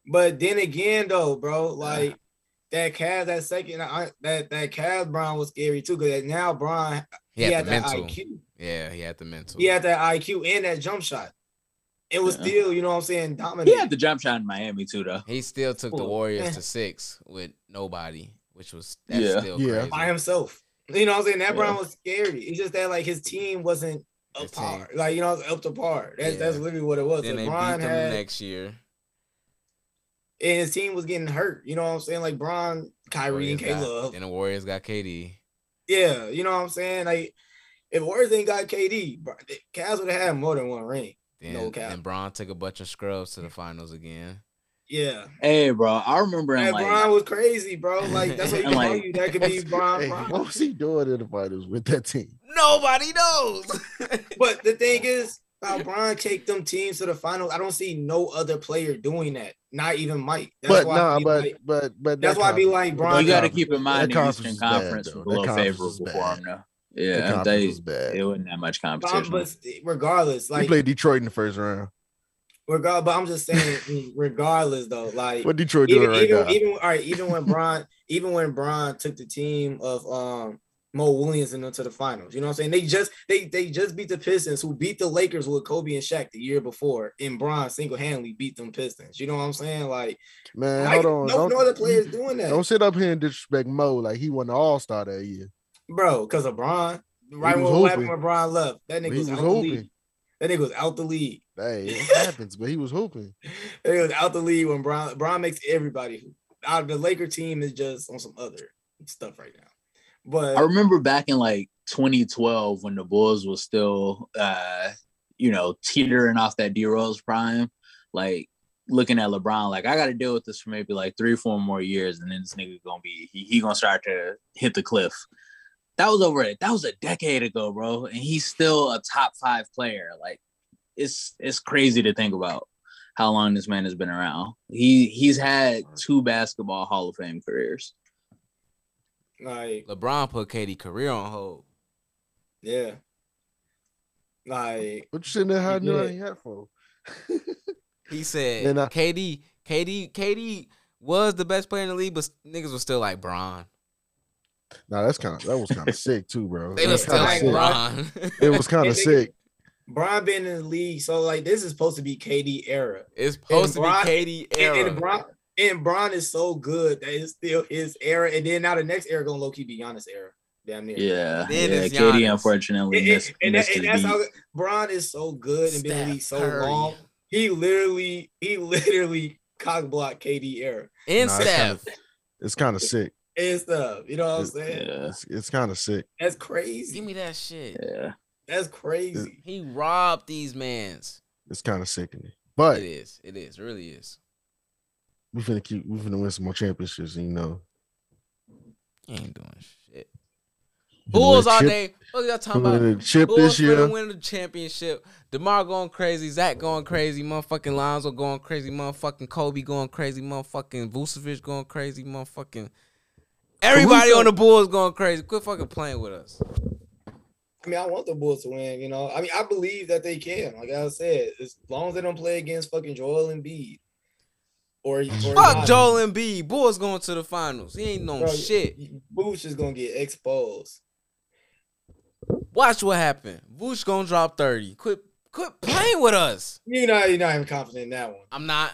Speaker 3: But then again, though, bro, like that Cavs, that second, I, that that Cavs Brown was scary too, because now Brown
Speaker 1: He had the
Speaker 3: that
Speaker 1: mental.
Speaker 3: IQ,
Speaker 1: Yeah, he had the mental.
Speaker 3: he had that IQ and that jump shot. It was
Speaker 4: Yeah.
Speaker 3: still, you know what I'm saying, dominant.
Speaker 4: He had the jump shot in Miami too, though.
Speaker 1: He still took the
Speaker 3: Cool.
Speaker 1: Warriors
Speaker 3: Yeah.
Speaker 1: to six with nobody, which was that's
Speaker 4: Yeah.
Speaker 1: still
Speaker 2: Yeah.
Speaker 1: crazy.
Speaker 3: by himself. You know what I'm saying? That Brown
Speaker 4: Yeah.
Speaker 3: was scary. It's just that like his team wasn't
Speaker 1: His
Speaker 3: up
Speaker 1: team.
Speaker 3: par, like you know, up to par. That's
Speaker 1: Yeah.
Speaker 3: that's literally what it was.
Speaker 1: Then
Speaker 3: If
Speaker 1: they beat
Speaker 3: Bron
Speaker 1: them
Speaker 3: had-
Speaker 1: the next year.
Speaker 3: and his team was getting hurt. You know what I'm saying? Like Bron, Kyrie,
Speaker 1: Warriors
Speaker 3: and K
Speaker 1: got-
Speaker 3: Love.
Speaker 1: Then the Warriors got KD.
Speaker 3: Yeah, you know what I'm saying? Like, if Warriors ain't got KD, bro, the Cavs would have had more than one ring.
Speaker 1: Then,
Speaker 3: No cap.
Speaker 1: then Bron took a bunch of scrubs to the finals again.
Speaker 3: Yeah.
Speaker 4: Hey, bro, I remember in
Speaker 3: Man,
Speaker 4: like
Speaker 3: Brian was crazy, bro. Like that's why you
Speaker 4: And,
Speaker 3: can
Speaker 4: like-
Speaker 3: argue that could be Brian.
Speaker 2: Hey,
Speaker 3: Brian.
Speaker 2: what was he doing in the finals with that team?
Speaker 1: Nobody knows.
Speaker 3: But the thing is, how Brian take them teams to the finals. I don't see no other player doing that. Not even Mike.
Speaker 2: but
Speaker 3: why I
Speaker 2: nah,
Speaker 3: be
Speaker 2: but,
Speaker 3: like-
Speaker 2: but but
Speaker 3: that's
Speaker 2: that
Speaker 3: why I be
Speaker 2: conference-
Speaker 3: like,
Speaker 2: that
Speaker 3: Bron,
Speaker 4: you got to
Speaker 2: conference-
Speaker 4: keep in mind
Speaker 2: that
Speaker 4: the Eastern
Speaker 2: was bad,
Speaker 4: Conference
Speaker 2: though.
Speaker 4: was
Speaker 2: That
Speaker 4: below
Speaker 2: conference was
Speaker 4: favorable for
Speaker 2: bad.
Speaker 4: him now.
Speaker 2: That
Speaker 4: Yeah,
Speaker 2: conference
Speaker 4: they
Speaker 2: was bad.
Speaker 4: it wasn't that much
Speaker 3: Brian,
Speaker 4: competition.
Speaker 3: but regardless,
Speaker 2: he
Speaker 3: like
Speaker 2: played Detroit in the first round.
Speaker 3: regard. But I'm just saying, mm, regardless though, like
Speaker 2: What Detroit doing
Speaker 3: even
Speaker 2: right
Speaker 3: even,
Speaker 2: now?
Speaker 3: even all right, even when Brian, even when Brian took the team of um Mo Williams and them to the finals, you know what I'm saying? They just they they just beat the Pistons, who beat the Lakers with Kobe and Shaq the year before, and Brian single handedly beat them Pistons. You know what I'm saying? Like,
Speaker 2: Man,
Speaker 3: Mike-
Speaker 2: hold on.
Speaker 3: no,
Speaker 2: don't,
Speaker 3: no other players doing that,
Speaker 2: don't sit up here and disrespect Mo like he won the All Star that year.
Speaker 3: bro, because of Brian. Right
Speaker 2: was
Speaker 3: when what happened
Speaker 2: hooping.
Speaker 3: when Brian left, that
Speaker 2: He
Speaker 3: nigga was,
Speaker 2: was
Speaker 3: out the league.
Speaker 2: hooping.
Speaker 3: That nigga was out the league.
Speaker 2: Hey, it happens, but he was hooping.
Speaker 3: It was out the lead when Brian Brian makes everybody who out of the Laker team is just on some other stuff right now. But
Speaker 4: I remember back in like 2012 when the Bulls was still, uh, you know, teetering off that D Rose prime, like looking at LeBron, like I got to deal with this for maybe like three, four more years, and then this nigga gonna be he, he gonna start to hit the cliff. That was over it. That was a decade ago, bro, and he's still a top five player. Like it's it's crazy to think about how long this man has been around. He he's had two basketball Hall of Fame careers.
Speaker 3: like
Speaker 1: LeBron put Katie career on hold.
Speaker 3: yeah. Like
Speaker 2: What you sitting there hiding
Speaker 3: did.
Speaker 2: around your hat for?
Speaker 1: He said
Speaker 2: And I-
Speaker 1: KD, KD, KD was the best player in the league, but niggas was still like Bron.
Speaker 2: Nah, that's kind of that was kind of sick too, bro.
Speaker 1: They
Speaker 2: That
Speaker 1: was
Speaker 2: was
Speaker 1: still
Speaker 2: kinda
Speaker 1: like
Speaker 2: sick.
Speaker 1: Bron.
Speaker 2: It was kind
Speaker 3: And
Speaker 2: of
Speaker 3: they-
Speaker 2: sick.
Speaker 3: Brian been in the league, so like this is supposed to be KD era.
Speaker 1: it's supposed
Speaker 3: Bron-
Speaker 1: to be KD
Speaker 3: And,
Speaker 1: era.
Speaker 3: and Bron and Bron is so good that it's still his era. And then now the next era gonna low key be Giannis era. Damn near.
Speaker 4: Yeah,
Speaker 1: Then
Speaker 4: yeah.
Speaker 1: it's
Speaker 4: Katie
Speaker 1: Giannis.
Speaker 4: unfortunately
Speaker 3: And,
Speaker 4: missed,
Speaker 3: and, and that-
Speaker 4: missed
Speaker 3: and
Speaker 4: his
Speaker 3: that's
Speaker 4: beat.
Speaker 3: how Bron is so good and been in the league so
Speaker 1: Steph Curry.
Speaker 3: long. He literally, he literally cock blocked KD era
Speaker 1: And
Speaker 2: Nah, it's kinda-
Speaker 1: Steph.
Speaker 2: It's kind of sick.
Speaker 3: and stuff. You know what I'm saying?
Speaker 4: Yeah,
Speaker 2: It's, kind of sick.
Speaker 3: That's
Speaker 1: Give
Speaker 3: crazy.
Speaker 1: me that shit.
Speaker 4: yeah.
Speaker 3: That's crazy.
Speaker 1: He robbed these mans.
Speaker 2: It's kind of sickening. But
Speaker 1: It is. It is. It really is.
Speaker 2: we finna keep. We finna win some more championships. And, you know,
Speaker 1: He ain't doing shit.
Speaker 2: we finna
Speaker 1: Bulls
Speaker 2: win a
Speaker 1: all
Speaker 2: chip-
Speaker 1: day. What y'all talking
Speaker 2: we
Speaker 1: about?
Speaker 2: finna chip
Speaker 1: Bulls
Speaker 2: this year.
Speaker 1: finna win the championship. DeMar going crazy. Zach going crazy. Motherfucking Lonzo going crazy. Motherfucking Kobe going crazy. Motherfucking Vucevic going crazy. Motherfucking everybody
Speaker 2: Caruso-
Speaker 1: on the Bulls going crazy. Quit fucking playing with us.
Speaker 3: I mean, I want the Bulls to win. You know, I mean, I believe that they can. Like I said, as long as they don't play against fucking Joel Embiid or, or
Speaker 1: Fuck
Speaker 3: Giannis,
Speaker 1: Joel Embiid. Bulls going to the finals. He ain't no
Speaker 3: Bro,
Speaker 1: shit.
Speaker 3: Boosh is gonna get exposed.
Speaker 1: Watch what happened. Vuce gonna drop thirty. Quit. Quit playing with us.
Speaker 3: You know, you're not even confident in that one.
Speaker 1: I'm not.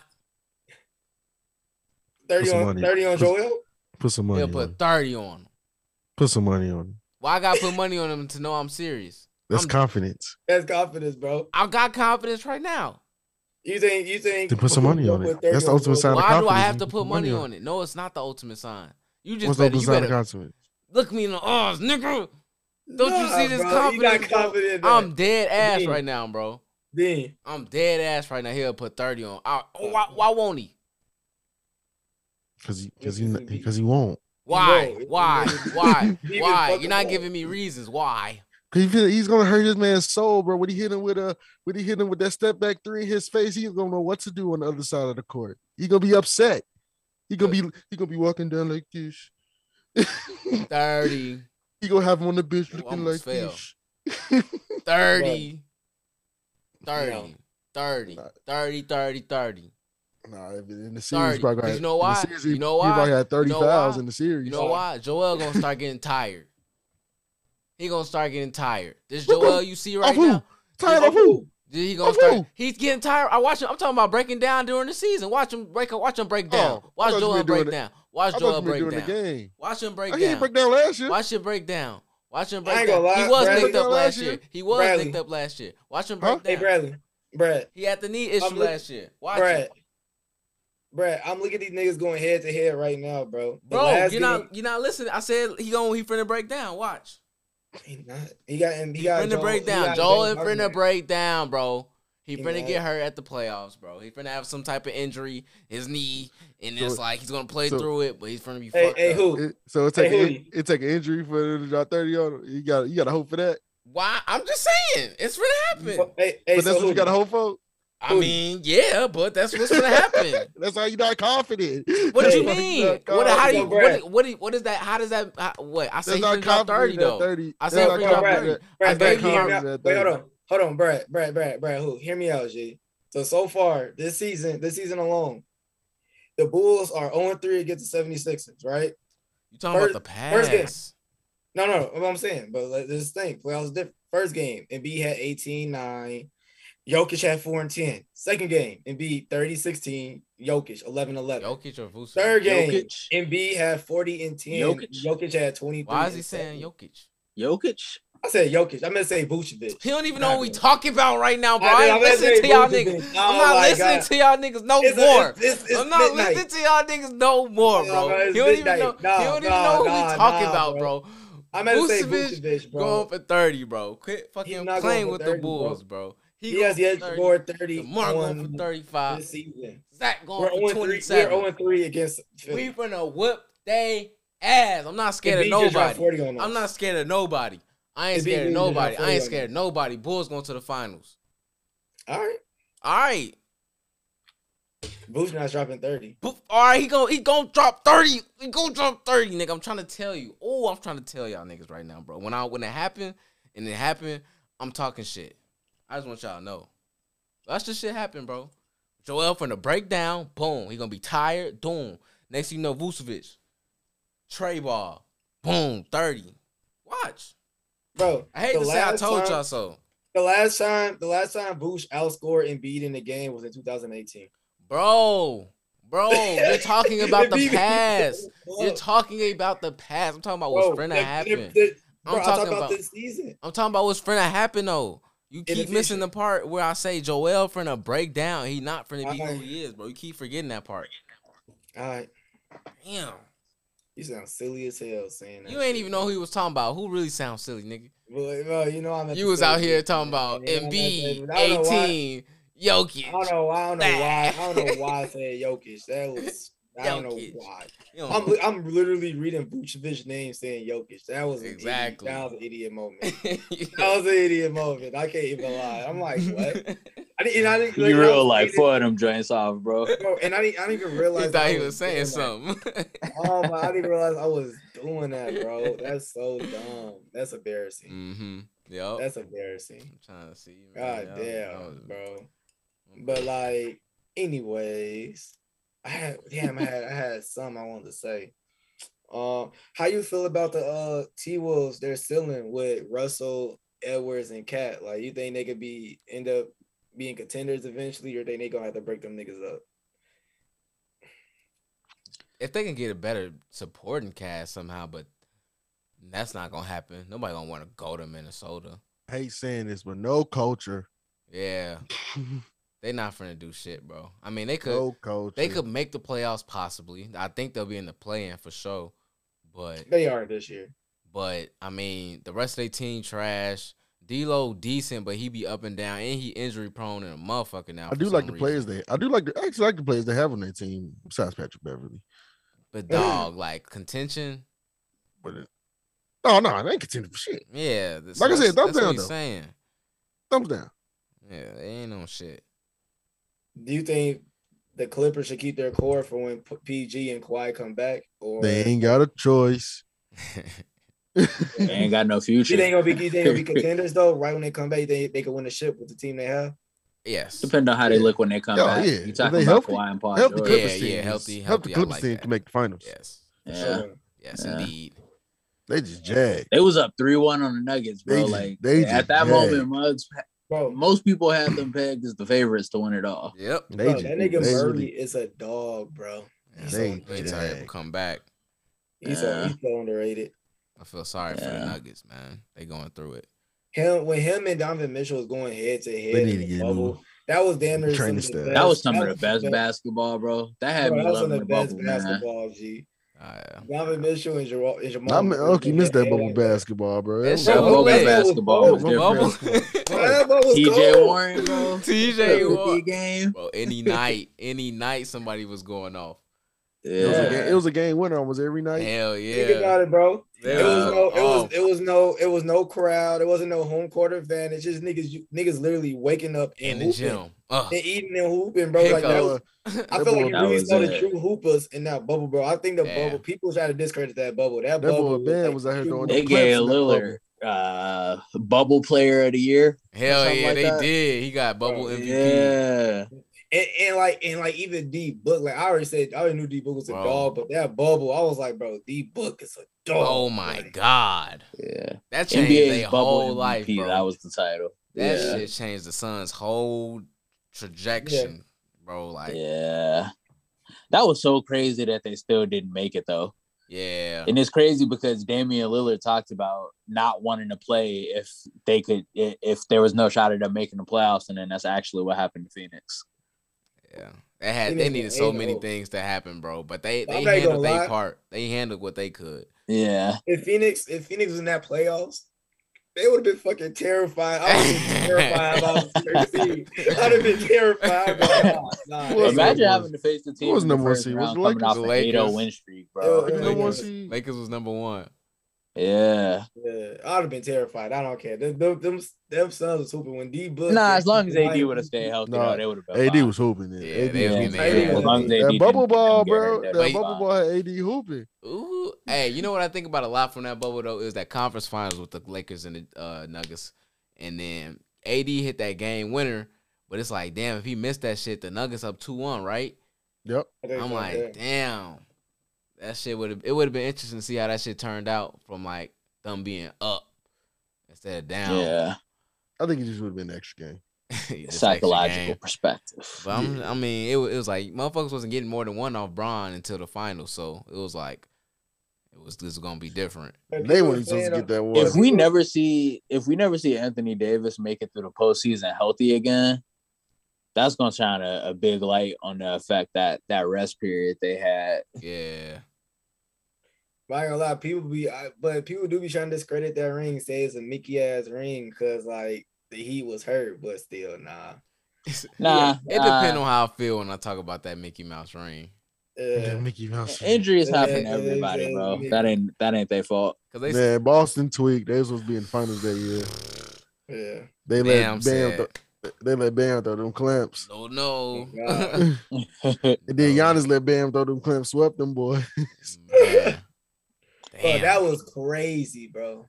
Speaker 2: Put
Speaker 3: Thirty
Speaker 2: some
Speaker 3: on
Speaker 2: money.
Speaker 3: thirty on
Speaker 2: Put-
Speaker 3: Joel.
Speaker 2: Put some money.
Speaker 1: He'll
Speaker 2: on
Speaker 1: put
Speaker 2: it.
Speaker 1: thirty on him.
Speaker 2: Put some money on. it.
Speaker 1: Why I gotta put money on him to know I'm serious?
Speaker 2: That's
Speaker 1: I'm-
Speaker 2: confidence.
Speaker 3: That's confidence, bro.
Speaker 1: I got confidence right now.
Speaker 3: You think you think
Speaker 2: Then put some money
Speaker 3: Joel
Speaker 2: on
Speaker 3: put
Speaker 2: it.
Speaker 3: 30
Speaker 2: That's the
Speaker 3: on
Speaker 2: ultimate
Speaker 3: Joel?
Speaker 2: sign of
Speaker 1: Why do I
Speaker 2: confidence.
Speaker 1: have to put money on it? No, it's not the ultimate sign. You just
Speaker 2: What's the
Speaker 1: better,
Speaker 2: ultimate
Speaker 1: you
Speaker 2: sign of
Speaker 1: better
Speaker 2: confidence?
Speaker 1: look me in the arms, nigga. Don't you see this
Speaker 3: bro, you not
Speaker 1: confidence, bro?
Speaker 3: confident. in that.
Speaker 1: I'm dead ass
Speaker 3: Yeah.
Speaker 1: right now, bro.
Speaker 3: then
Speaker 1: I'm dead ass right now. He'll put 30 on. I, oh, why, why won't he?
Speaker 2: Because he, because he,
Speaker 3: It's gonna be-
Speaker 2: because he won't.
Speaker 1: Why?
Speaker 3: No.
Speaker 1: Why? Why?
Speaker 3: Even
Speaker 1: Why?
Speaker 3: fucking
Speaker 1: You're not
Speaker 3: won't.
Speaker 1: giving me reasons. Why?
Speaker 2: Cause he feel- he's gonna hurt his man's soul, bro. When he hit him with a when he hit him with that step back three in his face, he's gonna know what to do on the other side of the court. He gonna be upset. He gonna be he gonna be walking down like this.
Speaker 1: 30.
Speaker 2: He gonna have him on the bench
Speaker 1: Ooh,
Speaker 2: looking like
Speaker 1: almost fell.
Speaker 2: this.
Speaker 1: 30. 30.
Speaker 3: No.
Speaker 1: 30. 30. 30. 30.
Speaker 2: Nah, if- in the
Speaker 1: Sorry,
Speaker 2: series, probably
Speaker 1: 'cause
Speaker 2: had-
Speaker 1: you know
Speaker 2: in the
Speaker 1: why?
Speaker 2: series,
Speaker 1: You
Speaker 2: he-
Speaker 1: know
Speaker 2: He
Speaker 1: why?
Speaker 2: probably had
Speaker 1: You
Speaker 2: thirty
Speaker 1: know
Speaker 2: fouls
Speaker 1: why?
Speaker 2: in the series.
Speaker 1: You know why? Joel gonna start getting tired. He gonna start getting tired. This
Speaker 2: Who-
Speaker 1: Joel you see right
Speaker 2: who?
Speaker 1: now,
Speaker 2: Tired of who?
Speaker 1: he gonna
Speaker 2: Of
Speaker 1: start.
Speaker 2: who?
Speaker 1: He's getting tired. I watch him. I'm talking about breaking down during the season. Watch him break. Watch him break down.
Speaker 2: Oh, I
Speaker 1: watch
Speaker 2: thought you
Speaker 1: Joel
Speaker 2: meant
Speaker 1: break
Speaker 2: during the-
Speaker 1: down.
Speaker 2: I
Speaker 1: Watch
Speaker 2: thought
Speaker 1: Joel
Speaker 2: you were
Speaker 1: break
Speaker 2: doing the
Speaker 1: down.
Speaker 2: game.
Speaker 1: Watch him break
Speaker 2: Oh, he didn't
Speaker 1: down.
Speaker 2: break down last year.
Speaker 1: Watch him break down. Watch him
Speaker 3: I
Speaker 1: break
Speaker 3: ain't gonna
Speaker 1: down.
Speaker 3: lie,
Speaker 1: He was
Speaker 3: Bradley-
Speaker 1: nicked up last year. He was
Speaker 3: Bradley.
Speaker 1: nicked up last year. Watch him
Speaker 2: Huh?
Speaker 1: break
Speaker 3: Hey
Speaker 1: down.
Speaker 3: Bradley, Brad,
Speaker 1: He had the knee issue
Speaker 3: I'm look-
Speaker 1: last year. Watch
Speaker 3: Brad,
Speaker 1: him.
Speaker 3: Brad. I'm looking at these niggas going head to head right now, bro. The
Speaker 1: Bro,
Speaker 3: last
Speaker 1: you're
Speaker 3: game-
Speaker 1: not you're not listening. I said he going he finna break down. Watch.
Speaker 3: He not. He got and he
Speaker 1: He
Speaker 3: got
Speaker 1: finna
Speaker 3: Joel-
Speaker 1: break
Speaker 3: he
Speaker 1: down.
Speaker 3: got
Speaker 1: Joel
Speaker 3: James
Speaker 1: finna
Speaker 3: Harden.
Speaker 1: break down, bro. He
Speaker 3: Yeah.
Speaker 1: finna get hurt at the playoffs, bro. He finna have some type of injury, his knee, and it's
Speaker 2: So-
Speaker 1: like he's gonna play
Speaker 2: so-
Speaker 1: through it, but he's finna be
Speaker 3: Hey,
Speaker 1: fucked
Speaker 3: hey,
Speaker 1: up.
Speaker 3: who?
Speaker 2: It, so it's
Speaker 3: Hey,
Speaker 2: like an,
Speaker 3: Hoodie.
Speaker 2: it take an injury for him to drop thirty on him. You got you got to hope for that.
Speaker 1: Why? I'm just saying, it's finna happen.
Speaker 3: Hey, hey,
Speaker 2: but
Speaker 3: so
Speaker 2: that's what
Speaker 3: who?
Speaker 2: you got to hope for.
Speaker 1: I
Speaker 3: Who?
Speaker 1: mean, yeah, but that's what's gonna happen.
Speaker 2: That's how you not confident.
Speaker 1: What
Speaker 2: That's
Speaker 1: do you
Speaker 2: why
Speaker 1: mean?
Speaker 2: not
Speaker 1: What?
Speaker 3: oh,
Speaker 1: How do you?
Speaker 2: confident.
Speaker 1: What? What, do- what is that? How does that? How, what? I
Speaker 2: That's
Speaker 1: said he
Speaker 2: not
Speaker 1: finna drop thirty
Speaker 2: confident
Speaker 1: though.
Speaker 2: at 30.
Speaker 1: I
Speaker 2: That's
Speaker 1: said
Speaker 2: not
Speaker 1: he dropped
Speaker 2: confident
Speaker 1: thirty.
Speaker 2: at-
Speaker 1: I
Speaker 3: Brad, Brad,
Speaker 1: gave
Speaker 3: you hear me
Speaker 2: confident
Speaker 3: out?
Speaker 2: at
Speaker 3: Wait, hold on,
Speaker 2: thirty.
Speaker 3: hold on, Brad, Brad, Brad, Brad. Who? Hear me out, G. So so far this season, this season alone, the Bulls are 0 3 against the 76ers, right?
Speaker 1: You talking about
Speaker 3: First-
Speaker 1: the
Speaker 3: first game.
Speaker 1: pass?
Speaker 3: No, no, what I'm saying, but let this think. Playoffs different. First game, Embiid had 18 9. Jokic had 4 and 10. Second game, Embiid 30 16. Jokic 11 11.
Speaker 1: Jokic or Vucevic?
Speaker 3: Third game,
Speaker 4: Jokic.
Speaker 3: Embiid had 40 and 10.
Speaker 4: Jokic.
Speaker 3: Jokic, had 23.
Speaker 1: Why is he
Speaker 3: and
Speaker 1: saying
Speaker 3: 7.
Speaker 1: Jokic?
Speaker 4: Jokic.
Speaker 3: I said Jokic. I meant to say Vucevic.
Speaker 1: He don't even know what we
Speaker 3: Nah, bro.
Speaker 1: talking about right now, bro.
Speaker 3: I
Speaker 1: I
Speaker 3: did-
Speaker 1: ain't
Speaker 3: I meant to
Speaker 1: listening
Speaker 3: say
Speaker 1: to y'all
Speaker 3: Vucevic.
Speaker 1: niggas.
Speaker 3: Oh
Speaker 1: I'm not
Speaker 3: my
Speaker 1: listening
Speaker 3: God.
Speaker 1: to y'all niggas no
Speaker 3: It's a-
Speaker 1: more.
Speaker 3: it's- it's- it's
Speaker 1: I'm not
Speaker 3: midnight.
Speaker 1: listening Oh, to y'all niggas no more,
Speaker 3: Nah,
Speaker 1: bro.
Speaker 3: bro,
Speaker 1: He
Speaker 3: it's
Speaker 1: don't even know.
Speaker 3: midnight.
Speaker 1: He
Speaker 3: Nah,
Speaker 1: don't even
Speaker 3: nah,
Speaker 1: know who
Speaker 3: nah,
Speaker 1: we talking
Speaker 3: nah,
Speaker 1: about, bro.
Speaker 3: I meant to say
Speaker 1: Vucevic
Speaker 3: Vucevic, bro.
Speaker 1: Going for thirty, bro. Quit fucking
Speaker 3: not going
Speaker 1: playing
Speaker 3: for
Speaker 1: with the
Speaker 3: 30, bro.
Speaker 1: Bulls, bro.
Speaker 3: He, has
Speaker 1: going
Speaker 3: yet
Speaker 1: for
Speaker 3: to
Speaker 1: 30.
Speaker 3: score 30
Speaker 1: DeMar going
Speaker 3: on
Speaker 1: for thirty-five.
Speaker 3: this season.
Speaker 1: Zach
Speaker 3: We're
Speaker 1: going for
Speaker 3: 0 3. We're 0
Speaker 1: twenty-seven.
Speaker 3: 3 against Philly.
Speaker 1: We finna whoop they ass. I'm not scared of
Speaker 3: Embiid just dropped
Speaker 1: nobody.
Speaker 3: 40 on us.
Speaker 1: I'm not scared of nobody. I ain't
Speaker 3: Embiid
Speaker 1: scared of
Speaker 3: just dropped
Speaker 1: nobody. I
Speaker 3: 40
Speaker 1: ain't
Speaker 3: on
Speaker 1: scared of nobody. Bulls going to the finals.
Speaker 3: All right.
Speaker 1: All right.
Speaker 3: Boosh not dropping 30.
Speaker 1: Bo- All right, he gon' he gonna drop 30. He gonna drop 30, nigga. I'm trying to tell you. Oh, I'm trying to tell y'all niggas right now, bro. When I when it happened and it happened, I'm talking shit. I just want y'all to know. That's the shit happen, bro. Joel from the breakdown, boom. He gonna be tired, boom. Next thing you know, Vucevic, Trey ball, boom, 30. Watch.
Speaker 3: Bro,
Speaker 1: I hate
Speaker 3: the
Speaker 1: to say I
Speaker 3: last
Speaker 1: told
Speaker 3: time-
Speaker 1: y'all so.
Speaker 3: The last time, the last time Boosh outscored Embiid in the game was in 2018.
Speaker 1: Bro, bro, you're talking about the
Speaker 3: Embiid-
Speaker 1: past.
Speaker 3: Bro,
Speaker 1: You're talking about the past. I'm talking about what's
Speaker 3: bro,
Speaker 1: Oh, finna
Speaker 3: the-
Speaker 1: happen.
Speaker 3: the- the-
Speaker 1: I'm
Speaker 3: bro, I'm
Speaker 1: talking
Speaker 3: talking about
Speaker 1: about-
Speaker 3: this season.
Speaker 1: I'm talking about what's finna happen though. You
Speaker 3: the
Speaker 1: keep missing
Speaker 3: future.
Speaker 1: the part where I say Joel finna break down. He not finna be who
Speaker 3: Alright.
Speaker 1: he is, bro. You keep forgetting that part.
Speaker 3: All right.
Speaker 1: Damn.
Speaker 3: You sound silly as hell saying that.
Speaker 1: You ain't
Speaker 3: shit.
Speaker 1: even know who he was talking about. Who really sounds silly, nigga?
Speaker 3: Well, well, you know I'm at
Speaker 1: You
Speaker 3: the
Speaker 1: was
Speaker 3: stage
Speaker 1: out here
Speaker 3: with-
Speaker 1: talking about
Speaker 3: you know, I'm at the stage
Speaker 1: MB,
Speaker 3: with- I don't know why-
Speaker 1: 18,
Speaker 3: I don't
Speaker 1: Jokic.
Speaker 3: know. I don't know why. I don't know why I said Jokic. That was. I don't know
Speaker 1: Jokic.
Speaker 3: why.
Speaker 1: You don't-
Speaker 3: I'm li- I'm literally reading Vucevic's name saying Jokic. That was an idiot-
Speaker 1: Exactly.
Speaker 3: that was an idiot moment. That was an idiot moment. I can't even lie. I'm like, what? I didn't. And I didn't
Speaker 4: You
Speaker 3: like, I
Speaker 4: real
Speaker 3: was
Speaker 4: like
Speaker 3: reading-
Speaker 4: four of them joints off, bro.
Speaker 3: bro, and I didn't. I didn't even realize
Speaker 1: He thought
Speaker 3: I
Speaker 1: he was saying
Speaker 3: doing that.
Speaker 1: something.
Speaker 3: Oh my! I didn't even realize I was doing that, bro. That's so dumb. That's embarrassing.
Speaker 1: mm-hmm. Yup.
Speaker 3: That's embarrassing.
Speaker 1: I'm trying to see. man.
Speaker 3: God
Speaker 1: Y'all-
Speaker 3: damn,
Speaker 1: y'all was-
Speaker 3: bro. But like, anyways, I had damn, I had I had some I wanted to say. Um, how you feel about the uh T Wolves? They're ceiling with Russell Edwards and Cat. Like, you think they could be end up being contenders eventually, or think they gonna have to break them niggas up?
Speaker 1: if they can get a better supporting cast somehow, but that's not gonna happen. Nobody gonna want to go to Minnesota.
Speaker 2: I hate saying this, but no culture.
Speaker 1: Yeah, they not finna do shit, bro. I mean, they could
Speaker 2: no culture.
Speaker 1: they could make the playoffs possibly. I think they'll be in the play-in for sure, but
Speaker 3: They are this year.
Speaker 1: but I mean, the rest of their team trash. D'Lo decent, but he be up and down, and he injury prone and a motherfucker now.
Speaker 2: I do like the players they. I do like the I actually like the players they have on their team besides Patrick Beverly.
Speaker 1: but dog like contention.
Speaker 2: But it, no, no, they ain't contending for shit.
Speaker 1: Yeah, that's-
Speaker 2: Like I
Speaker 1: that's-
Speaker 2: said, thumbs
Speaker 1: that's what
Speaker 2: down,
Speaker 1: he's
Speaker 2: though.
Speaker 1: Saying.
Speaker 2: Thumbs down.
Speaker 1: Yeah, they ain't on shit.
Speaker 3: Do you think the Clippers should keep their core for when P- PG and Kawhi come back, or
Speaker 2: They ain't got a choice.
Speaker 4: They ain't got no
Speaker 3: You
Speaker 4: future.
Speaker 3: think they're gonna be you think they're gonna be contenders though? Right when they come back, they they can win the ship with the team they have.
Speaker 1: yes.
Speaker 4: Depend on how they look when they come
Speaker 2: Yeah,
Speaker 4: back.
Speaker 2: yeah.
Speaker 4: You
Speaker 2: If
Speaker 4: talking
Speaker 2: they
Speaker 4: about
Speaker 2: healthy-
Speaker 4: Kawhi and Paul
Speaker 2: help the
Speaker 4: George.
Speaker 2: Clippers
Speaker 1: Yeah,
Speaker 2: team.
Speaker 1: yeah,
Speaker 2: is-
Speaker 1: healthy-
Speaker 2: help
Speaker 1: healthy,
Speaker 2: the
Speaker 1: I
Speaker 2: Clippers
Speaker 1: like
Speaker 2: team
Speaker 1: that.
Speaker 2: to make the finals.
Speaker 1: Yes.
Speaker 4: Yeah.
Speaker 1: Yes,
Speaker 4: Yeah.
Speaker 1: indeed.
Speaker 2: They just jag.
Speaker 4: They was up three one on the Nuggets,
Speaker 2: They
Speaker 4: bro.
Speaker 2: just-
Speaker 4: like
Speaker 2: they just
Speaker 4: at that
Speaker 2: mad.
Speaker 4: moment, Muggs,
Speaker 3: Bro,
Speaker 4: most people had them pegged as the favorites to win it all.
Speaker 1: Yep.
Speaker 2: They
Speaker 3: bro
Speaker 2: just,
Speaker 3: that nigga
Speaker 2: they
Speaker 3: Murray
Speaker 2: really-
Speaker 3: is a dog, bro.
Speaker 1: Yeah,
Speaker 2: They
Speaker 1: I'm really sorry
Speaker 2: jacked.
Speaker 1: to come back.
Speaker 3: He's,
Speaker 4: Yeah.
Speaker 3: so, he's so underrated.
Speaker 1: I feel sorry for the
Speaker 4: Yeah.
Speaker 1: Nuggets, man. They going through it.
Speaker 3: Him when him and Donovan Mitchell was going head to
Speaker 2: they
Speaker 3: head
Speaker 2: need to get
Speaker 3: in the
Speaker 2: a
Speaker 3: bubble,
Speaker 2: new.
Speaker 3: that was damn near
Speaker 2: Training
Speaker 3: some of
Speaker 2: staff.
Speaker 3: the
Speaker 4: That was some of the
Speaker 3: that was
Speaker 4: best basketball, bro. That had
Speaker 3: bro,
Speaker 4: me
Speaker 3: that was some
Speaker 4: loving the,
Speaker 3: of the best
Speaker 4: bubble, man.
Speaker 3: basketball. G.
Speaker 1: Uh,
Speaker 3: Donovan Mitchell and Jamal. And Jamal
Speaker 2: I mean, okay, you missed that bubble basketball, bro. That
Speaker 1: That
Speaker 2: was-
Speaker 1: shit was
Speaker 4: bubble
Speaker 1: lit.
Speaker 4: basketball was
Speaker 2: Bubble
Speaker 1: Bubble.
Speaker 4: different.
Speaker 3: That bubble was
Speaker 4: TJ
Speaker 3: cold.
Speaker 4: Warren, bro.
Speaker 1: TJ Warren.
Speaker 4: game.
Speaker 1: Bro, any night, any night somebody was going off.
Speaker 2: It was, a
Speaker 4: Yeah.
Speaker 2: game, it was a game winner almost every night.
Speaker 1: Hell
Speaker 3: Think
Speaker 1: yeah. Oh.
Speaker 3: about it, bro.
Speaker 1: They
Speaker 3: It was
Speaker 1: was
Speaker 3: no, it was
Speaker 1: off.
Speaker 3: it was no, it was no crowd. It wasn't no home court advantage. Just niggas, you- niggas literally waking up
Speaker 1: In
Speaker 3: and
Speaker 1: the
Speaker 3: hooping
Speaker 1: gym. Ugh.
Speaker 3: and eating and hooping, bro. Like that
Speaker 1: Pickup.
Speaker 3: was, I
Speaker 2: That
Speaker 3: feel like
Speaker 2: boy-
Speaker 3: you
Speaker 4: That
Speaker 3: really
Speaker 4: was
Speaker 3: saw the
Speaker 4: it.
Speaker 3: true hoopers in that bubble, bro. I think the
Speaker 1: Yeah.
Speaker 3: bubble people try to discredit that bubble.
Speaker 2: That
Speaker 3: That,
Speaker 2: boy
Speaker 3: bubble
Speaker 2: Ben
Speaker 3: like,
Speaker 2: was out here
Speaker 3: true-
Speaker 2: throwing
Speaker 4: They
Speaker 2: Clips
Speaker 4: gave
Speaker 2: in that
Speaker 4: Lillard uh, bubble player of the year.
Speaker 1: Hell
Speaker 4: something
Speaker 1: yeah,
Speaker 4: like
Speaker 1: they
Speaker 4: that.
Speaker 1: did. He got bubble MVP.
Speaker 4: Yeah.
Speaker 3: and, and like and like even D book. Like I already said, I already knew D book was a
Speaker 1: Bro.
Speaker 3: dog, but that bubble, I was like, bro, D book is a dog.
Speaker 1: Oh my
Speaker 3: Like,
Speaker 1: god.
Speaker 4: Yeah.
Speaker 1: That changed
Speaker 4: NBA's
Speaker 1: their
Speaker 4: bubble
Speaker 1: whole
Speaker 4: MVP,
Speaker 1: life, bro.
Speaker 4: That was the title.
Speaker 1: That
Speaker 4: yeah.
Speaker 1: shit changed the Suns' whole trajectory, bro. Like, yeah.
Speaker 4: yeah. That was so crazy that they still didn't make it though. And it's crazy because Damian Lillard talked about not wanting to play if they could i- if there was no shot at them making the playoffs, and then that's actually what happened to Phoenix.
Speaker 1: Yeah. They had
Speaker 3: Phoenix
Speaker 1: they
Speaker 3: went
Speaker 1: needed so many
Speaker 3: 8-0.
Speaker 1: things to happen, bro. But they
Speaker 3: I'm
Speaker 1: they
Speaker 3: not even
Speaker 1: handled
Speaker 3: gonna
Speaker 1: their
Speaker 3: lie.
Speaker 1: part. They handled what they could.
Speaker 4: Yeah.
Speaker 3: If Phoenix, if Phoenix was in that playoffs, they would have been fucking terrified. I would have been terrified about thirteen. I'd have been terrified. About, nah, nah,
Speaker 2: Well,
Speaker 3: they-
Speaker 4: Imagine
Speaker 2: number one
Speaker 4: having to face the team
Speaker 2: was
Speaker 4: in the
Speaker 2: number one
Speaker 4: first
Speaker 2: seed?
Speaker 4: round
Speaker 2: Was it
Speaker 4: coming off an
Speaker 1: Lakers?
Speaker 4: 8-0 win streak, bro.
Speaker 3: Yeah,
Speaker 2: bubble. Number one
Speaker 1: Lakers,
Speaker 2: seed.
Speaker 1: Lakers was number one.
Speaker 4: Yeah.
Speaker 3: Yeah, I'd have been terrified. I don't care. Them, them, them, them sons was hooping when D book.
Speaker 4: Nah, as long as AD would have stayed healthy,
Speaker 2: Nah,
Speaker 4: though, they would have been.
Speaker 2: AD
Speaker 4: fine.
Speaker 2: was hooping it.
Speaker 1: Yeah,
Speaker 2: AD
Speaker 1: they
Speaker 2: was
Speaker 1: was in
Speaker 2: hooping.
Speaker 4: yeah.
Speaker 1: there.
Speaker 4: As long as AD
Speaker 2: That bubble
Speaker 4: didn't
Speaker 2: ball,
Speaker 4: get
Speaker 2: bro.
Speaker 4: hurt, they'd
Speaker 2: That
Speaker 4: be
Speaker 1: Wait.
Speaker 2: bubble
Speaker 4: fine.
Speaker 2: ball had AD hooping.
Speaker 1: Ooh, hey, you know what I think about a lot from that bubble though is that conference finals with the Lakers and the uh, Nuggets, and then AD hit that game winner. But it's like, damn, if he missed that shit, the Nuggets up two one, right?
Speaker 2: Yep.
Speaker 1: I'm like, damn, that shit would have. It would have been interesting to see how that shit turned out from like them being up instead of down.
Speaker 4: Yeah,
Speaker 2: I think it just would have been an extra game.
Speaker 1: This extra
Speaker 4: psychological
Speaker 1: game.
Speaker 4: perspective.
Speaker 1: But I'm, I mean, it, wa- it was like motherfuckers wasn't getting more than one off Braun until the finals, so it was like it was just gonna be different.
Speaker 2: They weren't supposed to get that one.
Speaker 4: If we never see, if we never see Anthony Davis make it through the postseason healthy again, that's gonna shine a, a big light on the effect that that rest period they had.
Speaker 1: Yeah.
Speaker 3: I ain't gonna lie, people be, I, but people do be trying to discredit that ring, say it's a Mickey ass ring, cause like the heat was hurt, but still, nah.
Speaker 4: Nah,
Speaker 1: it depends
Speaker 4: uh,
Speaker 1: on how I feel when I talk about that Mickey Mouse ring.
Speaker 2: Yeah,
Speaker 3: Uh,
Speaker 2: Mickey Mouse.
Speaker 4: Injuries happen to
Speaker 3: Yeah,
Speaker 4: everybody, bro.
Speaker 3: yeah.
Speaker 4: That ain't that ain't their fault.
Speaker 1: Cause they
Speaker 2: Man, Boston tweaked. They was supposed to be in the finals that year.
Speaker 3: yeah.
Speaker 2: They let
Speaker 1: damn
Speaker 2: Bam.
Speaker 1: sad.
Speaker 2: throw- they let Bam throw them clamps.
Speaker 1: No, no.
Speaker 3: God.
Speaker 2: And then
Speaker 1: Oh.
Speaker 2: Giannis let Bam throw them clamps. Swept them boy.
Speaker 1: Man.
Speaker 3: Bro,
Speaker 1: Damn.
Speaker 3: that was crazy, bro.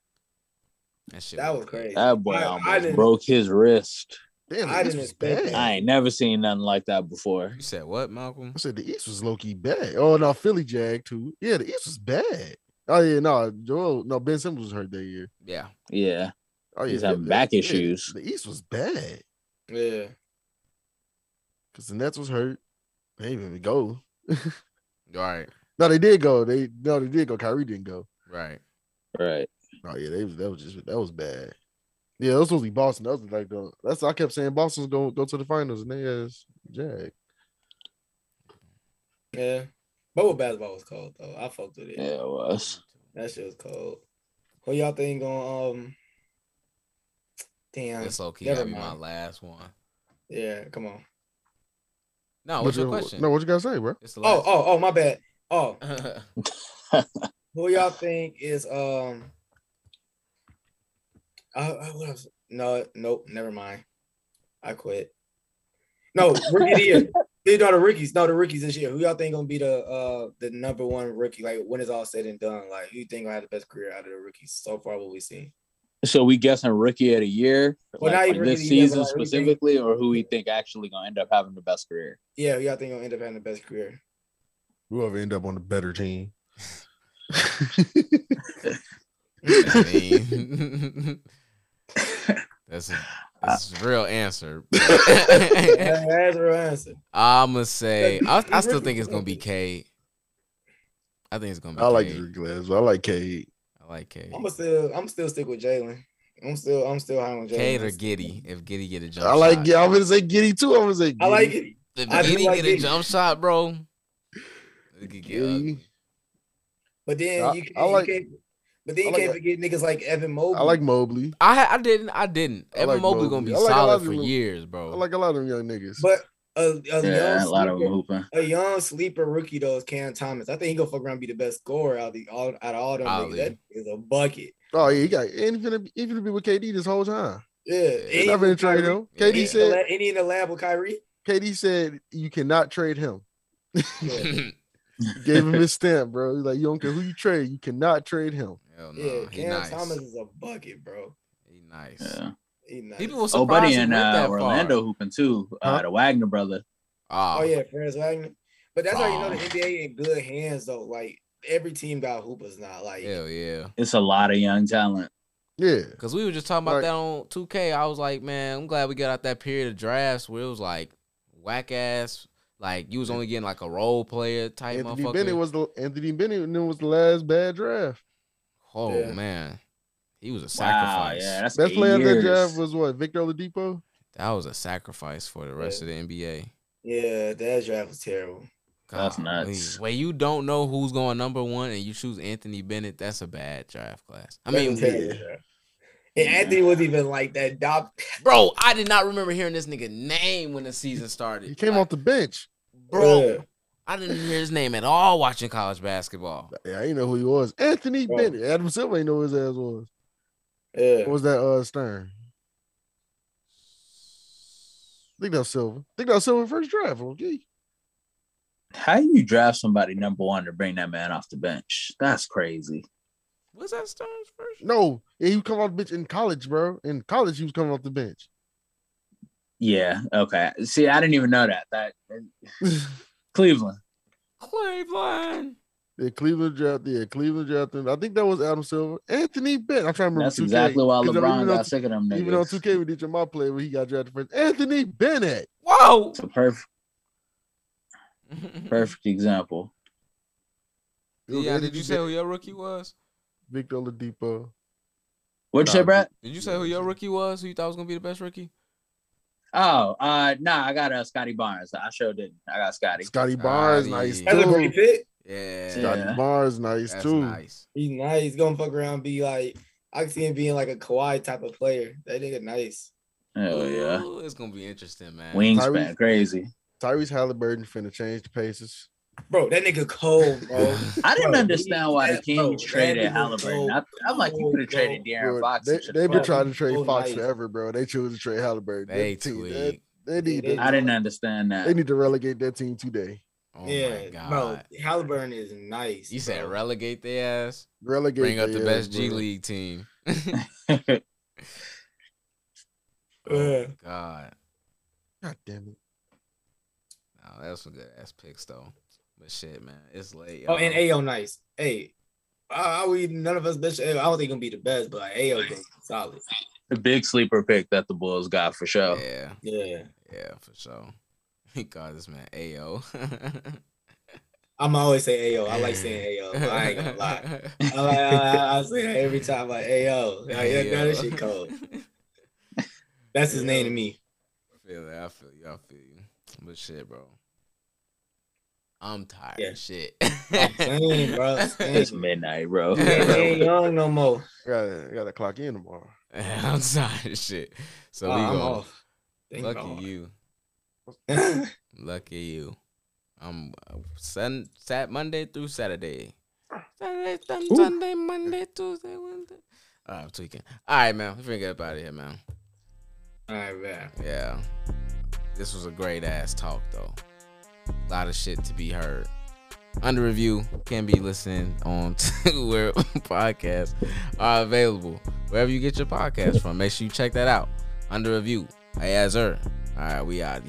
Speaker 1: that, shit
Speaker 3: That was crazy.
Speaker 4: that boy
Speaker 3: I- I
Speaker 4: almost
Speaker 3: didn't-
Speaker 4: broke his wrist.
Speaker 2: Damn, the
Speaker 3: I
Speaker 2: East
Speaker 3: didn't
Speaker 2: was
Speaker 3: expect
Speaker 2: bad.
Speaker 3: that.
Speaker 4: I ain't never seen nothing like that before.
Speaker 1: You said what, Malcolm?
Speaker 2: I said the East was low key bad. Oh no, Philly jag too. Yeah, the East was bad. Oh yeah, no, Joel, no Ben Simmons was hurt that year.
Speaker 1: Yeah.
Speaker 4: Yeah,
Speaker 2: Oh yeah,
Speaker 4: He's
Speaker 2: that-
Speaker 4: having
Speaker 2: that-
Speaker 4: back
Speaker 2: yeah,
Speaker 4: issues.
Speaker 2: The East was bad
Speaker 3: Yeah.
Speaker 2: because the Nets was hurt. They didn't even go.
Speaker 1: Right.
Speaker 2: No, they did go. They no, they did go. Kyrie didn't go.
Speaker 1: Right.
Speaker 4: right.
Speaker 2: Oh yeah, they was that was just that was bad. Yeah, that was supposed to be Boston. That was like the, that's I kept saying Boston's going to go to the finals and they ass jag.
Speaker 3: Yeah. Bubble basketball was cold though. I fucked with it.
Speaker 4: Yeah, it was.
Speaker 3: That shit was cold. Who y'all think going um damn.
Speaker 1: This low key
Speaker 3: Never
Speaker 1: gotta be my
Speaker 3: mind.
Speaker 1: last one.
Speaker 3: Yeah, come on.
Speaker 1: No, Oh, what's
Speaker 2: But
Speaker 1: your
Speaker 2: you-
Speaker 1: question?
Speaker 2: No, what you gotta say, bro?
Speaker 1: It's the
Speaker 3: Oh,
Speaker 1: last
Speaker 3: oh, oh, my bad. Oh,
Speaker 1: oh.
Speaker 3: who y'all think is um uh, uh, what else? no nope, never mind. I quit. No, rookie of the year. These are the rookies. No, the rookies this year. Who y'all think gonna be the uh the number one rookie? Like when it's all said and done, like who you think gonna have the best career out of the rookies so far? What we seen?
Speaker 4: So we guessing rookie of the year
Speaker 3: Well,
Speaker 4: like,
Speaker 3: not
Speaker 4: for
Speaker 3: even
Speaker 4: this
Speaker 3: rookie of the year,
Speaker 4: season
Speaker 3: but, like, who you think-
Speaker 4: specifically, or who we think actually gonna end up having the best career?
Speaker 3: Yeah, who y'all think gonna end up having the best career?
Speaker 2: Whoever end up on the better team.
Speaker 1: I mean, that's a that's a real answer.
Speaker 3: Yeah, That's the real answer.
Speaker 1: I'ma say I, I still
Speaker 3: Ricky
Speaker 1: think it's gonna be
Speaker 3: Rubio.
Speaker 1: Cade. I think it's gonna be.
Speaker 2: I like
Speaker 1: Cade.
Speaker 2: Drew Glass. I like K.
Speaker 1: I like Cade.
Speaker 3: I'm still I'm still stick with Jalen. I'm still I'm still high on Jalen.
Speaker 1: Cade or Giddy. If Giddy get a jump,
Speaker 2: I like.
Speaker 1: shot.
Speaker 2: I'm gonna say Giddy too. I'm gonna say. Giddy.
Speaker 3: I like it.
Speaker 1: If
Speaker 3: I do
Speaker 1: Giddy
Speaker 3: like
Speaker 1: get a
Speaker 3: Giddey.
Speaker 1: jump shot, bro. it could get
Speaker 2: Giddy.
Speaker 1: ugly.
Speaker 3: But then
Speaker 2: I-
Speaker 3: you can't,
Speaker 2: I like-
Speaker 3: you can't but
Speaker 2: I
Speaker 3: then you
Speaker 2: like
Speaker 3: can't
Speaker 2: that.
Speaker 3: forget niggas like Evan Mobley.
Speaker 2: I like Mobley.
Speaker 1: I ha- I didn't. I didn't.
Speaker 2: I
Speaker 1: Evan
Speaker 2: like
Speaker 1: Mobley gonna
Speaker 2: Mobley.
Speaker 1: be
Speaker 2: I like a lot
Speaker 1: solid
Speaker 2: of
Speaker 1: for
Speaker 2: them.
Speaker 1: years, bro.
Speaker 2: I like a lot of them young niggas.
Speaker 3: but a, a
Speaker 4: Yeah,
Speaker 3: young
Speaker 4: a lot of
Speaker 3: sleeper-
Speaker 4: them hooping.
Speaker 3: a young sleeper rookie though is Cam Thomas. I think he gonna fuck around and be the best scorer out of the all out of all them.
Speaker 1: Probably.
Speaker 3: Niggas. That is a bucket.
Speaker 2: oh yeah, he got and he finna, he finna be with KD this whole time.
Speaker 3: Yeah.
Speaker 1: Yeah.
Speaker 3: And
Speaker 2: Never
Speaker 3: he-
Speaker 2: in trade him.
Speaker 1: Yeah.
Speaker 2: KD
Speaker 3: he in the
Speaker 2: said
Speaker 3: la- and he in the lab with Kyrie.
Speaker 2: KD said you cannot trade him.
Speaker 3: Yeah.
Speaker 2: Gave him his stamp, bro. He's like, you don't care who you trade, you cannot trade him.
Speaker 1: Hell no,
Speaker 3: yeah,
Speaker 1: he
Speaker 3: Cam
Speaker 1: nice.
Speaker 3: Thomas is a bucket, bro.
Speaker 1: He nice.
Speaker 4: Yeah.
Speaker 3: He nice.
Speaker 1: People were
Speaker 4: Oh,
Speaker 1: surprised
Speaker 4: buddy,
Speaker 1: he
Speaker 4: and
Speaker 1: went
Speaker 4: uh,
Speaker 1: that
Speaker 4: Orlando hooping too.
Speaker 2: Huh?
Speaker 4: Uh, the Wagner brother.
Speaker 1: far.
Speaker 3: Oh yeah, Franz Wagner. But that's how you know the
Speaker 1: Oh.
Speaker 3: NBA in good hands though. Like every team got hoopers now. Like
Speaker 1: hell yeah.
Speaker 4: It's a lot of young talent.
Speaker 2: Yeah.
Speaker 1: Cause we were just talking about
Speaker 2: Right.
Speaker 1: that on 2K. I was like, man, I'm glad we got out that period of drafts where it was like whack ass. Like you was only getting like a role player type
Speaker 2: Anthony
Speaker 1: motherfucker.
Speaker 2: Bennett was the Anthony Bennett and then was the last bad draft.
Speaker 1: oh
Speaker 3: Yeah.
Speaker 1: man, he was a
Speaker 4: Wow,
Speaker 1: sacrifice.
Speaker 4: yeah, that's
Speaker 2: Best
Speaker 4: eight
Speaker 2: player of that
Speaker 4: years.
Speaker 2: draft was what Victor Oladipo.
Speaker 1: That was a sacrifice for the rest of the NBA.
Speaker 3: yeah, that draft was terrible.
Speaker 4: That's
Speaker 1: Golly.
Speaker 4: nuts.
Speaker 1: When you don't know who's going number one and you choose Anthony Bennett, that's a bad draft class. I
Speaker 3: That
Speaker 1: mean,
Speaker 3: was terrible,
Speaker 2: yeah.
Speaker 3: bro. And Anthony wasn't even like that. Dop,
Speaker 1: bro, I did not remember hearing this nigga name when the season started.
Speaker 2: He came
Speaker 1: Like,
Speaker 2: off the bench.
Speaker 1: bro.
Speaker 3: Yeah.
Speaker 1: I didn't hear his name at all watching college basketball.
Speaker 2: Yeah, I didn't know who he was. Anthony
Speaker 3: Bro.
Speaker 2: Bennett. Adam Silver ain't know who his ass was.
Speaker 3: Yeah.
Speaker 2: What was that uh Stern? I think that was Silver. I think that was Silver first draft. Okay.
Speaker 4: How you draft somebody number one to bring that man off the bench? That's crazy.
Speaker 1: Was that Stern's first?
Speaker 2: No, yeah, he come off the bench in college, bro. In college, he was coming off the bench.
Speaker 4: Yeah. Okay. See, I didn't even know that. That Cleveland.
Speaker 1: Cleveland.
Speaker 2: Yeah, Cleveland draft. Yeah, Cleveland draft. I think that was Adam Silver. Anthony Bennett. I'm trying to remember.
Speaker 4: That's
Speaker 2: 2K,
Speaker 4: exactly why
Speaker 2: 'cause I'm
Speaker 4: LeBron
Speaker 2: even on
Speaker 4: got sick of them niggas.
Speaker 2: Even on 2K, we did your my play when he got drafted first. Anthony Bennett.
Speaker 1: Whoa.
Speaker 4: It's a perfect, perfect example.
Speaker 2: It was
Speaker 1: yeah, did
Speaker 2: Anthony
Speaker 1: you say who
Speaker 2: Bennett,
Speaker 1: your rookie was?
Speaker 2: Victor Oladipo?
Speaker 4: What'd you say,
Speaker 2: Nah,
Speaker 4: Brett?
Speaker 1: Did you say who your rookie was? Who you thought was gonna be the best rookie?
Speaker 4: Oh, uh, nah, I got uh, Scotty Barnes. I sure didn't. I got Scotty.
Speaker 2: Scotty Barnes,
Speaker 1: Scotty.
Speaker 2: nice
Speaker 3: That's a pretty
Speaker 2: too.
Speaker 3: fit.
Speaker 1: Yeah,
Speaker 2: Scotty
Speaker 4: Yeah.
Speaker 2: Barnes, nice
Speaker 1: that's
Speaker 2: too.
Speaker 1: nice.
Speaker 3: He's nice. He's gonna fuck around, and be like, I can see him being like a Kawhi type of player. That nigga nice.
Speaker 4: Oh yeah,
Speaker 1: Ooh, it's gonna be interesting, man.
Speaker 4: wingspan
Speaker 2: Tyrese-
Speaker 4: crazy.
Speaker 2: Tyrese Halliburton finna change the paces.
Speaker 3: Bro, that nigga cold, bro.
Speaker 4: I didn't
Speaker 3: Bro,
Speaker 4: understand why
Speaker 3: he-
Speaker 4: the
Speaker 3: that- bro,
Speaker 4: King
Speaker 3: that
Speaker 4: traded
Speaker 3: nigga
Speaker 4: Halliburton.
Speaker 3: go
Speaker 4: I, I'm like, you
Speaker 3: cold,
Speaker 4: could have traded
Speaker 3: bro.
Speaker 4: Darren
Speaker 2: Bro,
Speaker 4: Fox.
Speaker 2: they,
Speaker 4: and should've
Speaker 2: they've been
Speaker 4: fucked.
Speaker 2: trying to trade
Speaker 3: Oh,
Speaker 2: Fox
Speaker 3: nice.
Speaker 2: forever, bro. They choose to trade Halliburton.
Speaker 1: They
Speaker 2: That team- that-
Speaker 1: tweak.
Speaker 2: they need
Speaker 3: They-
Speaker 2: to,
Speaker 4: I didn't understand
Speaker 2: they
Speaker 4: that.
Speaker 2: need to relegate that team today.
Speaker 1: Oh my
Speaker 3: yeah,
Speaker 1: god.
Speaker 3: bro. Halliburton is nice.
Speaker 1: You said
Speaker 3: bro.
Speaker 1: relegate their ass,
Speaker 2: Relegate.
Speaker 1: bring up the
Speaker 2: their
Speaker 1: best
Speaker 2: ass,
Speaker 1: G
Speaker 2: bro.
Speaker 1: League team.
Speaker 3: Yeah.
Speaker 1: Oh god.
Speaker 2: God damn it.
Speaker 1: No, that's some good ass picks though. But shit, man, it's late.
Speaker 3: Oh,
Speaker 1: y'all.
Speaker 3: and AO nice. Hey, I, I- we none of us bitch. I don't think he's gonna be the best, but like, AO is solid.
Speaker 4: the big sleeper pick that the Bulls got for sure.
Speaker 1: Yeah,
Speaker 3: Yeah,
Speaker 1: yeah, for sure. He called this man AO.
Speaker 3: I'm always say AO. I like saying AO. Oh, I ain't gonna lie. I, like, I, I- I say that every time like AO. Like, yeah,
Speaker 1: AO.
Speaker 3: that shit cold. That's his name to me.
Speaker 1: I feel that. I feel you. I feel you. But shit, bro. I'm tired.
Speaker 3: Yeah.
Speaker 1: of Shit.
Speaker 3: I'm saying, bro. I'm saying.
Speaker 4: It's midnight, bro.
Speaker 3: He ain't young no more.
Speaker 2: I gotta, I gotta clock in tomorrow.
Speaker 1: I'm tired. of Shit. So
Speaker 3: Oh,
Speaker 1: we
Speaker 3: I'm
Speaker 1: go.
Speaker 3: off. Thank
Speaker 1: Lucky
Speaker 3: God.
Speaker 1: you. Lucky you. I'm uh, sun sat Monday through Saturday. Saturday, sun,
Speaker 2: Ooh.
Speaker 1: Sunday, Monday, Tuesday, Wednesday. All right, I'm tweaking. All right, man. We're gonna get up out of here, man.
Speaker 3: All right, man.
Speaker 1: Yeah. This was a great ass talk though. A lot of shit to be heard. Under review can be listened on to where podcasts are available. Wherever you get your podcast from, make sure you check that out. Under review. Hey, Azur. All right, we out.